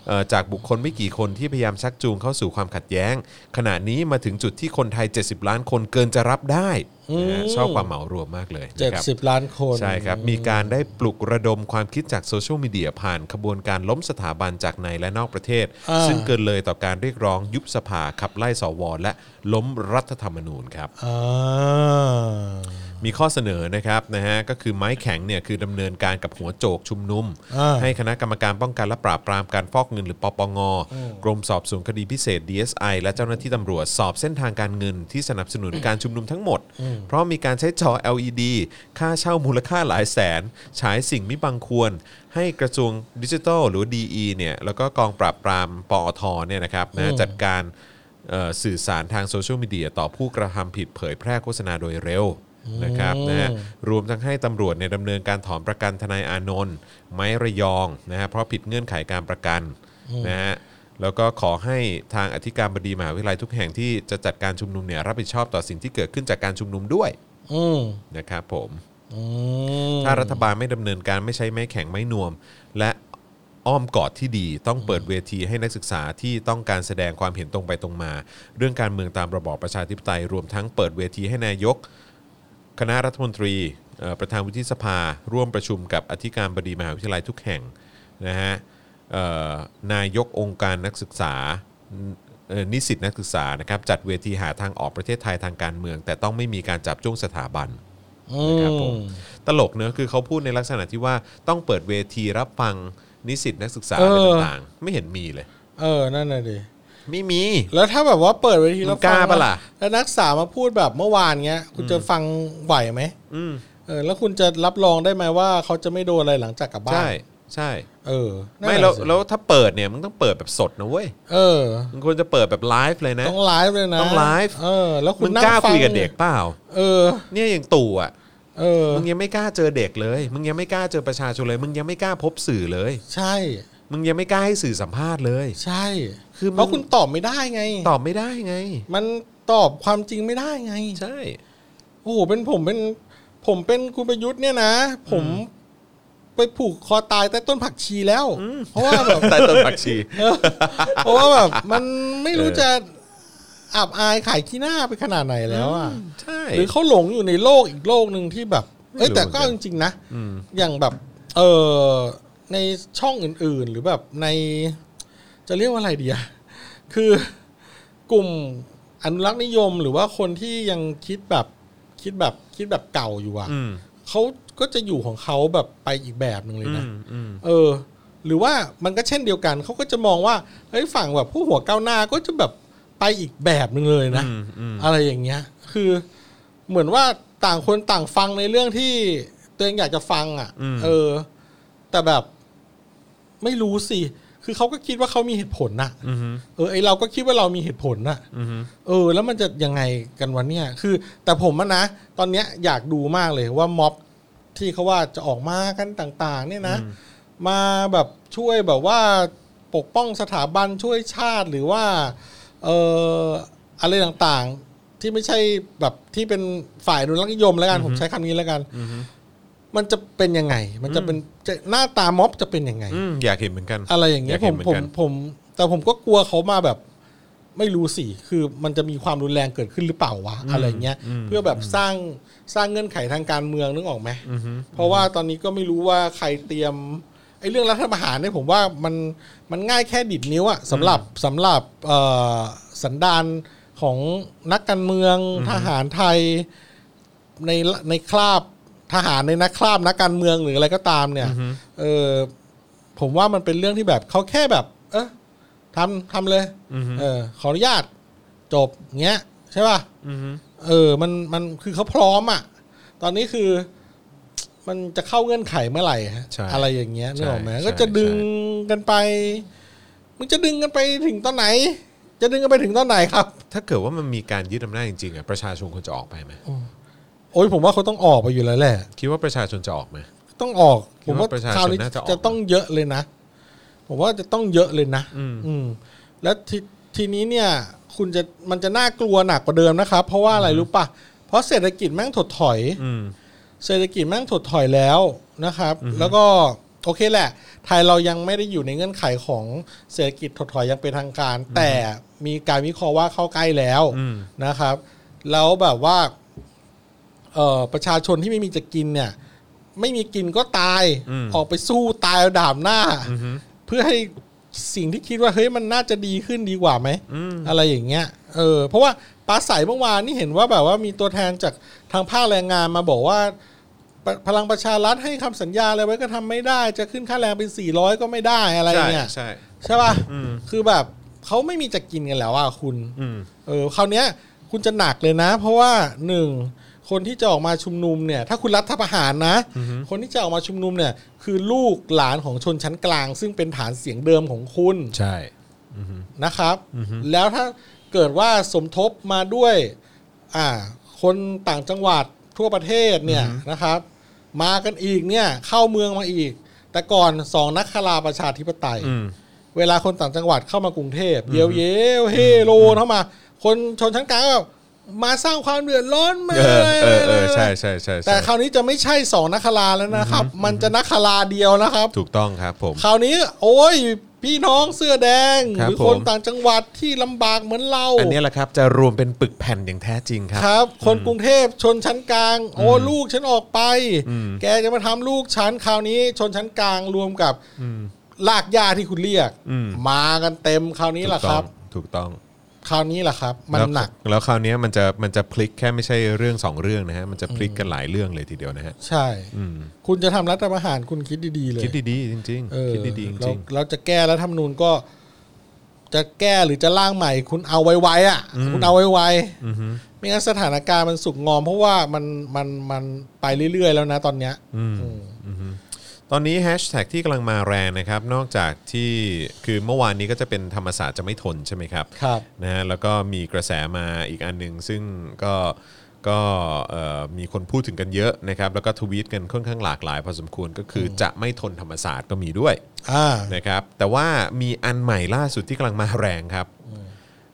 Speaker 1: เอ่อจากบุคคลไม่กี่คนที่พยายามชักจูงเข้าสู่ความขัดแย้ง ขณะนี้มาถึงจุดที่คนไทย 70 ล้านคนเกินจะรับได้นะฮะชอบความเหมารวมมากเลย
Speaker 2: เจ็ด
Speaker 1: นะครับ
Speaker 2: สิบล้านคน
Speaker 1: ใช่ครับ มีการได้ปลุกระดมความคิดจากโซเชียลมีเดียผ่านขบวนการล้มสถาบันจากในและนอกประเทศ ซึ่งเกินเลยต่อการเรียกร้องยุบสภาขับไล่สวและล้มรัฐธรรมนูญครับ
Speaker 2: อ่า
Speaker 1: มีข้อเสนอนะครับนะฮะก็คือไม้แข็งเนี่ยคือดำเนินการกับหัวโจกชุมนุม ให้คณะกรรมการป้องกันและปราบปรามการฟอกเงินหรือปปง กรมสอบสวนคดีพิเศษ DSI และเจ้าหน้าที่ตำรวจสอบเส้นทางการเงินที่สนับสนุนการชุมนุมทั้งหมด เพราะมีการใช้จอ LED ค่าเช่ามูลค่าหลายแสน ฉายสิ่งมิบังควร ให้กระทรวงดิจิทัลหรือ DE เนี่ยแล้วก็กองปราบปรามปอทเนี่ยนะครับนะจัดการเอ่อสื่อสารทางโซเชียลมีเดียต่อผู้กระทำผิดเผยแพร่โฆษณาโดยเร็ว นะครับนะฮะรวมทั้งให้ตำรวจเนี่ยดำเนินการถอนประกันทนายอานนท์ไม้ระยองนะฮะเพราะผิดเงื่อนไขการประกันนะฮะแล้วก็ขอให้ทางอธิการบดีมหาวิทยาลัยทุกแห่งที่จะจัดการชุมนุมเนี่ยรับผิดชอบต่อสิ่งที่เกิดขึ้นจากการชุมนุมด้วย
Speaker 2: อืม
Speaker 1: นะครับผม
Speaker 2: อืม
Speaker 1: ถ้ารัฐบาลไม่ดำเนินการไม่ใช้ไม้แข็งไม้นวม และอ้อมกอดที่ดีต้องเปิดเวทีให้นักศึกษาที่ต้องการแสดงความเห็นตรงไปตรงมา เรื่องการเมืองตามระบอบประชาธิปไตย รวมทั้งเปิดเวทีให้นายก คณะรัฐมนตรีเอ่อประธานวุฒิสภา ร่วมประชุมกับอธิการบดีมหาวิทยาลัยทุกแห่งนะฮะเอ่อนายกองค์การนักศึกษาเอ่อนิสิตนักศึกษานะครับจัดเวทีหาทางออกประเทศไทยทางการเมือง แต่ต้องไม่มีการจับจ้วงสถาบัน
Speaker 2: อื
Speaker 1: นะครับผม มตลกเนอะคือเขาพูดในลักษณะที่ว่าต้องเปิดเวทีรับฟังนิสิตนักศึกษา
Speaker 2: เอ
Speaker 1: อะไร
Speaker 2: อ
Speaker 1: ต่างๆ ไม่เห็นมีเลย
Speaker 2: เออนั่นน่ะดิ
Speaker 1: ไม่มี
Speaker 2: แล้วถ้าแบบว่าเปิดเวทีแล้ว
Speaker 1: มึงกล้า
Speaker 2: ฟัง
Speaker 1: ปะล่ะ
Speaker 2: แล้วนักศึกษามาพูดแบบเมื่อวานเงี้ย คุณจะฟังไหวไหม
Speaker 1: อืม
Speaker 2: เออ แล้วคุณจะรับรองได้ไหมว่าเขาจะไม่โดนอะไรหลังจากกลับบ้าน
Speaker 1: ใช่ใช่
Speaker 2: เออนั่น
Speaker 1: ไม่
Speaker 2: น่ะ
Speaker 1: แล้ว
Speaker 2: สิ
Speaker 1: แล้วถ้าเปิดเนี่ยมึงต้องเปิดแบบสดนะเว้ย
Speaker 2: เออ
Speaker 1: มึงควรจะเปิดแบบไลฟ์เลยนะ
Speaker 2: ต้องไลฟ์เลยนะ
Speaker 1: ต้องไลฟ์
Speaker 2: เออ แล้วคุ
Speaker 1: มึ
Speaker 2: ณ
Speaker 1: ง
Speaker 2: นั่
Speaker 1: กล้า
Speaker 2: ฟั
Speaker 1: คุ
Speaker 2: ง
Speaker 1: ยกับเด็กเปล่า
Speaker 2: เออ
Speaker 1: เนี่ยอย่างตู่อ่ะ
Speaker 2: เออ
Speaker 1: มึงยังไม่กล้าเจอเด็กเลย มึงยังไม่กล้าเจอประชาชนเลย มึงยังไม่กล้าพบสื่อเลย
Speaker 2: ใช่
Speaker 1: มึงยังไม่กล้าให้สื่อสัมภาษณ์เลย
Speaker 2: ใช่
Speaker 1: คือมึง
Speaker 2: เพราะคุณตอบไม่ได้ไง
Speaker 1: ตอบไม่ได้ไง
Speaker 2: มันตอบความจริงไม่ได้ไง
Speaker 1: ใช่
Speaker 2: โอ้โห เป็นผมเป็น ผมเป็นคุณประยุทธ์เนี่ยนะ ผมไปผูกคอตายใต้ต้นผักชีแล้ว เพราะว่าแบบ
Speaker 1: แต่ต้นผักชี
Speaker 2: เออเพราะว่าแบบมันไม่รู้จะอับอายขายขี้หน้าไปขนาดไหนแล้วอ่ะ
Speaker 1: ใช่
Speaker 2: หรือเขาหลงอยู่ในโลกอีกโลกหนึ่งที่แบบ เอ้ย
Speaker 1: ไม่รู้
Speaker 2: แต่ก็
Speaker 1: เหมือน
Speaker 2: จ
Speaker 1: กัน
Speaker 2: ริงๆนะ
Speaker 1: อืม
Speaker 2: อย่างแบบ เออในช่องอื่น ๆ หรือแบบใน จะเรียกว่าอะไรดีอะ คือกลุ่มอนุรักษ์นิยมหรือว่าคนที่ยังคิดแบบคิดแบบคิดแบบเก่าอยู่อ่ะ
Speaker 1: อืม
Speaker 2: เขาก็จะอยู่ของเขาแบบไปอีกแบบหนึ่งเลย
Speaker 1: อื
Speaker 2: นะ
Speaker 1: มอืม
Speaker 2: เออ หรือว่ามันก็เช่นเดียวกันเขาก็จะมองว่าเฮ้ยฝั่งแบบผู้หัวก้าวหน้าก็จะแบบไปอีกแบบหนึ่งเลยนะ
Speaker 1: อืมอืม
Speaker 2: อะไรอย่างเงี้ย คือเหมือนว่าต่างคนต่างฟังในเรื่องที่ตัวเองอยากจะฟังอะ่ะเออ แต่แบบไม่รู้สิ คือเขาก็คิดว่าเขามีเหตุผลน่ะ
Speaker 1: อืม
Speaker 2: เออไอเราก็คิดว่าเรามีเหตุผลน่ะ
Speaker 1: อืม
Speaker 2: เออ แล้วมันจะยังไงกันวันเนี้ยคือ แต่ผมอะนะ ตอนเนี้ยอยากดูมากเลยว่าม็อบที่เขาว่าจะออกมากันต่าง ๆ เนี่ยนะ มาแบบช่วยแบบว่าปกป้องสถาบันช่วยชาติหรือว่า เอ่ออะไรต่างๆ ที่ไม่ใช่แบบที่เป็นฝ่ายอนุรักษ์นิยมแล้วกันผมใช้คำนี้แล้วกัน
Speaker 1: อืม
Speaker 2: มันจะเป็นยังไง มันจะเป็นจะหน้าตาม็อบจะเป็นยังไง
Speaker 1: อืมอยากเห็นเหมือนกัน
Speaker 2: อะไรอย่างเงี้ย
Speaker 1: อยาก
Speaker 2: ผ
Speaker 1: เห็
Speaker 2: ม
Speaker 1: นเหมื
Speaker 2: ผ
Speaker 1: อน
Speaker 2: ม
Speaker 1: กัน
Speaker 2: ผม แต่ผมก็กลัวเขามาแบบ ไม่รู้สิ คือมันจะมีความรุนแรงเกิดขึ้นหรือเปล่าวะอะไรเงี้ย เพื่อแบบสร้างสร้างเงื่อนไขทางการเมืองนึกออกไหม
Speaker 1: อือฮึ
Speaker 2: เพราะว่าตอนนี้ก็ไม่รู้ว่าใครเตรียมไอ้เรื่องรัฐประหารเนี่ยผมว่ามันมันง่ายแค่ดิดนิ้วอะสำหรับสำหรับเอ่อสันดานของนักการเมืองทหารไทย ในในคราบทหารในนักคราบนักการเมืองหรืออะไรก็ตามเนี่ย เออ ผมว่ามันเป็นเรื่องที่แบบเขาแค่แบบ เออทำทำเลย
Speaker 1: อืม
Speaker 2: เออ ขออนุญาตจบเงี้ย ใช่ป่ะ
Speaker 1: อืม
Speaker 2: เออ มันมันคือเขาพร้อมอ่ะ ตอนนี้คือ มันจะเข้าเงื่อนไขเมื่อไหร่ฮะ
Speaker 1: ใช่
Speaker 2: อะไรอย่างเงี้ยนึกออกไหม
Speaker 1: ใช่
Speaker 2: ก็จะ
Speaker 1: ใช่
Speaker 2: ดึงกันไปมึงจะดึงกันไปถึงตอนไหน จะดึงกันไปถึงตอนไหนครับ
Speaker 1: ถ้าเกิดว่ามันมีการยึดอำนาจจริงๆอ่ะประชาชนควรจะออกไปไหม
Speaker 2: โอ้ยผมว่าเขาต้องออกไปอยู่แล้วแหละ
Speaker 1: คิดว่าประชาชนจะออกไหม
Speaker 2: ต้องออก
Speaker 1: คิ
Speaker 2: ผ
Speaker 1: ดว่าม
Speaker 2: ว่า
Speaker 1: ประชาชน
Speaker 2: คราวนี้
Speaker 1: น่าจะออก
Speaker 2: จะต้องเยอะเลยนะ ผมว่าจะต้องเยอะเลยนะ
Speaker 1: อืม
Speaker 2: อืมแล้วททีนี้เนี่ย คุณจะมันจะน่ากลัวหนักกว่าเดิมนะครับ เพราะว่าอะไรรู้ปะเพราะเศรษฐกิจแม่งถดถอย
Speaker 1: อืม
Speaker 2: เศรษฐกิจแม่งถดถอยแล้วนะครับ แล้วก็โอเคแหละ ไทยเรายังไม่ได้อยู่ในเงื่อนไขของเศรษฐกิจถดถอยอยังเป็นทางการ แต่มีการวิเคราะห์ว่าเข้าใกล้แล้ว
Speaker 1: อืม
Speaker 2: นะครับ แล้วแบบว่าเอ่อประชาชนที่ไม่มีจะกินเนี่ย ไม่มีกินก็ตาย
Speaker 1: อืม
Speaker 2: ออกไปสู้ตายเอาดาบหน้า
Speaker 1: อือฮึ
Speaker 2: เพื่อให้สิ่งที่คิดว่าเฮ้ยมันน่าจะดีขึ้นดีกว่าไหม
Speaker 1: อืม
Speaker 2: อะไรอย่างเงี้ย เออ เพราะว่าปราใสเมื่อวานนี่เห็นว่าแบบว่ามีตัวแทนจากทางภาคแรงงานมาบอกว่าปพลังประชารัฐให้คำสัญญาอะไรไว้ก็ทำไม่ได้ จะขึ้นค่าแรงเป็น 400 ก็ไม่ได้อะไรเนี่ย
Speaker 1: ใช่
Speaker 2: ใช่ป่ะ
Speaker 1: อืม
Speaker 2: คือแบบเขาไม่มีจะกินกันแล้วอ่ะคุณ
Speaker 1: อืม
Speaker 2: เออ คราวเนี้ยคุณจะหนักเลยนะ เพราะว่าหนึ่งคนที่จะออกมาชุมนุมเนี่ย ถ้าคุณรัฐประหารนะ
Speaker 1: อือฮึ
Speaker 2: คนที่จะออกมาชุมนุมเนี่ย คือลูกหลานของชนชั้นกลาง ซึ่งเป็นฐานเสียงเดิมของคุณ
Speaker 1: ใช่ อืม
Speaker 2: นะครับ
Speaker 1: อือฮึ
Speaker 2: แล้วถ้าเกิดว่าสมทบมาด้วยอ่าคนต่างจังหวัดทั่วประเทศเนี่ยนะครับ มากันอีกเนี่ยเข้าเมืองมาอีก แต่ก่อนสองนักคราประชาธิปไตย
Speaker 1: อืม
Speaker 2: เวลาคนต่างจังหวัดเข้ามากรุงเทพเยวเยวเฮโลเข้ามา คนชนชั้นกลางก็แบบมาสร้างความเดือดร้อนมา
Speaker 1: เออเออเออใช่ใช่ใช่ใช่
Speaker 2: แต่คราวนี้จะไม่ใช่สองนักคราแล้วนะครับ มันจะนักคราเดียวนะครับ
Speaker 1: ถูกต้องครับผม
Speaker 2: คราวนี้โอ้ยพี่น้องเสื้อแดง
Speaker 1: ครับ
Speaker 2: หรือคน
Speaker 1: ผม
Speaker 2: ต่างจังหวัดที่ลำบากเหมือนเรา
Speaker 1: อันนี้แหละครับจะรวมเป็นปึกแผ่นอย่างแท้จริงครับ
Speaker 2: ครับ คนกรุงเทพชนชั้นกลาง โอ้ลูกฉันออกไป
Speaker 1: อืม
Speaker 2: แกจะมาทำลูกฉันคราวนี้ชนชั้นกลางรวมกับ
Speaker 1: อืม
Speaker 2: ลากยาที่คุณเรียก
Speaker 1: อืม
Speaker 2: มากันเต็มคราวนี้แหละครับ
Speaker 1: ถูกต้อง
Speaker 2: คราวนี้แหละครับ
Speaker 1: ถูต้อง
Speaker 2: มัน
Speaker 1: แล้ว
Speaker 2: หนัก
Speaker 1: แล้วคราวเนี้ยมันจะมันจะพลิกแค่ไม่ใช่เรื่องสองเรื่องนะฮะมันจะพลิกกันหลายเรื่องเลยทีเดียวนะฮะ
Speaker 2: ใช่
Speaker 1: อืม
Speaker 2: คุณจะทำรัฐประหารคุณคิดดีๆเลย
Speaker 1: คิดดีๆจริง
Speaker 2: เอ
Speaker 1: ๆ
Speaker 2: อ
Speaker 1: คิดดีๆจ
Speaker 2: เรา
Speaker 1: ริง
Speaker 2: เราจะแก้รัฐธรรมนูญก็ จะแก้หรือจะร่างใหม่ คุณเอาไว้ๆอ่ะ คุณเอาไว้ๆ
Speaker 1: ๆอือฮึ
Speaker 2: ไม่งั้นสถานการณ์มันสุกงอมเพราะว่ามันมันมันไปเรื่อยๆแล้วนะตอนเนี้ย
Speaker 1: อืม
Speaker 2: อืม
Speaker 1: ตอนนี้แฮชแท็กที่กำลังมาแรงนะครับ นอกจากที่คือเมื่อวานนี้ก็จะเป็นธรรมศาสตร์จะไม่ทนใช่ไหมครับ
Speaker 2: ครับ
Speaker 1: นะฮะแล้วก็มีกระแสมาอีกอันหนึ่งซึ่งก็ก็เอ่อมีคนพูดถึงกันเยอะนะครับ แล้วก็ทวีตกันค่อนข้างหลากหลายพอสมควรก็คือจะไม่ทนธรรมศาสตร์ก็มีด้วย
Speaker 2: อ่า
Speaker 1: นะครับ แต่ว่ามีอันใหม่ล่าสุดที่กำลังมาแรงครับ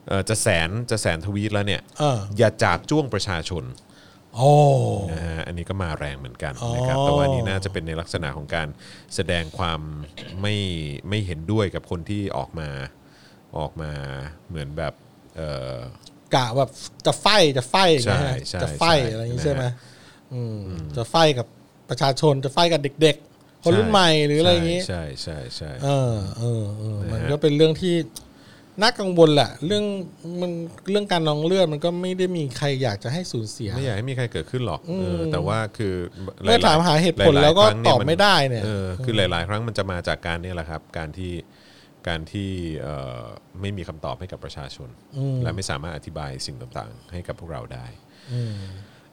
Speaker 1: เอ่อจะแสนจะแสนทวีตแล้วเนี่ย
Speaker 2: อ่า
Speaker 1: อย่าจากจ้วงประชาชน
Speaker 2: โอ้
Speaker 1: นะฮะอันนี้ก็มาแรงเหมือนกัน
Speaker 2: อ๋อ
Speaker 1: นะครับแต่ว่านี่น่าจะเป็นในลักษณะของการแสดงความไม่ไม่เห็นด้วยกับคนที่ออกมาออกมาเหมือนแบบเออก
Speaker 2: ะแบบจะไฟจะไฟอย่าง
Speaker 1: ใช่
Speaker 2: เงี้ย
Speaker 1: ใช่
Speaker 2: จะไฟ
Speaker 1: ใช่
Speaker 2: อะไรอย่างงี้
Speaker 1: นะฮะ
Speaker 2: ใช่ไหมอืมจะไฟกับประชาชนจะไฟกับเด็ก ๆ คนรุ่นใหม่หรืออะไรอย่างงี้
Speaker 1: ใช่ใช่ใช่
Speaker 2: เอ
Speaker 1: ใช่
Speaker 2: อเออเออมัน
Speaker 1: นะฮะ
Speaker 2: ก็เป็นเรื่องที่น่ากังวลแหละเรื่องมันเรื่องการนองเลือดมันก็ไม่ได้มีใครอยากจะให้สูญเสีย
Speaker 1: ไม่อยากให้มีใครเกิดขึ้นหรอกเออ
Speaker 2: ม
Speaker 1: แต่ว่าคือ
Speaker 2: เมื่อ
Speaker 1: ลยๆ
Speaker 2: ถามหาเหตุผล
Speaker 1: ายๆ
Speaker 2: แล้วก็
Speaker 1: ครั้ง
Speaker 2: ต
Speaker 1: เนี่ย
Speaker 2: อบ
Speaker 1: น
Speaker 2: ไม่ได้เนี่ย
Speaker 1: เออคือหลาย ๆ ครั้งมันจะมาจากการเนี่ยแหละครับการที่การที่เอ่อไม่มีคำตอบให้กับประชาชน
Speaker 2: อืม
Speaker 1: และไม่สามารถอธิบายสิ่งต่างๆ ให้กับพวกเราได้
Speaker 2: ม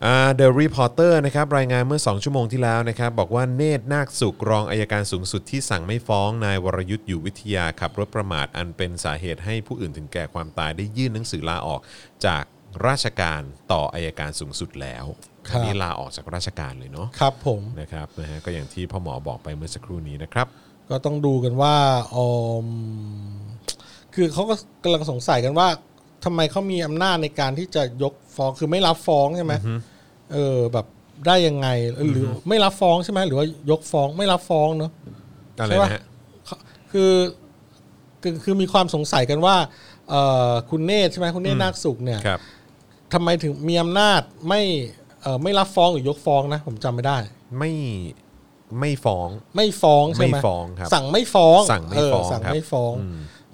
Speaker 1: อ่า The Reporter นะครับรายงานเมื่อ 2 ชั่วโมงที่แล้วนะครับ บอกว่าเนตรนาคสุกรองอายการสูงสุดที่สั่งไม่ฟ้อง นายวรยุทธ์อยู่วิทยาขับรถประมาทอันเป็นสาเหตุให้ผู้อื่นถึงแก่ความตายได้ยื่นหนังสือลาออกจากราชการต่ออายการสูงสุดแล้ว
Speaker 2: ครับ
Speaker 1: อันนี้ลาออกจากราชการเลยเนาะ
Speaker 2: ครับผม
Speaker 1: นะครับนะฮะก็อย่างที่พ่อหมอบอกไปเมื่อสักครู่นี้นะครับ
Speaker 2: ก็ต้องดูกันว่าออมคือเขาก็กำลังสงสัยกันว่าทำไมเขามีอำนาจในการที่จะยกฟ้องคือไม่รับฟ้องใช่ไหมเออ แบบได้ยังไงเออหรืออไม่รับฟ้องใช่ไหมหรือว่ายกฟ้องไม่รับฟ้องเนอะ
Speaker 1: อะไร
Speaker 2: ใช่ปะ
Speaker 1: นะฮะ
Speaker 2: เขาคือคือคือมีความสงสัยกันว่าเออคุณเนธใช่ไหมคุณเนธนาคสุขเนี่ย
Speaker 1: ครับ
Speaker 2: ทำไมถึงมีอำนาจไม่เออไม่รับฟ้องหรือยกฟ้องนะ ผมจำไม่ได้
Speaker 1: ไม่ไม่ฟ้อง
Speaker 2: ไม่ฟ้องใช่ไหม
Speaker 1: ไม่ฟ้องครับ
Speaker 2: สั่งไม่ฟ้อง
Speaker 1: สั่งไม่ฟ้อง
Speaker 2: เสั่ง
Speaker 1: ครับ
Speaker 2: ไม่ฟ้อง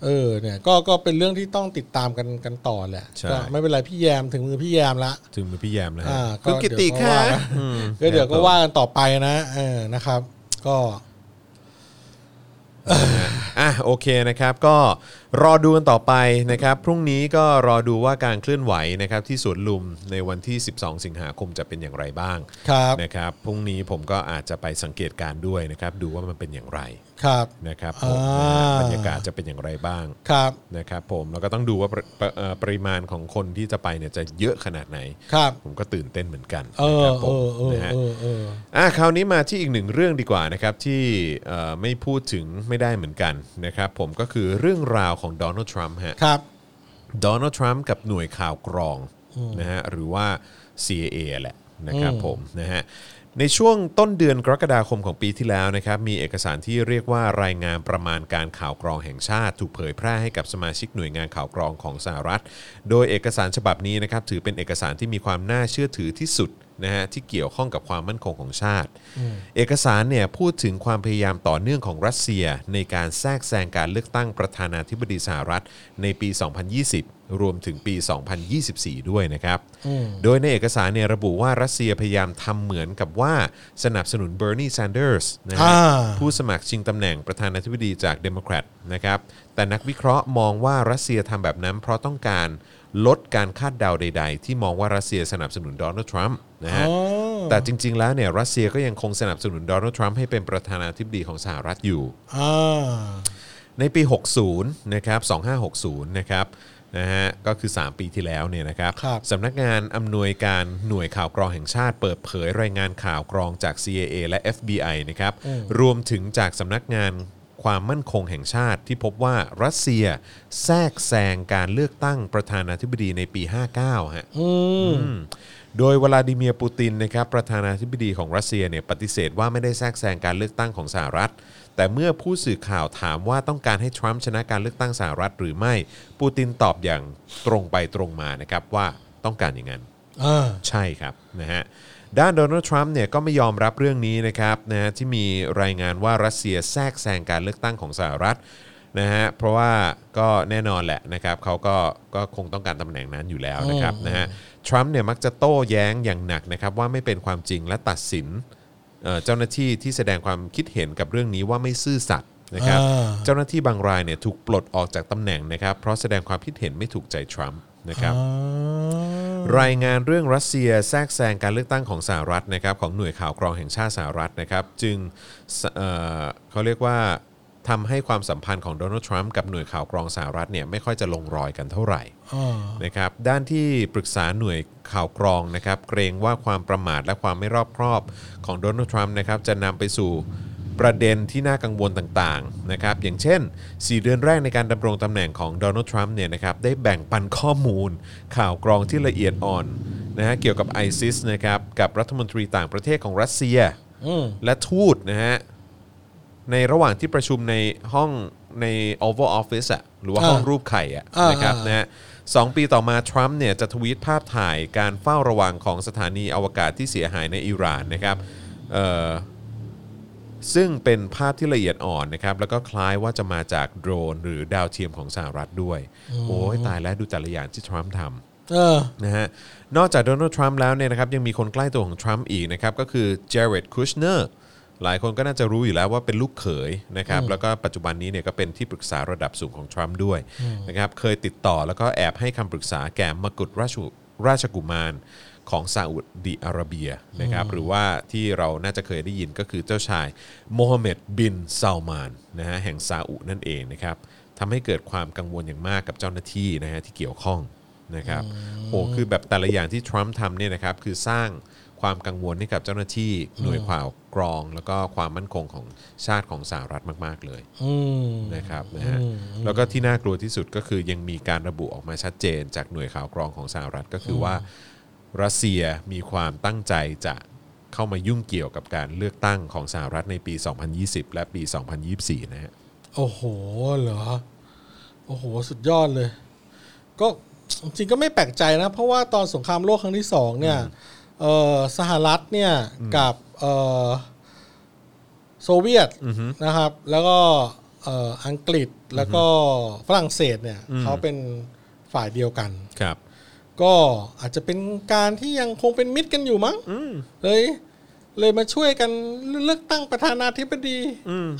Speaker 2: เออเนี่ยก็ก็เป็นเรื่องที่ต้องติดตามกันกันต่อแหละ
Speaker 1: ใช่
Speaker 2: ก็ไม่เป็นไรพี่แยมถึงมือพี่แยมละ
Speaker 1: ถึงมือพี่แยมแล้วฮะ
Speaker 2: อ่าก็
Speaker 1: คุณกิติ
Speaker 2: เดี๋ยวก็
Speaker 1: ค่ะ
Speaker 2: ว่ากัน
Speaker 1: อืม
Speaker 2: ก็เดี๋ยวก็ว่ากันต่อไปนะเออนะครับ ก็
Speaker 1: อ่ะโอเคนะครับก็รอดูกันต่อไปนะครับ พรุ่งนี้ก็รอดูว่าการเคลื่อนไหวนะครับที่สวนลุมในวันที่ 12 สิงหาคมจะเป็นอย่างไรบ้าง
Speaker 2: ครับ
Speaker 1: นะครับพรุ่งนี้ผมก็อาจจะไปสังเกตการณ์ด้วยนะครับ ดูว่ามันเป็นอย่างไร
Speaker 2: ครับ
Speaker 1: นะครับผม
Speaker 2: อ
Speaker 1: นะ
Speaker 2: ่า
Speaker 1: ฮะบรรยากาศจะเป็นอย่างไรบ้าง
Speaker 2: ครับ
Speaker 1: นะครับผมแล้วก็ต้องดูว่าปริปริเอ่อปริมาณของคนที่จะไปเนี่ยจะเยอะขนาดไหน
Speaker 2: ครับ
Speaker 1: ผมก็ตื่นเต้นเหมือนกัน
Speaker 2: เอ
Speaker 1: นะ
Speaker 2: อ
Speaker 1: ครับผ
Speaker 2: เอ
Speaker 1: ม
Speaker 2: อเออ
Speaker 1: นะฮะ
Speaker 2: เออเออ
Speaker 1: อ่ะคราวนี้มาที่อีกหนึ่งเรื่องดีกว่านะครับที่เอ่อไม่พูดถึงไม่ได้เหมือนกันนะครับผมก็คือเรื่องราวของโดนัลด์ทรัมป์ฮะ
Speaker 2: ครับ
Speaker 1: โดนัลด์ทรัมป์กับหน่วยข่าวกรองนะฮะหรือว่า CIA แหละ นะครับ
Speaker 2: อืม
Speaker 1: ผมนะฮะในช่วงต้นเดือนกรกฎาคมของปีที่แล้วนะครับมีเอกสารที่เรียกว่ารายงานประมาณการข่าวกรองแห่งชาติถูกเผยแพร่ให้กับสมาชิกหน่วยงานข่าวกรองของสหรัฐ โดยเอกสารฉบับนี้นะครับถือเป็นเอกสารที่มีความน่าเชื่อถือที่สุดนะฮะที่เกี่ยวข้องกับความมั่นคงของชาติ เอกสารเนี่ยพูดถึงความพยายามต่อเนื่องของรัสเซีย ในการแทรกแซงการเลือกตั้งประธานาธิบดีสหรัฐในปี 2020 รวมถึงปี 2024 ด้วยนะครับ โดยในเอกสารเนี่ยระบุว่ารัสเซียพยายามทำเหมือนกับว่าสนับสนุนเบอร์นีแซนเดอร์สนะฮะ
Speaker 2: อ่า
Speaker 1: ผู้สมัครชิงตำแหน่งประธานาธิบดีจากเดโมแครตนะครับ แต่นักวิเคราะห์มองว่ารัสเซียทำแบบนั้น เพราะต้องการลดการคาดเดาใด ๆ ที่มองว่ารัสเซียสนับสนุนโดนัลด์ทรัมป์นะฮะ
Speaker 2: อ๋อ
Speaker 1: แต่จริง ๆ แล้วเนี่ยรัสเซียก็ยังคงสนับสนุนโดนัลด์ทรัมป์ให้เป็นประธานาธิบดีของสหรัฐอยู่
Speaker 2: อ่า
Speaker 1: ในปี 60 นะครับ 2560 นะครับ นะฮะ ก็คือ 3 ปีที่แล้วเนี่ยนะครับ
Speaker 2: ครับ
Speaker 1: สำนักงานอำนวยการหน่วยข่าวกรองแห่งชาติ เปิดเผยรายงานข่าวกรองจาก CIA และ FBI นะครับ รวมถึงจากสำนักงานความมั่นคงแห่งชาติที่พบว่ารัสเซียแทรกแซงการเลือกตั้งประธานาธิบดีในปี 59 ฮะ
Speaker 2: อืม
Speaker 1: อืมโดยวลาดิเมียร์ปูตินนะครับประธานาธิบดีของรัสเซียเนี่ยปฏิเสธว่าไม่ได้แทรกแซงการเลือกตั้งของสหรัฐ แต่เมื่อผู้สื่อข่าวถามว่าต้องการให้ทรัมป์ชนะการเลือกตั้งสหรัฐหรือไม่ ปูตินตอบอย่างตรงไปตรงมานะครับว่าต้องการอย่างนั้น
Speaker 2: อ่า
Speaker 1: ใช่ครับนะฮะด้านโดนัลด์ทรัมป์เนี่ยก็ไม่ยอมรับเรื่องนี้นะครับนะฮะที่มีรายงานว่ารัสเซียแทรกแซงการเลือกตั้งของสหรัฐนะฮะเพราะว่าก็แน่นอนแหละนะครับเขาก็ก็คงต้องการตำแหน่งนั้นอยู่แล้วนะครับนะฮะทรัมป์เนี่ยมักจะโต้แย้งอย่างหนักนะครับว่าไม่เป็นความจริงและตัดสินเอ่อเจ้าหน้าที่ที่แสดงความคิดเห็นกับเรื่องนี้ว่าไม่ซื่อสัตย์นะครับ
Speaker 2: อ่า
Speaker 1: เจ้าหน้าที่บางรายเนี่ยถูกปลดออกจากตำแหน่งนะครับเพราะแสดงความคิดเห็นไม่ถูกใจทรัมป์นะครับ
Speaker 2: อ่าร
Speaker 1: ายงานเรื่องรัสเซียแทรกแซงการเลือกตั้งของสหรัฐนะครับของหน่วยข่าวกรองแห่งชาติสหรัฐนะครับจึงสเอ่อเขาเรียกว่าทำให้ความสัมพันธ์ของโดนัลด์ทรัมป์กับหน่วยข่าวกรองสหรัฐเนี่ยไม่ค่อยจะลงรอยกันเท่าไหร่
Speaker 2: อ่า
Speaker 1: นะครับด้านที่ปรึกษาหน่วยข่าวกรองนะครับเกรงว่าความประมาทและความไม่รอบคอบของโดนัลด์ทรัมป์นะครับจะนำไปสู่ประเด็นที่น่ากังวลต่างๆนะครับอย่างเช่น 4 เดือนแรกในการดำรงตำแหน่งของโดนัลด์ทรัมป์เนี่ยนะครับได้แบ่งปันข้อมูล ข่าวกรองที่ละเอียดอ่อนนะฮะเกี่ยวกับ i อซิสนะครับกับรัฐมนตรีต่างประเทศของรัสเซีย
Speaker 2: อืม
Speaker 1: และทูตนะฮะในระหว่างที่ประชุมในห้องใน Oval Office อะหรือว่า
Speaker 2: อ่า
Speaker 1: ห้องรูปไข่อะ
Speaker 2: อ่าน
Speaker 1: นะครับนะฮะสองปีต่อมาทรัมป์เนี่ยจะทวีตภาพถ่ายการเฝ้าระวังของสถานีอวกาศที่เสียหายในอิหร่านนะครับเอ่อซึ่งเป็นภาพที่ละเอียดอ่อนนะครับแล้วก็คล้ายว่าจะมาจากโดรน หรือดาวเทียมของสหรัฐด้วย โอ้ยตายแล้วดูแต่ละอย่างที่ทรัมป์ทำ
Speaker 2: เออ
Speaker 1: นะฮะนอกจากโดนัลด์ทรัมป์แล้วเนี่ยนะครับยังมีคนใกล้ตัวของทรัมป์อีกนะครับก็คือเจเรดคุชเนอร์หลายคนก็น่าจะรู้อยู่แล้วว่าเป็นลูกเขยนะครับแล้วก็ปัจจุบันนี้เนี่ยก็เป็นที่ปรึกษาระดับสูงของทรัมป์ด้วยนะครับเคยติดต่อแล้วก็แอบให้คำปรึกษาแก่มกุฎราชราชกุมารของซาอุดีอาระเบียนะครับหรือว่าที่เราน่าจะเคยได้ยินก็คือเจ้าชายโมฮัมเหม็ดบินซาลมานนะฮะแห่งซาอุนั่นเองนะครับทำให้เกิดความกังวลอย่างมากกับเจ้าหน้าที่นะฮะที่เกี่ยวข้อง นะครับโอ้คือแบบแต่ละอย่างที่ทรัมป์ทำเนี่ยนะครับคือสร้างความกังวลให้กับเจ้าหน้าที่หน่วยข่าวกรอง แล้วก็ความมั่นคงของชาติของสหรัฐมาก ๆ เลย
Speaker 2: อืม
Speaker 1: นะครับนะฮะแล้วก็ที่น่ากลัวที่สุดก็คือยังมีการระบุออกมาชัดเจน จากหน่วยข่าวกรองของสหรัฐก็คือว่ารัสเซียมีความตั้งใจจะเข้ามายุ่งเกี่ยวกับการเลือกตั้งของสหรัฐในปี 2020 และปี 2024 นะฮะ
Speaker 2: โอ้โห เหรอ โอ้โห สุดยอดเลย ก็จริงก็ไม่แปลกใจนะ เพราะว่าตอนสงครามโลกครั้งที่สองเนี่ยเอ่อสหรัฐเนี่ยกับเอ่อโซเวียตนะครับ แล้วก็เอ่ออังกฤษแล้วก็ฝรั่งเศสเนี่ย
Speaker 1: อืม
Speaker 2: เขาเป็นฝ่ายเดียวกัน
Speaker 1: ครับ
Speaker 2: ก็อาจจะเป็นการที่ยังคงเป็นมิตรกันอยู่มั้งเลย เลยมาช่วยกันเลือกตั้งประธานาธิบดี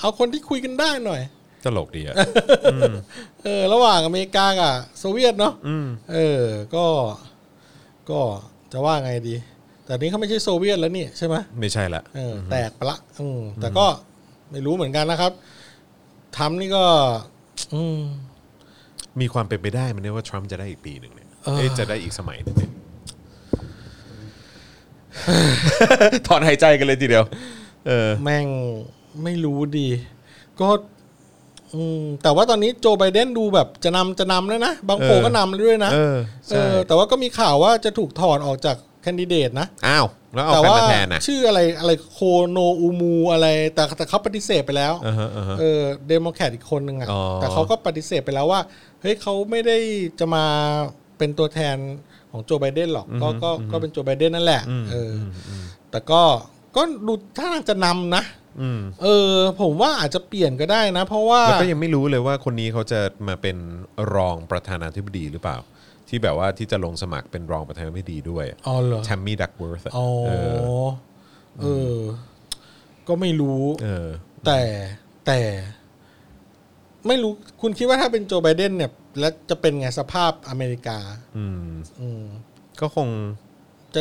Speaker 2: เอาคนที่คุยกันได้หน่อย
Speaker 1: ตลกดีอะ
Speaker 2: เออระหว่างอเมริกากับโซเวียตเนาะ
Speaker 1: อืม
Speaker 2: เออก็ก็จะว่าไงดี แต่นี้เขาไม่ใช่โซเวียตแล้วนี่ใช่ไหม
Speaker 1: ไม่ใช่ละ
Speaker 2: เออแตกไปละอืมแต่ก็ไม่รู้เหมือนกันนะครับทำนี่ก็ อืม
Speaker 1: มีความเป็นไปได้ไหมันเนี่ยว่าทรัมป์จะได้อีกปีหนึ่งเนี่ย
Speaker 2: เออ
Speaker 1: เอ๊ะจะได้อีกสมัยหนึงเนี่ย ถอนหายใจกันเลยทีเดียว เออ
Speaker 2: แม่งไม่รู้ดี ก็อืมแต่ว่าตอนนี้โจไบเดนดูแบบจะนำจะนำแล้วนะ บางโผ
Speaker 1: เออ
Speaker 2: ก็นำแล้วด้วยนะ
Speaker 1: เออ
Speaker 2: เอ
Speaker 1: ใช่
Speaker 2: อแต่ว่าก็มีข่าวว่าจะถูกถอนออกจาก แคนดิเดตนะ
Speaker 1: อ้าวแล้วเอา
Speaker 2: แต่
Speaker 1: ใคร
Speaker 2: ว่า
Speaker 1: มาแทนน่ะ
Speaker 2: ชื่ออะไรอะไรโคโนอูมูอะไรแต่แต่เขาปฏิเสธไปแล้ว
Speaker 1: อ่าฮะอ่าฮะ
Speaker 2: เออเดโมแครตอีกคนนึงอ่ะ
Speaker 1: อ๋อ
Speaker 2: แต่เขาก็ปฏิเสธไปแล้วว่าเฮ้ยเขาไม่ได้จะมาเป็นตัวแทนของโจไบเดนหรอกก็ก็ก็เป็นโจไบเดนนั่นแหละเอออแต่ก็ก็ดูท่าทางจะนำนะ
Speaker 1: อืม
Speaker 2: เออ ผมว่าอาจจะเปลี่ยนก็ได้นะ เพราะว่า
Speaker 1: แล้วก็ยังไม่รู้เลยว่าคนนี้เขาจะมาเป็นรองประธานาธิบดีหรือเปล่า ที่แบบว่าที่จะลงสมัครเป็นรองประธานาธิบดีด้วยอะ
Speaker 2: อ๋อเหรอ
Speaker 1: แชมมี่ดักเวิร์ธอะ
Speaker 2: อ๋อ
Speaker 1: เออ
Speaker 2: เออ ก็ไม่รู้
Speaker 1: เออ
Speaker 2: แต่แต่ ไม่รู้คุณคิดว่าถ้าเป็นโจไบเดนเนี่ย แล้วจะเป็นไงสภาพอเมริกา
Speaker 1: อืม
Speaker 2: อืม
Speaker 1: ก็คง
Speaker 2: จะ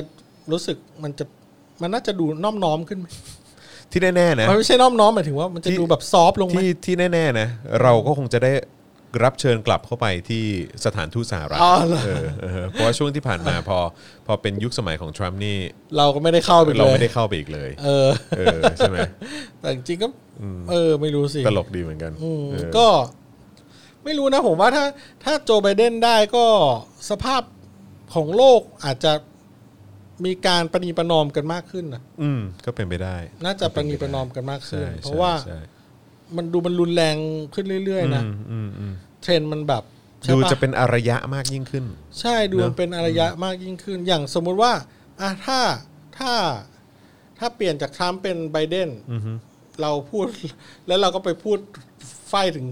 Speaker 2: รู้สึกมันจะมันน่าจะดูน้อมน้อมขึ้นไหม
Speaker 1: ที่แน่ๆนะ
Speaker 2: มันไม่ใช่น้อมน้อมหมายถึงว่ามันจะ
Speaker 1: ที่
Speaker 2: ดูแบบซอฟต์ลงไหม
Speaker 1: ที่ที่แน่ๆนะ เราก็คงจะได้รับเชิญกลับเข้าไปที่สถานทูตสหรัฐ
Speaker 2: อ๋อเหรอ
Speaker 1: เออเออเพราะว่าช่วงที่ผ่านมาพอ พอเป็นยุคสมัยของทรัมป์นี่
Speaker 2: เราก็ไม่ได้เข้าไปเล
Speaker 1: เรา
Speaker 2: ย
Speaker 1: ไม่ได้เข้าไปอีกเลย
Speaker 2: เออ
Speaker 1: เออใช่ไหม
Speaker 2: แต่จริงๆก็เออ ไม่รู้สิ
Speaker 1: ตลกดีเหมือนกัน
Speaker 2: อืม
Speaker 1: เออ
Speaker 2: ก็ไม่รู้นะผมว่าถ้าถ้าโจไบเดนได้ก็สภาพของโลกอาจจะมีการประนีประนอมกันมากขึ้นนะ
Speaker 1: อืมก็เป็นไปได้
Speaker 2: น่าจะประนีประนอมกันมากขึ้น
Speaker 1: ใช่
Speaker 2: เพราะว่า
Speaker 1: ใช่
Speaker 2: มันดูมันรุนแรงขึ้นเรื่อยๆนะ
Speaker 1: อืมอืมอืม
Speaker 2: เทรนด์มันแบบใช่
Speaker 1: ดู
Speaker 2: ป
Speaker 1: จะเป็นอารยะมากยิ่งขึ้น
Speaker 2: ใช่ดู
Speaker 1: เนอะ
Speaker 2: มันเป็นอารยะมากยิ่งขึ้น อย่างสมมุติว่าอ่ะถ้าถ้าถ้าเปลี่ยนจากทรัมป์เป็นไบเดน
Speaker 1: อือฮึ
Speaker 2: เราพูด แล้วเราก็ไปพูดไฟถึง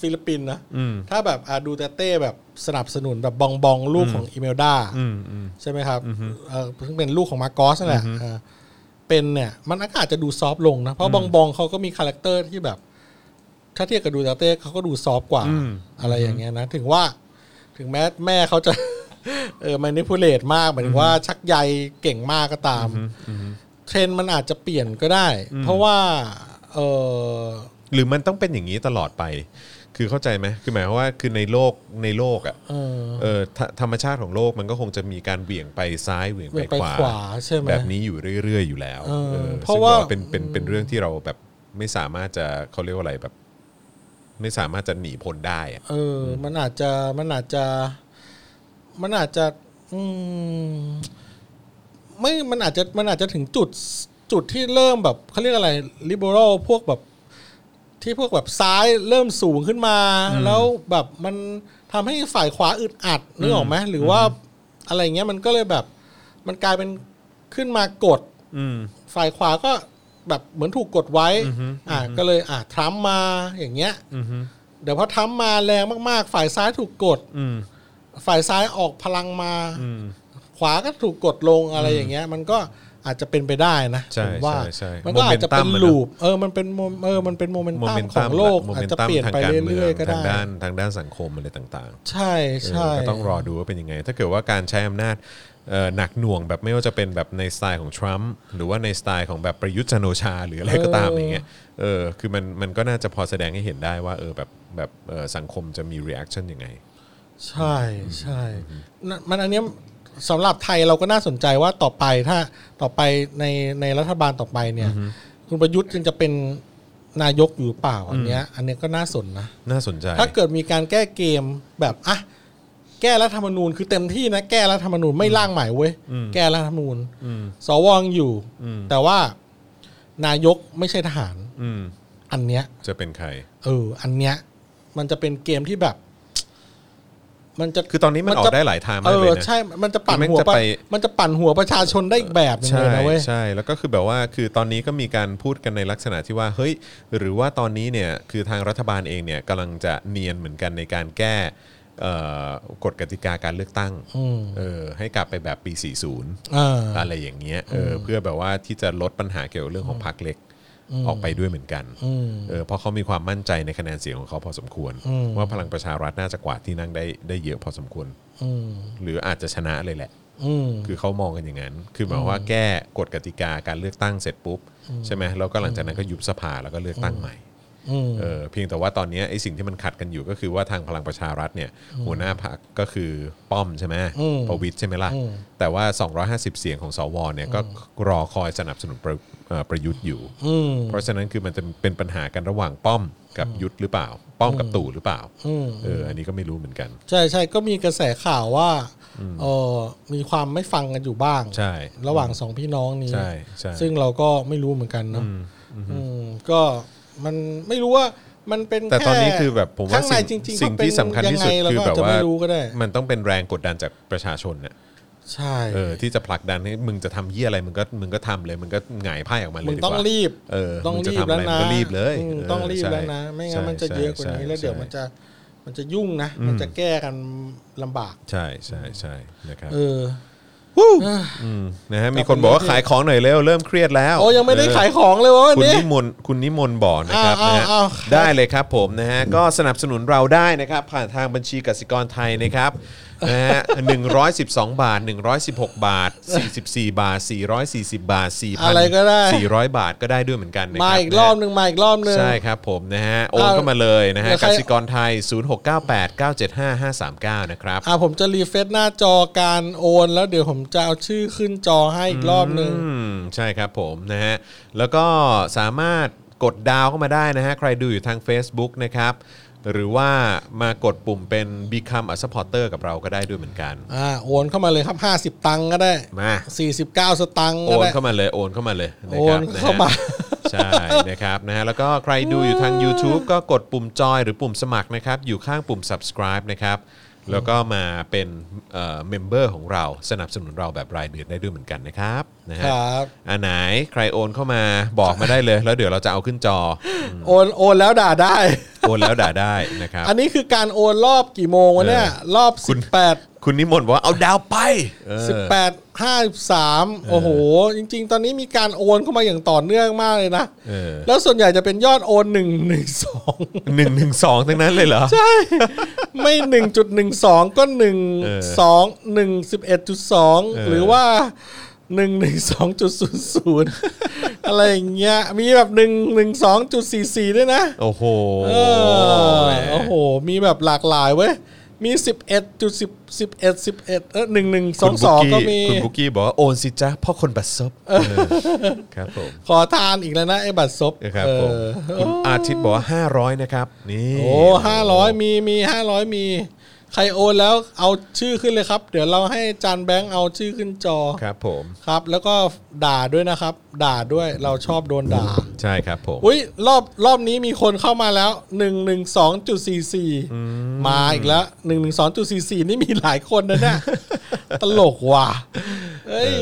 Speaker 2: ฟิลิปปินส์นะ
Speaker 1: อืม
Speaker 2: ถ้าแบบอาดูเตเต้แบบสนับสนุนแบบบองบองลูกของอีเมลดา
Speaker 1: อืมอืม
Speaker 2: ใช่ไหมครับเออซึ่งเป็นลูกของมาร์กอสนั่นแหละเออเป็นเนี่ยมันก็อาจจะดูซอฟต์ลงนะ เพราะบองบองเขาก็มีคาแรคเตอร์ที่แบบ ถ้าเทียบกับดูเตเต้เขาก็ดูซอฟต์กว่า
Speaker 1: อืม
Speaker 2: อะไรอย่างเงี้ยนะ ถึงว่าถึงแม้แม่เขาจะ เออมันนิพูเลตมากหมายถึงว่าชักใยเก่งมากก็ตาม
Speaker 1: อืม
Speaker 2: เทรนด์มันอาจจะเปลี่ยนก็ได้ เพราะว่า เออ
Speaker 1: หรือมันต้องเป็นอย่างนี้ตลอดไป คือเข้าใจไหมคือหมายความว่าคือในโลกในโลกอ่ะ
Speaker 2: เออ
Speaker 1: เออธธรรมชาติของโลกมันก็คงจะมีการเหวี่ยงไปซ้ายเหวี่ยง
Speaker 2: ไป
Speaker 1: ไปขวา
Speaker 2: ขวาใช่ไหม
Speaker 1: แบบนี้อยู่เรื่อย ๆ อยู่แล้ว
Speaker 2: เออ
Speaker 1: ออ
Speaker 2: เพราะ
Speaker 1: ซึ่ง
Speaker 2: ว่า
Speaker 1: เป็นเป็นเป็นเรื่องที่เราแบบไม่สามารถจะเขาเรียกว่าอะไรแบบ ไม่สามารถจะหนีพ้นได้อะ
Speaker 2: เออ มันอาจจะ มันอาจจะ มันอาจจะ อืม ไม่ มันอาจจะ มันอาจจะถึงจุด จุดที่เริ่มแบบเขาเรียกอะไร ลิเบอรัล พวกแบบ ที่พวกแบบซ้ายเริ่มสูงขึ้นมา แล้วแบบมันทำให้ฝ่ายขวาอึดอัดนึกออกไหมหรือว่าอะไรเงี้ย มันก็เลยแบบ มันกลายเป็นขึ้นมากด
Speaker 1: อืม
Speaker 2: ฝ่ายขวาก็แบบเหมือนถูกกดไว้ อ่า ก็เลย อ่าทรัมป์มา อย่างเงี้ย
Speaker 1: อืม
Speaker 2: เดี๋ยวพอทรัมป์มาแรงมากๆ ฝ่ายซ้ายถูกกด
Speaker 1: อืม
Speaker 2: ฝ่ายซ้ายออกพลังมา
Speaker 1: อืม
Speaker 2: ขวาก็ถูกกดลงอะไรอย่างเงี้ย มันก็อาจจะเป็นไปได้นะ
Speaker 1: ใช่
Speaker 2: ผมว่า
Speaker 1: ใช่ใช่
Speaker 2: มันก็อาจจะเป็น
Speaker 1: Momentum อะนะ
Speaker 2: ลูปเออมันเป็นโมเออมันเป็นโมเมน
Speaker 1: โม
Speaker 2: ตั
Speaker 1: เม
Speaker 2: ม
Speaker 1: น
Speaker 2: ข
Speaker 1: ตั
Speaker 2: อ
Speaker 1: ม
Speaker 2: งโลก
Speaker 1: โม
Speaker 2: อา
Speaker 1: เม
Speaker 2: จ
Speaker 1: น
Speaker 2: จะ
Speaker 1: ตัม
Speaker 2: เปลี่ยน
Speaker 1: ทาง
Speaker 2: ไป
Speaker 1: การเมื
Speaker 2: เรื่
Speaker 1: อ
Speaker 2: อย
Speaker 1: ง
Speaker 2: ๆก็
Speaker 1: ทาง
Speaker 2: ได้
Speaker 1: ด้านทางด้านสังคมอะไรต่าง
Speaker 2: ใช่
Speaker 1: ๆเออ
Speaker 2: ใช่
Speaker 1: ก็ต้องรอดูว่าเป็นยังไง ถ้าเกิดว่าการใช้อำนาจเอ่อหนักหน่วงแบบไม่ว่าจะเป็นแบบในสไตล์ของทรัมป์หรือว่าในสไตล์ของแบบประยุทธ์จันทร์โอชา หรืออะไรก็ตามอย่างเงี้ยเออคือมันมันก็น่าจะพอแสดงให้เห็นได้ว่าเออแบบแบบเออสังคมจะมี reaction ยังไง
Speaker 2: ใช่ใช่นั่นมันอันเนี้ยสำหรับไทยเราก็น่าสนใจว่าต่อไปถ้าต่อไปในในรัฐบาลต่อไปเนี่ย คุณประยุทธ์ยังจะเป็นนายกอยู่หรือเปล่าอันเนี้ย อันเนี้ยก็น่าสนนะ
Speaker 1: น่าสนใจ
Speaker 2: ถ้าเกิดมีการแก้เกมแบบอ่ะแก้รัฐธรรมนูญคือเต็มที่นะแก้รัฐธรรมนูญไม่ร่างใหม่เว้ย
Speaker 1: อืม
Speaker 2: แก้รัฐธรรมนูญ
Speaker 1: อืม
Speaker 2: สวยังอยู่
Speaker 1: อืม
Speaker 2: แต่ว่านายกไม่ใช่ทหาร
Speaker 1: อืม
Speaker 2: อันเนี้ย
Speaker 1: จะเป็นใคร
Speaker 2: เออ อันเนี้ย มันจะเป็นเกมที่แบบ มันจะ
Speaker 1: คือตอนนี้มัน
Speaker 2: มัน
Speaker 1: ออ
Speaker 2: จะ
Speaker 1: กได้หลายทาง
Speaker 2: เอ
Speaker 1: มากเล
Speaker 2: อย
Speaker 1: นะ
Speaker 2: ใช่ มันจะปั่น
Speaker 1: มัน
Speaker 2: หัว
Speaker 1: จะ
Speaker 2: ปะ
Speaker 1: ไป
Speaker 2: มันจะปั่นหัวประชาชนได้อีกแบบหนึง
Speaker 1: ใช่
Speaker 2: เลยนะเว้ย
Speaker 1: ใช่แล้วก็คือแบบว่าคือตอนนี้ก็มีการพูดกันในลักษณะที่ว่าเฮ้ย หรือว่าตอนนี้เนี่ยคือทางรัฐบาลเองเนี่ยกำลังจะเนียนเหมือนกันในการแก้เอ่อกฎกติกาการเลือกตั้ง
Speaker 2: อืม
Speaker 1: เออให้กลับไปแบบปี 40
Speaker 2: อ่า
Speaker 1: อะไรอย่างเงี้ยเอออเพื่อแบบว่าที่จะลดปัญหาเกี่ยวกับเรื่องของพรรคเล็กออกไปด้วยเหมือนกัน
Speaker 2: อืม
Speaker 1: เออเพราะเขามีความมั่นใจในคะแนนเสียงของเขาพอสมควร
Speaker 2: อืม
Speaker 1: ว่าพลังประชารัฐน่าจะกวาดที่นั่งได้ได้เยอะพอสมควร
Speaker 2: อืม
Speaker 1: หรืออาจจะชนะเลยแหละ
Speaker 2: อืม
Speaker 1: คือเขามองกันอย่างนั้น คือหมายว่าแก้กฎกติกาการเลือกตั้งเสร็จปุ๊บใช่ไหมแล้วก็หลังจากนั้นก็ยุบสภาแล้วก็เลือกตั้งใหม่
Speaker 2: อืม
Speaker 1: เออเพียงแต่ว่าตอนนี้ไอ้สิ่งที่มันขัดกันอยู่ก็คือว่าทางพลังประชารัฐเนี่ยหัวหน้าพักก็คือป้อมใช่ไหม
Speaker 2: อืม
Speaker 1: ประวิตยใช่ไหมล่ะ
Speaker 2: อืม
Speaker 1: แต่ว่า 250 เสียงของสวเนี่ยก็รอคอยสนับสนุนประเอ่อประยุทธ์อยู่
Speaker 2: อืม
Speaker 1: เพราะฉะนั้นคือมันจะเป็นปัญหากันระหว่างป้อมกับยุทธหรือเปล่า ป้อมกับตู่หรือเปล่า
Speaker 2: อืม
Speaker 1: เอออันนี้ก็ไม่รู้เหมือนกัน
Speaker 2: ใช่ใช่ก็มีกระแสข่าวว่าเออมีความไม่ฟังกันอยู่บ้าง
Speaker 1: ใช่
Speaker 2: ระหว่างสองพี่น้องนี้
Speaker 1: ใช่ใช่
Speaker 2: ซึ่งเราก็ไม่รู้เหมือนกันเนาะอืมก็มันไม่รู้ว่ามันเป็น
Speaker 1: แต่ตอนนี้
Speaker 2: ค่
Speaker 1: คือแบบผมว่า
Speaker 2: ข้างใน
Speaker 1: สิ่
Speaker 2: จ
Speaker 1: ง
Speaker 2: ริงๆ
Speaker 1: สิ่งที่
Speaker 2: เขาเป็น
Speaker 1: สำคัญที่สุด
Speaker 2: ยังไงเรา
Speaker 1: คือ
Speaker 2: ก็
Speaker 1: แบบ
Speaker 2: จะ
Speaker 1: ว่า
Speaker 2: ไม่รู้ก็ได้
Speaker 1: มันต้องเป็นแรงกดดันจากประชาชนเนี่ย
Speaker 2: ใช่
Speaker 1: เออที่จะผลักดันให้มึงจะทำเหี้ยอะไรมึงก็มึงก็ทำเลยมึงก็หงายไพ่ออกมาเล
Speaker 2: มึ
Speaker 1: ย
Speaker 2: ง
Speaker 1: ดี
Speaker 2: ต้อง
Speaker 1: กว่า
Speaker 2: รีบ
Speaker 1: เออ
Speaker 2: ต้อง
Speaker 1: มึงจะ
Speaker 2: รีบ
Speaker 1: ทำอะ
Speaker 2: แล้ว
Speaker 1: ไรมึง
Speaker 2: นะ
Speaker 1: ก็รีบเลย
Speaker 2: อืม
Speaker 1: เออ
Speaker 2: ต้องรีบ
Speaker 1: ใช่
Speaker 2: แล้วนะ ไม่งั้นมันจะ
Speaker 1: ใช่
Speaker 2: เยอะกว่านี้
Speaker 1: ใช่
Speaker 2: แล้วเดี๋ยว
Speaker 1: ใช่
Speaker 2: มันจะมันจะยุ่งนะ มันจะแก้กันลำบาก
Speaker 1: ใช่ใช่ใช่นะครับ
Speaker 2: เออ
Speaker 1: มนะฮะมีคนบอกว่าขายของหน่อยเร็วเริ่มเครียดแล้ว
Speaker 2: โอ้ยังไม่ได้
Speaker 1: เออ
Speaker 2: ขายของเลยวะวัน
Speaker 1: คุณ
Speaker 2: นี้
Speaker 1: นิมนต์คุณนิมนต์บอกนะครับ
Speaker 2: อ้า
Speaker 1: นะ
Speaker 2: ว
Speaker 1: ฮะ
Speaker 2: อ้าว
Speaker 1: ได้เลยครับผมนะฮะก็สนับสนุนเราได้นะครับ ผ่านทางบัญชีกสิกรไทยนะครับนะฮะ112 บาท 116 บาท 44 บาท 440 บาท4,000
Speaker 2: อะไรก็ได้
Speaker 1: 400 บาทก็ได้ด้วยเหมือนกันนะครั
Speaker 2: มา
Speaker 1: บ
Speaker 2: อีกรอบหนึ่งมาอีกรอบหนึ่ง
Speaker 1: ใช่ครับผมนะฮะโอนก็มาเลยนะฮะ
Speaker 2: เดี๋ยว
Speaker 1: ก
Speaker 2: ใคร
Speaker 1: สิกรไทย 0698975539 นะครับ
Speaker 2: อ่าผมจะรีเฟซหน้าจอการโอนแล้วเดี๋ยวผมจะเอาชื่อขึ้นจอให้อีกรอบหนึ่ง
Speaker 1: อืมใช่ครับผมนะฮะแล้วก็สามารถกดดาวเข้ามาได้นะฮะใครดูอยู่ทาง Facebook นะครับ หรือว่ามากดปุ่มเป็น Become a supporter กับเราก็ได้ด้วยเหมือนกัน
Speaker 2: อ่าโอนเข้ามาเลยครับ 50 ตังค์ก็ได้
Speaker 1: มา
Speaker 2: 49 สตังค์
Speaker 1: โอ
Speaker 2: ก็
Speaker 1: น
Speaker 2: ได้
Speaker 1: เข้ามาเลยโอนเข้ามาเลยะ
Speaker 2: โอ
Speaker 1: ครับ
Speaker 2: นเข้ามา
Speaker 1: ะฮะใช่นะครับนะฮะแล้วก็ใครดูอยู่ทาง YouTube ก็กดปุ่มจอยหรือปุ่มสมัครนะครับ อยู่ข้างปุ่ม subscribe นะครับ แล้วก็มาเป็นเมมเบอร์ของเราสนับสนุนเราแบบรายเดือนได้ด้วยเหมือนกันนะครับนะฮะ
Speaker 2: ครับ
Speaker 1: อันไหนใครโอนเข้ามาบอกมาได้เลย แล้วเดี๋ยวเราจะเอาขึ้นจอ
Speaker 2: โอนโอนแล้วด่าได้
Speaker 1: โอนแล้วด่าได้นะครับ
Speaker 2: อันนี้คือการโอนรอบกี่โมงวะเนี่ย รอบ 18
Speaker 1: คุณนิมนต์บอกว่าเอาดาวไปเออ
Speaker 2: 18 53 โอ้โห จริง ๆ ตอนนี้มีการโอนเข้ามาอย่างต่อเนื่องมากเลยนะ
Speaker 1: เออ
Speaker 2: แล้วส่วนใหญ่จะเป็นยอดโอน1 1
Speaker 1: หนึ่งหนึ่งสองทั้งนั้นเลยเหรอ
Speaker 2: 2 ใช่ ไม่ 1.12 ก็ 1
Speaker 1: เออ
Speaker 2: 2 1 11.2 หรือว่า 1 1 2 0 0 อะไรอย่างเงี้ย มีแบบ 1 1 2 4 4 ด้วยนะ
Speaker 1: โอ้โห
Speaker 2: เออโอ้โห มีแบบหลากหลายเว้ย มี 11จุด10 11 11 เออ1 1
Speaker 1: คุณ
Speaker 2: 2
Speaker 1: บุ
Speaker 2: 2 ก็มี
Speaker 1: คุณบุกกี้บอกว่าโอนสิจ๊ะเพ่อคนบัตรซบเออครับผม
Speaker 2: ขอทานอีกแล้วนะ ไอ้บัตรซบ
Speaker 1: ครับผมคุณอาทิตย์บอกว่า 500 นะครับ นี่
Speaker 2: โอ้ห้าร้อยมีมีห้าร้อยมี ใครโอนแล้วเอาชื่อขึ้นเลยครับ เดี๋ยวเราให้จานแบงค์เอาชื่อขึ้นจอ
Speaker 1: ครับผม
Speaker 2: ครับ แล้วก็ด่าด้วยนะครับ ด่าด้วยเราชอบโดนด่า
Speaker 1: ใช่ครับผม
Speaker 2: อุ้ยรอบรอบนี้มีคนเข้ามาแล้วหนึ่งหนึ่งสองจุดสี่สี่มาอีกแล้วหนึ่งหนึ่งสองจุดสี่สี่นี่มีหลายคนนะ เนี่ย ตลกว่ะเอ้ย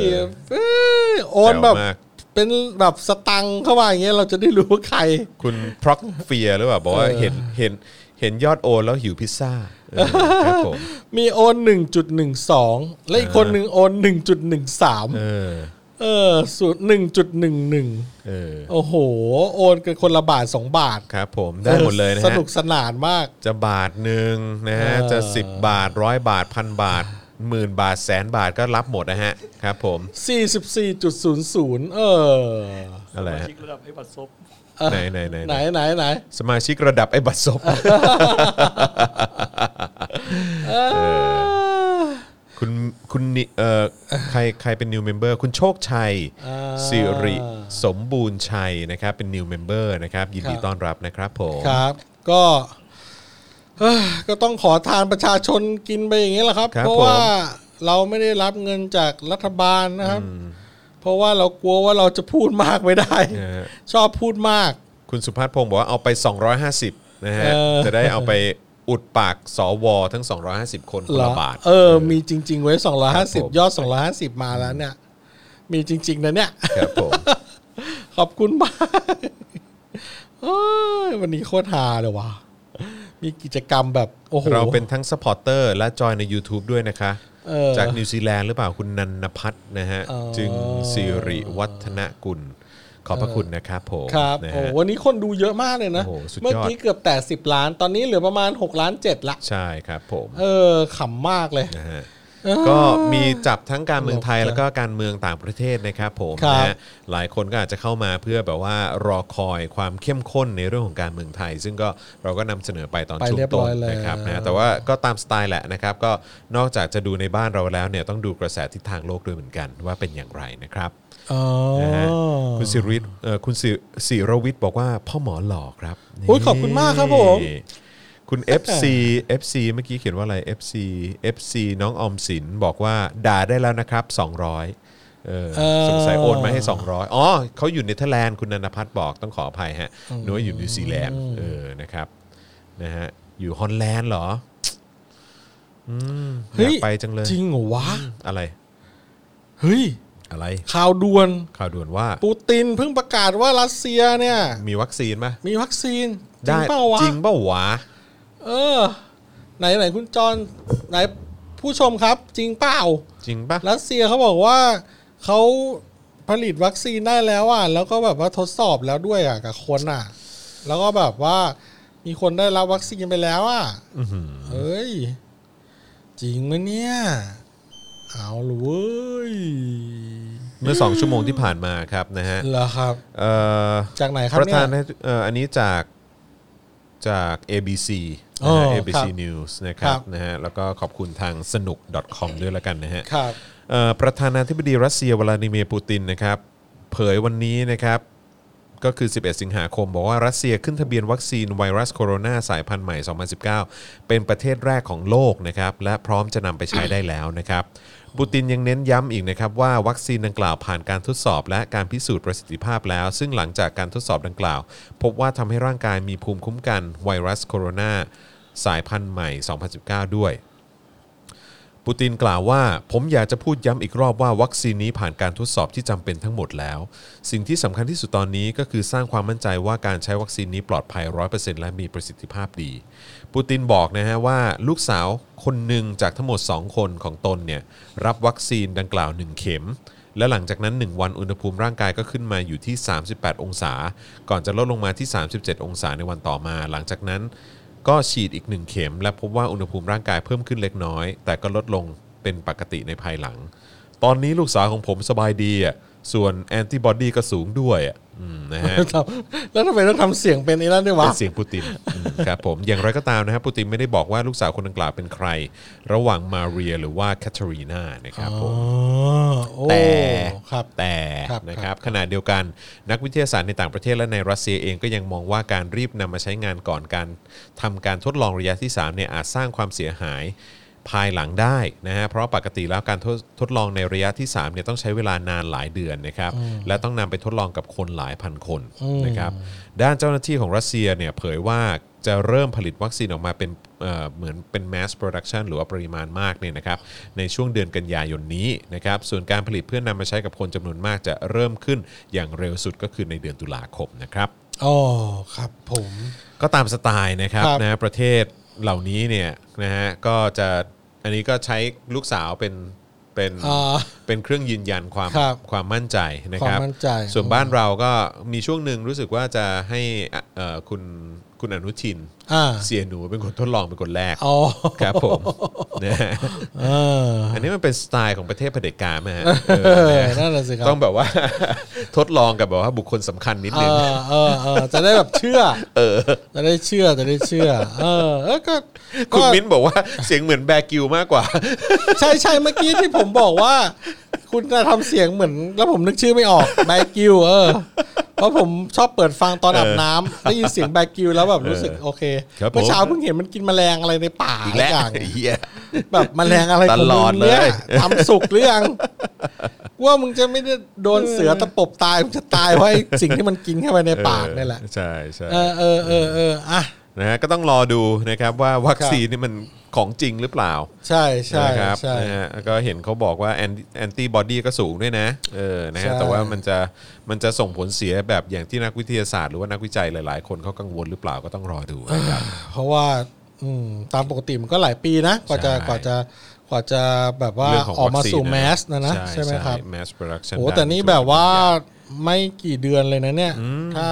Speaker 2: เอ้ยโอนแบบ
Speaker 1: จ๋วมาก
Speaker 2: เป็นแบบสตังค์เข้ามาอย่างเงี้ยเราจะได้รู้ว่าใคร
Speaker 1: คุณพร็อกเฟียหรือเปล่าบอกว่า
Speaker 2: เออ
Speaker 1: เห็นเห็นเห็นยอดโอนแล้วหิวพิซซ่าเออครับผม
Speaker 2: มีโอนหนึ่งจุดหนึ่งสองและอีกคนหนึ่งโอนหนึ่งจุดหนึ่งสาม
Speaker 1: เออ
Speaker 2: เออสูตรหนึ่งจุดหนึ่งหนึ่ง
Speaker 1: เออ
Speaker 2: โอ้โห โอนกันคนละบาทสองบาท
Speaker 1: ครับผมได้หมดเลยนะ
Speaker 2: ส
Speaker 1: ฮะ
Speaker 2: นุกสนานมาก
Speaker 1: จะบาทหนึ่งนะฮะ
Speaker 2: เออ
Speaker 1: จะ 10 บาทร้อยบาทพันบาทหมื่นบาทแสนบาทก็รับหมดนะฮะครับผม
Speaker 2: สี่สิบสี่จุดศูนย์ศูนย์เออ
Speaker 1: อะไรฮะ
Speaker 3: ชิกระดับให้บัตรซบ
Speaker 1: ไหนไหนไหน
Speaker 2: ไหนไหนไหน
Speaker 1: สมาชิกระดับไอ้บัตรศพ
Speaker 2: เออ
Speaker 1: คุณคุณนิเอ่อใครใครเป็น new member คุณโชคชัย
Speaker 2: อ่า
Speaker 1: สิริสมบูรณ์ชัยนะครับเป็น new member นะครับยินดี
Speaker 2: ครับ
Speaker 1: ต้อนรับนะครับผม
Speaker 2: ครับก็เอ้อก็ต้องขอทานประชาชนกินไปอย่างนี้แหละครับ เพราะว่าเราไม่ได้รับเงินจากรัฐบาลนะครับ เพราะว่าเรากลัวว่าเราจะพูดมากไม่ได้
Speaker 1: นะฮะ
Speaker 2: ชอบพูดมาก
Speaker 1: คุณสุภาพพงศ์บอกว่าเอาไป 250นะฮะ
Speaker 2: เออ
Speaker 1: จะได้เอาไปอุดปากสวทั้ง 250 คนคน
Speaker 2: เหรอ
Speaker 1: ละบาท
Speaker 2: เออ มีจริง ๆ ไว้
Speaker 1: ครับผม
Speaker 2: 250 ยอด 250 มาแล้วเนี่ย มีจริง ๆ นะเนี่ย
Speaker 1: ครับผม
Speaker 2: ขอบคุณมาก เอ้ยวันนี้โคตรฮาเลยว่ะมีกิจกรรมแบบโอ้โห
Speaker 1: เราเป็นทั้งสปอร์เตอร์และจอยใน YouTube ด้วยนะคะ
Speaker 2: เออ
Speaker 1: จากนิวซีแลนด์หรือเปล่าคุณนันนพัฒน์นะฮะ
Speaker 2: อ๋อ
Speaker 1: จึงสิริวัฒนกุล ขอบพระคุณนะครับผม
Speaker 2: ครับ
Speaker 1: นะ
Speaker 2: โอ้
Speaker 1: ฮะ
Speaker 2: วันนี้คนดูเยอะมากเลยนะ
Speaker 1: โอ้โหสุดยอด
Speaker 2: เมื่อกี้เกือบแต่สิบล้าน ตอนนี้เหลือประมาณ 6 ล้านเจ็ดละ
Speaker 1: ใช่ครับผม
Speaker 2: เออขำมากเลย
Speaker 1: นะฮะ ก็มีจับทั้งการเมืองไทยแล้วก็การเมืองต่างประเทศนะครับผม
Speaker 2: ครับ
Speaker 1: นะฮะหลายคนก็อาจจะเข้ามาเพื่อแบบว่ารอคอยความเข้มข้นในเรื่องของการเมืองไทย ซึ่งก็เราก็นำเสนอไปตอน
Speaker 2: ไป
Speaker 1: ช่วง
Speaker 2: เรียบ
Speaker 1: ต้
Speaker 2: ร้
Speaker 1: น
Speaker 2: อยแล้ว
Speaker 1: นะครับนะแต่ว่าก็ตามสไตล์แหละนะครับ ก็นอกจากจะดูในบ้านเราแล้วเนี่ยต้องดูกระแสทิศทางโลกด้วยเหมือนกันว่าเป็นอย่างไรนะครับ
Speaker 2: อ๋อ
Speaker 1: นะฮะคุณสิริเอ่อคุณสิสิรวิทย์บอกว่าพ่อหมอหล่อครับ
Speaker 2: โอ้ยขอบคุณมากครับผม
Speaker 1: คุณ FC FC เมื่อกี้เขียนว่าอะไร FC FC น้องออมสินบอกว่าด่าได้แล้วนะครับ 200เออ
Speaker 2: เออ
Speaker 1: สงสัยโอนมาให้ 200 อ๋อเขาอยู่เนเธอร์แลนด์คุณนันทพัฒน์บอกต้องขออภัยฮะหนูว่าอยู่นิวซีแลนด์เออนะครับนะฮะอยู่ฮอลแลนด์เหรออืมอยากไปจังเลย
Speaker 2: จริงเหรอวะ
Speaker 1: อะไร
Speaker 2: เฮ้ย
Speaker 1: อะไร
Speaker 2: ข่าวด่วน
Speaker 1: ข่าวด่วนว่า
Speaker 2: ปูตินเพิ่งประกาศว่ารัสเซียเนี่ย
Speaker 1: มีวัคซีนปะ
Speaker 2: มีวัคซีนจริ
Speaker 1: ได้
Speaker 2: งเปล่าวะ
Speaker 1: จริงเปล่าวะ
Speaker 2: เออ ไหนไหนคุณจอนไหนผู้ชมครับ จริงเปล่า
Speaker 1: จริงปะ
Speaker 2: รัสเซียเขาบอกว่าเขาผลิตวัคซีนได้แล้วอ่ะแล้วก็แบบว่าทดสอบแล้วด้วยอ่ะกับคนอ่ะ แล้วก็แบบว่ามีคนได้รับวัคซีนไปแล้วอ่ะ
Speaker 1: อื้อหือ
Speaker 2: เอ้ย จริงไหมยเนี่ย เอาละเว้ย
Speaker 1: เมื่อ 2 ชั่วโมงที่ผ่านมาครับนะฮะ
Speaker 2: เหรอครับ
Speaker 1: เอ่อ
Speaker 2: จากไหนครับ
Speaker 1: ประ
Speaker 2: เนี่
Speaker 1: ธาน
Speaker 2: ย
Speaker 1: เอ่ออันนี้จากจาก ABC
Speaker 2: อ๋
Speaker 1: นะ
Speaker 2: อ
Speaker 1: ฮะ
Speaker 2: ครับ
Speaker 1: ABC News นะครับ
Speaker 2: ครับ
Speaker 1: นะฮะแล้วก็ขอบคุณทางสนุก .com ด้วยละกันนะฮะ
Speaker 2: ครับ
Speaker 1: เอ่อประธานาธิบดีรัสเซียวลาดิเมียร์ปูตินนะครับเผยวันนี้นะครับก็คือ 11 สิงหาคม บอกว่ารัสเซียขึ้นทะเบียนวัคซีนไวรัสโคโรนาสายพันธุ์ใหม่ 2019 เป็นประเทศแรกของโลกนะครับและพร้อมจะนำไปใช้ได้แล้วนะครับปูตินยังเน้นย้ำอีกนะครับว่าวัคซีนดังกล่าวผ่านการทดสอบ และการพิสูจน์ประสิทธิภาพแล้ว ซึ่งหลังจากการทดสอบดังกล่าว พบว่าทำให้ร่างกายมีภูมิคุ้มกันไวรัสโคโรนาสายพันธุ์ใหม่ 2019 ด้วย ปูตินกล่าวว่า ผมอยากจะพูดย้ำอีกรอบว่าวัคซีนนี้ผ่านการทดสอบที่จำเป็นทั้งหมดแล้ว สิ่งที่สำคัญที่สุดตอนนี้ก็คือสร้างความมั่นใจว่าการใช้วัคซีนนี้ปลอดภัย 100%และมีประสิทธิภาพดี ปูตินบอกนะฮะว่าลูกสาวคนหนึ่งจากทั้งหมด 2 คนของตนเนี่ยรับวัคซีนดังกล่าว 1 เข็ม และหลังจากนั้น 1 วันอุณหภูมิร่างกายก็ขึ้นมาอยู่ที่ 38 องศา ก่อนจะลดลงมาที่ 37 องศาในวันต่อมา หลังจากนั้น ก็ฉีดอีกหนึ่งเข็ม และพบว่าอุณหภูมิร่างกายเพิ่มขึ้นเล็กน้อย แต่ก็ลดลงเป็นปกติในภายหลัง ตอนนี้ลูกสาวของผมสบายดีอ่ะส่วนแอนติบอดีก็สูงด้วยอ่ะอืมนะฮะ
Speaker 2: แล้วทำไมต้องทำเสียงเป็นไอ้นั่นด้วยวะ
Speaker 1: เป็นเสียงปูตินอืมครับผมอย่างไรก็ตามนะครับปูตินไม่ได้บอกว่าลูกสาวคนดังกล่าวเป็นใคร ระหว่างมาเรียหรือว่าแคทเธอรีนานะครับผม
Speaker 2: อ๋อโอ้
Speaker 1: แต่
Speaker 2: ครับ
Speaker 1: แต่
Speaker 2: ครับ
Speaker 1: นะครับขณะเดียวกันนักวิทยาศาสตร์ในต่างประเทศและในรัสเซียเองก็ยังมองว่าการรีบนำมาใช้งานก่อนการทำการทดลองระยะที่3เนี่ยอาจสร้างความเสียหายภายหลังได้นะฮะเพราะปกติแล้วการทดทดลองในระยะที่3เนี่ยต้องใช้เวลานานหลายเดือนนะครับและต้องนำไปทดลองกับคนหลายพันคนนะครับด้านเจ้าหน้าที่ของรัสเซียเนี่ยเผยว่าจะเริ่มผลิตวัคซีนออกมาเป็นเอ่อเหมือนเป็น mass production หรือว่าปริมาณมากเนี่ยนะครับในช่วงเดือนกันยายนนี้นะครับส่วนการผลิตเพื่อนนำมาใช้กับคนจำนวนมากจะเริ่มขึ้นอย่างเร็วสุดก็คือในเดือนตุลาคมนะครับ
Speaker 2: อ๋อ ครับผม
Speaker 1: ก็ตามสไตล์นะครับ
Speaker 2: ครับ
Speaker 1: นะประเทศเหล่านี้เนี่ยนะฮะก็จะอันนี้ก็ใช้ลูกสาวเป็นเป็น
Speaker 2: อ่า
Speaker 1: เป็นเครื่องยืนยันความ
Speaker 2: ครับ
Speaker 1: ความมั่นใจนะครับ
Speaker 2: ความมั่นใจ
Speaker 1: ส่วนบ้านเราก็มีช่วงหนึ่งรู้สึกว่าจะให้อ่ะเอ่อคุณคุณอนุทิน
Speaker 2: อ่า
Speaker 1: เสียหนูเป็นคนทดลองเป็นคนแรก
Speaker 2: อ๋อ
Speaker 1: ครับ ผมนะฮะ
Speaker 2: เออ
Speaker 1: อันนี้มันเป็นสไตล์ของประเทศเผด็จการมาฮะเอ
Speaker 2: เอ
Speaker 1: อ
Speaker 2: อ
Speaker 1: นะฮะ
Speaker 2: นั่นแหละสิครับ
Speaker 1: ต้องแบบว่า ทดลองกับแบบว่าบุคคลสำคัญนิด
Speaker 2: เอ
Speaker 1: นึง
Speaker 2: อเออเออจะได้แบบเชื่อ เออ จะได้เชื่อ จะได้เชื่อ เออ เออก็
Speaker 1: คุณ
Speaker 2: ก็
Speaker 1: มิ้นบอกว่าเสียงเหมือนแบร์กิวมากกว่า
Speaker 2: ใช่ใช่เมื่อกี้ที่ผมบอกว่า คุณจะทำเสียงเหมือน แล้วผมนึกชื่อไม่ออก แบกิว เออ เพราะผมชอบเปิดฟังตอนอาบน้ำได้ยินเสียงแบกิวแล้วแบบรู้สึกโอเค
Speaker 1: ครับผม
Speaker 2: เมื่อเช้าเพิ่งเห็นมันกินแมลงอะไรในป่า
Speaker 1: อีกแล้ว
Speaker 2: สัย่าง
Speaker 1: เหี้ย
Speaker 2: แบบแมลงอะไรขงมึง
Speaker 1: ตลอดเลย
Speaker 2: นี่ทำสุกหรือยังว่ามึงจะไม่ได้โดนเสือตะปบตาย มึงจะตายเพราะไอ้สิ่งที่มันกินเข้าไปในปากนี่แหละ
Speaker 1: ใช่ใช่
Speaker 2: เออเออเออเอออ่ะ
Speaker 1: นะฮะก็ต้องรอดูนะครับว่าวัคซีนนี่มันของจริงหรือเปล่า
Speaker 2: ใช่ใช่
Speaker 1: นะครับ
Speaker 2: ใช่
Speaker 1: นะฮะแล้วก็เห็นเขาบอกว่าแอนแอนติบอดีก็สูงด้วยนะเออนะฮะ
Speaker 2: ใช่
Speaker 1: แต่ว่ามันจะมันจะส่งผลเสียแบบอย่างที่นักวิทยาศาสตร์หรือว่านักวิจัยหลาย ๆ คนเขากังวลหรือเปล่าก็ต้องรอดูนะครับ
Speaker 2: เพราะว่าอืมตามปกติมันก็หลายปีนะ กว่าจะ
Speaker 1: ใช่
Speaker 2: กว่าจะกว่าจะแบบว่า
Speaker 1: เรื่องของ
Speaker 2: ออกมา
Speaker 1: วัคซีน
Speaker 2: สู่แมสนะนะใช่ไหมครับ
Speaker 1: แมสโปรดักชัน
Speaker 2: โอ้แต่นี่แบบว่าไม่กี่เดือนเลยนะเนี่ย ถ้า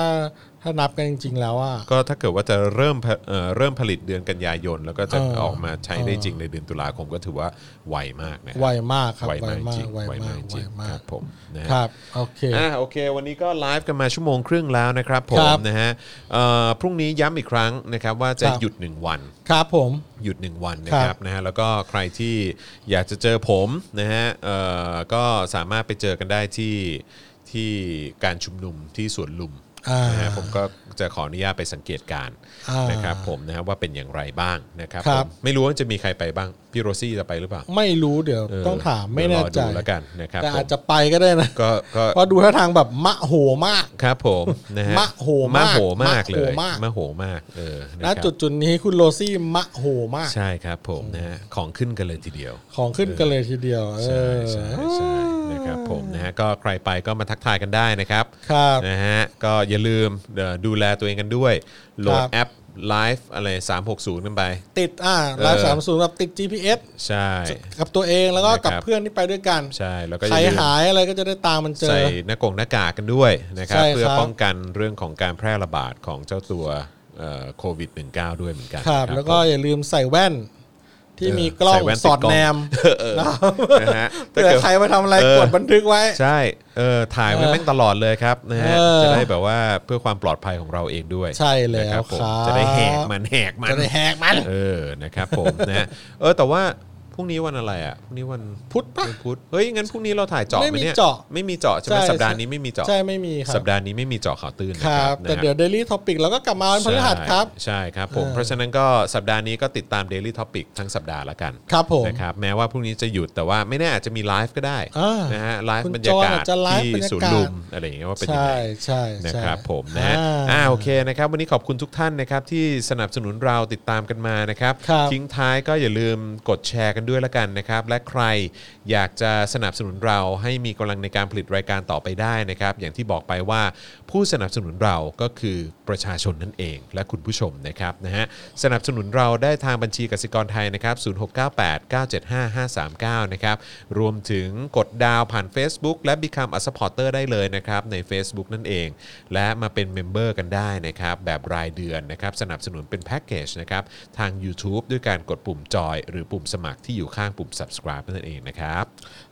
Speaker 2: ถ้านับกันจริง ๆ แล้วอ่ะ
Speaker 1: ก็ถ้าเกิดว่าจะเริ่มผเอ่อเริ่มผลิตเดือนกันยายน แล้วก็จะ
Speaker 2: เออ
Speaker 1: ออกมาใช้ได้จริงในเดือนตุลาคมก็ถือว่าไวมากนะครั
Speaker 2: ไวมากครับ
Speaker 1: ไว
Speaker 2: ไว
Speaker 1: มาก
Speaker 2: มา
Speaker 1: จริ
Speaker 2: ก
Speaker 1: ง
Speaker 2: ไว
Speaker 1: ไว
Speaker 2: มาม
Speaker 1: าก ก
Speaker 2: ไว
Speaker 1: จริง
Speaker 2: มา
Speaker 1: ค
Speaker 2: ก
Speaker 1: รับผมนะฮะ
Speaker 2: ครับ โอเค
Speaker 1: อ่ะโอเค วันนี้ก็ไลฟ์กันมาชั่วโมงครึ่งแล้วนะครับผ
Speaker 2: ค
Speaker 1: ม
Speaker 2: รับ
Speaker 1: นะฮะเอ่อพรุ่งนี้ย้ำอีกครั้งนะครับว่าจะ
Speaker 2: ครับ
Speaker 1: หยุด 1 วัน
Speaker 2: ครับผม
Speaker 1: หยุด 1 วันนะค
Speaker 2: ครั
Speaker 1: รับบ นะฮะแล้วก็ใครที่อยากจะเจอผมนะฮะเอ่อก็สามารถไปเจอกันได้ที่ที่การชุมนุมที่สวนลุม
Speaker 2: อ่าน
Speaker 1: นะฮะผมก็จะขออนุญาตไปสังเกตการณ์
Speaker 2: อ่าน
Speaker 1: นะครับผมนะฮะว่าเป็นอย่างไรบ้างนะครับ
Speaker 2: ครับ
Speaker 1: ผมไม่รู้ว่าจะมีใครไปบ้าง พี่โรซี่จะไปหรือเปล่า
Speaker 2: ไม่รู้เดี๋ยว
Speaker 1: เ
Speaker 2: ต้องถามไม่แน่ใจ
Speaker 1: เดี๋ยวรอดูแล้วกันนะครับ
Speaker 2: แต่อาจ
Speaker 1: ผม
Speaker 2: จะไปก็ได้นะ
Speaker 1: ก็ก็
Speaker 2: เพราะดูท่าทางแบบมะโหมาก
Speaker 1: ครับผมนะฮะ
Speaker 2: มะโหมา
Speaker 1: มะ
Speaker 2: ก
Speaker 1: โหมากเลย
Speaker 2: มะโหมาก
Speaker 1: มะโหมากเออ
Speaker 2: นะ
Speaker 1: ครับ
Speaker 2: จุดจุดๆนี้คุณโรซี่มะโหมาก
Speaker 1: ใช่ครับผมนะฮะของขึ้นกันเลยทีเดียว
Speaker 2: ของขึ้นกันเลยทีเดียวเอ
Speaker 1: ใช่
Speaker 2: อ
Speaker 1: ใช่ใช่นะครับผมนะฮะก็ใครไปก็มาทักทายกันได้นะครับ
Speaker 2: ครับ
Speaker 1: นะฮะก็อย่าลืมเอ่อดูแลตัวเองกันด้วย โหลด
Speaker 2: ครับ
Speaker 1: แอป Live อะไร 360กันไป
Speaker 2: ติดอ่าร้าน
Speaker 1: เออ
Speaker 2: สามศูนย์แบบติด GPS
Speaker 1: ใช่
Speaker 2: กับตัวเองแล้วก็กับ
Speaker 1: นะครับ
Speaker 2: เพื่อนที่ไปด้วยกัน
Speaker 1: ใช่แล้วก็อ
Speaker 2: ใคร
Speaker 1: ย่าลืม
Speaker 2: หายอะไรก็จะได้ตามมันเจอ
Speaker 1: ใส่หน้ากงหน้ากากกันด้วยนะครับ
Speaker 2: ใช่ครับ
Speaker 1: เพื่อป้องกันเรื่องของการแพร่ระบาดของเจ้าตัวเอ่อโควิด -19 ด้วยเหมือนกัน
Speaker 2: ครับ
Speaker 1: ผม
Speaker 2: แล้วก็อย่าลืมใส่แว่น ที่
Speaker 1: เออ
Speaker 2: มีกล้อ
Speaker 1: ใส่
Speaker 2: ง
Speaker 1: แว่นติด
Speaker 2: สอด
Speaker 1: กล้อง
Speaker 2: แนม
Speaker 1: นะฮะ
Speaker 2: เผื่อใครมาทำอะไร
Speaker 1: เ
Speaker 2: กดบันทึกไว้
Speaker 1: ใช่ เออ ถ่ายไว้แม่งตลอดเลยครับนะฮะ
Speaker 2: เออ
Speaker 1: จะได้แบบว่าเพื่อความปลอดภัยของเราเองด้วย
Speaker 2: ใช่แล้ว
Speaker 1: นะครับผม
Speaker 2: ครับ
Speaker 1: จะได้แหกมันแหกมัน
Speaker 2: จะได้แหกมัน
Speaker 1: เออ นะครับผมนะฮะ เออ แต่ว่าพรุ่งนี้วันอะไรอ่ะ พรุ่งนี้วัน
Speaker 2: พุธปะ
Speaker 1: วันพุธ เฮ้ย งั้นพรุ่งนี้เราถ่ายเจาะ
Speaker 2: ไม่
Speaker 1: ไหม
Speaker 2: มี
Speaker 1: เนี่ย
Speaker 2: เจาะ
Speaker 1: ไม่มีเจาะใช่ไห
Speaker 2: ใช่
Speaker 1: ม
Speaker 2: ใช่
Speaker 1: สัปดาห์นี้ไม่มีเจาะ
Speaker 2: ใช่ไม่มีครั
Speaker 1: สั
Speaker 2: บ
Speaker 1: ปดาห์นี้ไม่มีเจาะข่าวตื้น
Speaker 2: ค
Speaker 1: นะ
Speaker 2: รับ
Speaker 1: นะ
Speaker 2: แต่
Speaker 1: ฮะ
Speaker 2: เดี๋ยว Daily Topic เราก็กลับมาวันพฤหัสครับ
Speaker 1: ใช่ครับผม
Speaker 2: เออ
Speaker 1: เพราะฉะนั้นก็สัปดาห์นี้ก็ติดตาม Daily Topic ทั้งสัปดาห์ละกัน
Speaker 2: ครับผม
Speaker 1: นะครับแม้ว่าพรุ่งนี้จะหยุดแต่ว่าไม่แน่อาจจะมีไลฟ์ก็ได้
Speaker 2: อ่าน
Speaker 1: นะฮะไลฟ์
Speaker 2: คุณ
Speaker 1: บรรยากา
Speaker 2: จอ
Speaker 1: ศ
Speaker 2: ห์นอาจจะไลฟ์
Speaker 1: ที่
Speaker 2: บรรยากาศ
Speaker 1: สวนลุมอะไรอย่างเงี้ยว่าเป็นยัง
Speaker 2: ใช่
Speaker 1: ไง
Speaker 2: ใช่
Speaker 1: นะ
Speaker 2: ใช่
Speaker 1: ครับผมนะฮะ
Speaker 2: อ่า
Speaker 1: อ่าโอเคนะครับวันนี้ขอบคุณทุกท่านนะครับที่สนับสนุนเราติดตามกันมานะครับ
Speaker 2: ครับ
Speaker 1: ทิ้งท้ายก็อย่าลืมกดแชร์กันด้วยละกันนะครับและใครอยากจะสนับสนุนเราให้มีกำลังในการผลิตรายการต่อไปได้นะครับอย่างที่บอกไปว่าผู้สนับสนุนเราก็คือประชาชนนั่นเอง และคุณผู้ชมนะครับนะฮะสนับสนุนเราได้ทางบัญชีกสิกรไทยนะครับ0698 975 539นะครับรวมถึงกดดาวผ่าน Facebook และ Become a supporter ได้เลยนะครับใน Facebook นั่นเอง และมาเป็นเมมเบอร์กันได้นะครับแบบรายเดือนนะครับสนับสนุนเป็นแพ็กเกจนะครับทาง YouTube ด้วยการกดปุ่มจอย หรือปุ่มสมัครที่อยู่ข้างปุ่ม subscribe นั่นเองนะครับ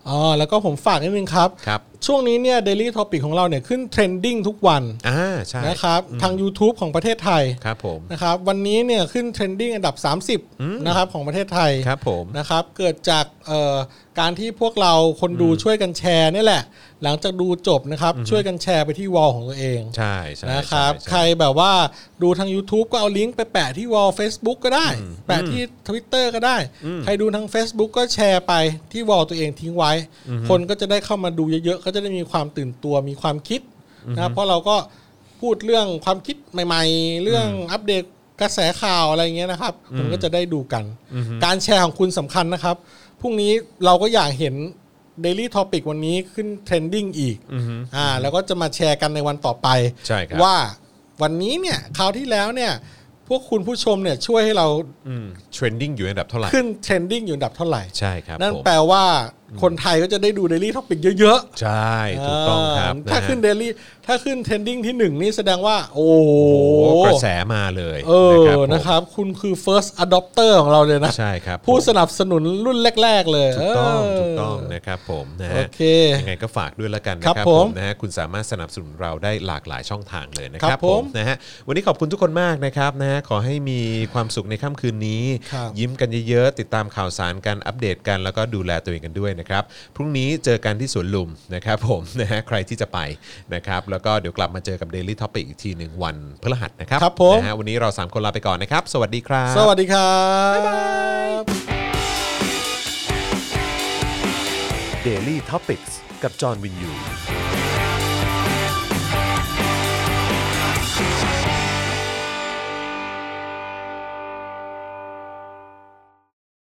Speaker 2: อ๋อแล้วก็ผมฝากนิดนึงครับ
Speaker 1: ครับ
Speaker 2: ช่วงนี้เนี่ย Daily Topic ของเราเนี่ยขึ้นเทรนดิ้งทุกวัน
Speaker 1: อ่าใช่
Speaker 2: นะครับ ทาง YouTube ของประเทศไทย
Speaker 1: ครับผม
Speaker 2: นะครับวันนี้เนี่ยขึ้นเทรนดิ้งอันดับ 30นะครับของประเทศไทย
Speaker 1: ครับผม
Speaker 2: นะครับเกิดจากเอ่อการที่พวกเราคนดูช่วยกันแชร์นี่แหละ หลังจากดูจบนะครับช่วยกันแชร์ไปที่วอลของตัวเอง
Speaker 1: ใช่ใช่
Speaker 2: นะครับ
Speaker 1: ช่ช่
Speaker 2: ใครแบบว่าดูทาง YouTube ก็เอาลิงก์ไปแปะที่วอล Facebook ก็ได้ แปะที่ Twitter ก็ได้ ใครดูทาง Facebook ก็แชร์ไปที่วอลตัวเองทิ้งไว้ คนก็จะได้เข้ามาดูเยอะๆก็จะได้มีความตื่นตัวมีความคิดนะครับเพราะเราก็ พูดเรื่องความคิดใหม่ ๆ เรื่องอัปเดตกระแสข่าวอะไรเงี้ยนะครับคุณก็จะได้ดูกัน การแชร์ของคุณสำคัญนะครับพรุ่งนี้เราก็อยากเห็น Daily Topic วันนี้ขึ้นเทรนดิ้งอีก
Speaker 1: อือฮึ
Speaker 2: อ่าแล้วก็จะมาแชร์กันในวันต่อไป
Speaker 1: ใช่ครับ
Speaker 2: ว่าวันนี้เนี่ยคราวที่แล้วเนี่ยพวกคุณผู้ชมเนี่ยช่วยให้เรา
Speaker 1: อืมเทรนดิ้งอยู่อันดับเท่าไหร่
Speaker 2: ขึ้นเทรนดิ้งอยู่อันดับเท่าไหร่
Speaker 1: ใช่ครับ
Speaker 2: นั่น
Speaker 1: ผม
Speaker 2: แปลว่าคนไทยก็จะได้ดู Daily Topic เยอะๆ
Speaker 1: ใช่ถูกต้องครับ
Speaker 2: ถ้า
Speaker 1: ะฮะ
Speaker 2: ขึ้นเดลี่ถ้าขึ้นเทรนดิ้งที่หนึ่งนี่แสดงว่า โอ้โห
Speaker 1: โอ้กระแสมาเลย
Speaker 2: เออ
Speaker 1: นะ
Speaker 2: นะ
Speaker 1: ค
Speaker 2: ครับ
Speaker 1: ผม
Speaker 2: รับ คุณคือ first adopter ของเราเลยนะ
Speaker 1: ใช่ครับผม
Speaker 2: ผู้สนับสนุนรุ่นแรก ๆ เลย
Speaker 1: ถูกต้อง
Speaker 2: เ
Speaker 1: ถูกต้องนะครับผมนะ
Speaker 2: โอ
Speaker 1: ฮะ
Speaker 2: เค
Speaker 1: ยังไงก็ฝากด้วยละกันนะค
Speaker 2: ครั
Speaker 1: รับบ ผ
Speaker 2: ผม ม
Speaker 1: นะฮะคุณสามารถสนับสนุนเราได้หลากหลายช่องทางเลยนะค
Speaker 2: ค
Speaker 1: รั
Speaker 2: รั
Speaker 1: บบ
Speaker 2: ผ
Speaker 1: ผ
Speaker 2: ม
Speaker 1: มนะฮะวันนี้ขอบคุณทุกคนมากนะครับนะฮะขอให้มีความสุขในค่ำคืนนี้
Speaker 2: ครับ
Speaker 1: ยิ้มกันเยอะๆ ติดตามข่าวสารกันอัปเดตกันแล้วก็ดูแลตัวเองกันด้วยนะครับพรุ่งนี้เจอกันที่สวนลุมนะครับผมนะฮะใครที่จะไปนะครับแล้วก็เดี๋ยวกลับมาเจอกับ Daily Topic อีกทีหนึ่งวันพฤหัสนะครับ
Speaker 2: ครับผม
Speaker 1: นะฮะวันนี้เราสามคนลาไปก่อนนะครับสวัสดีครับ
Speaker 2: สวัสดีครับ
Speaker 1: Daily Topics กับจอห์นวินยู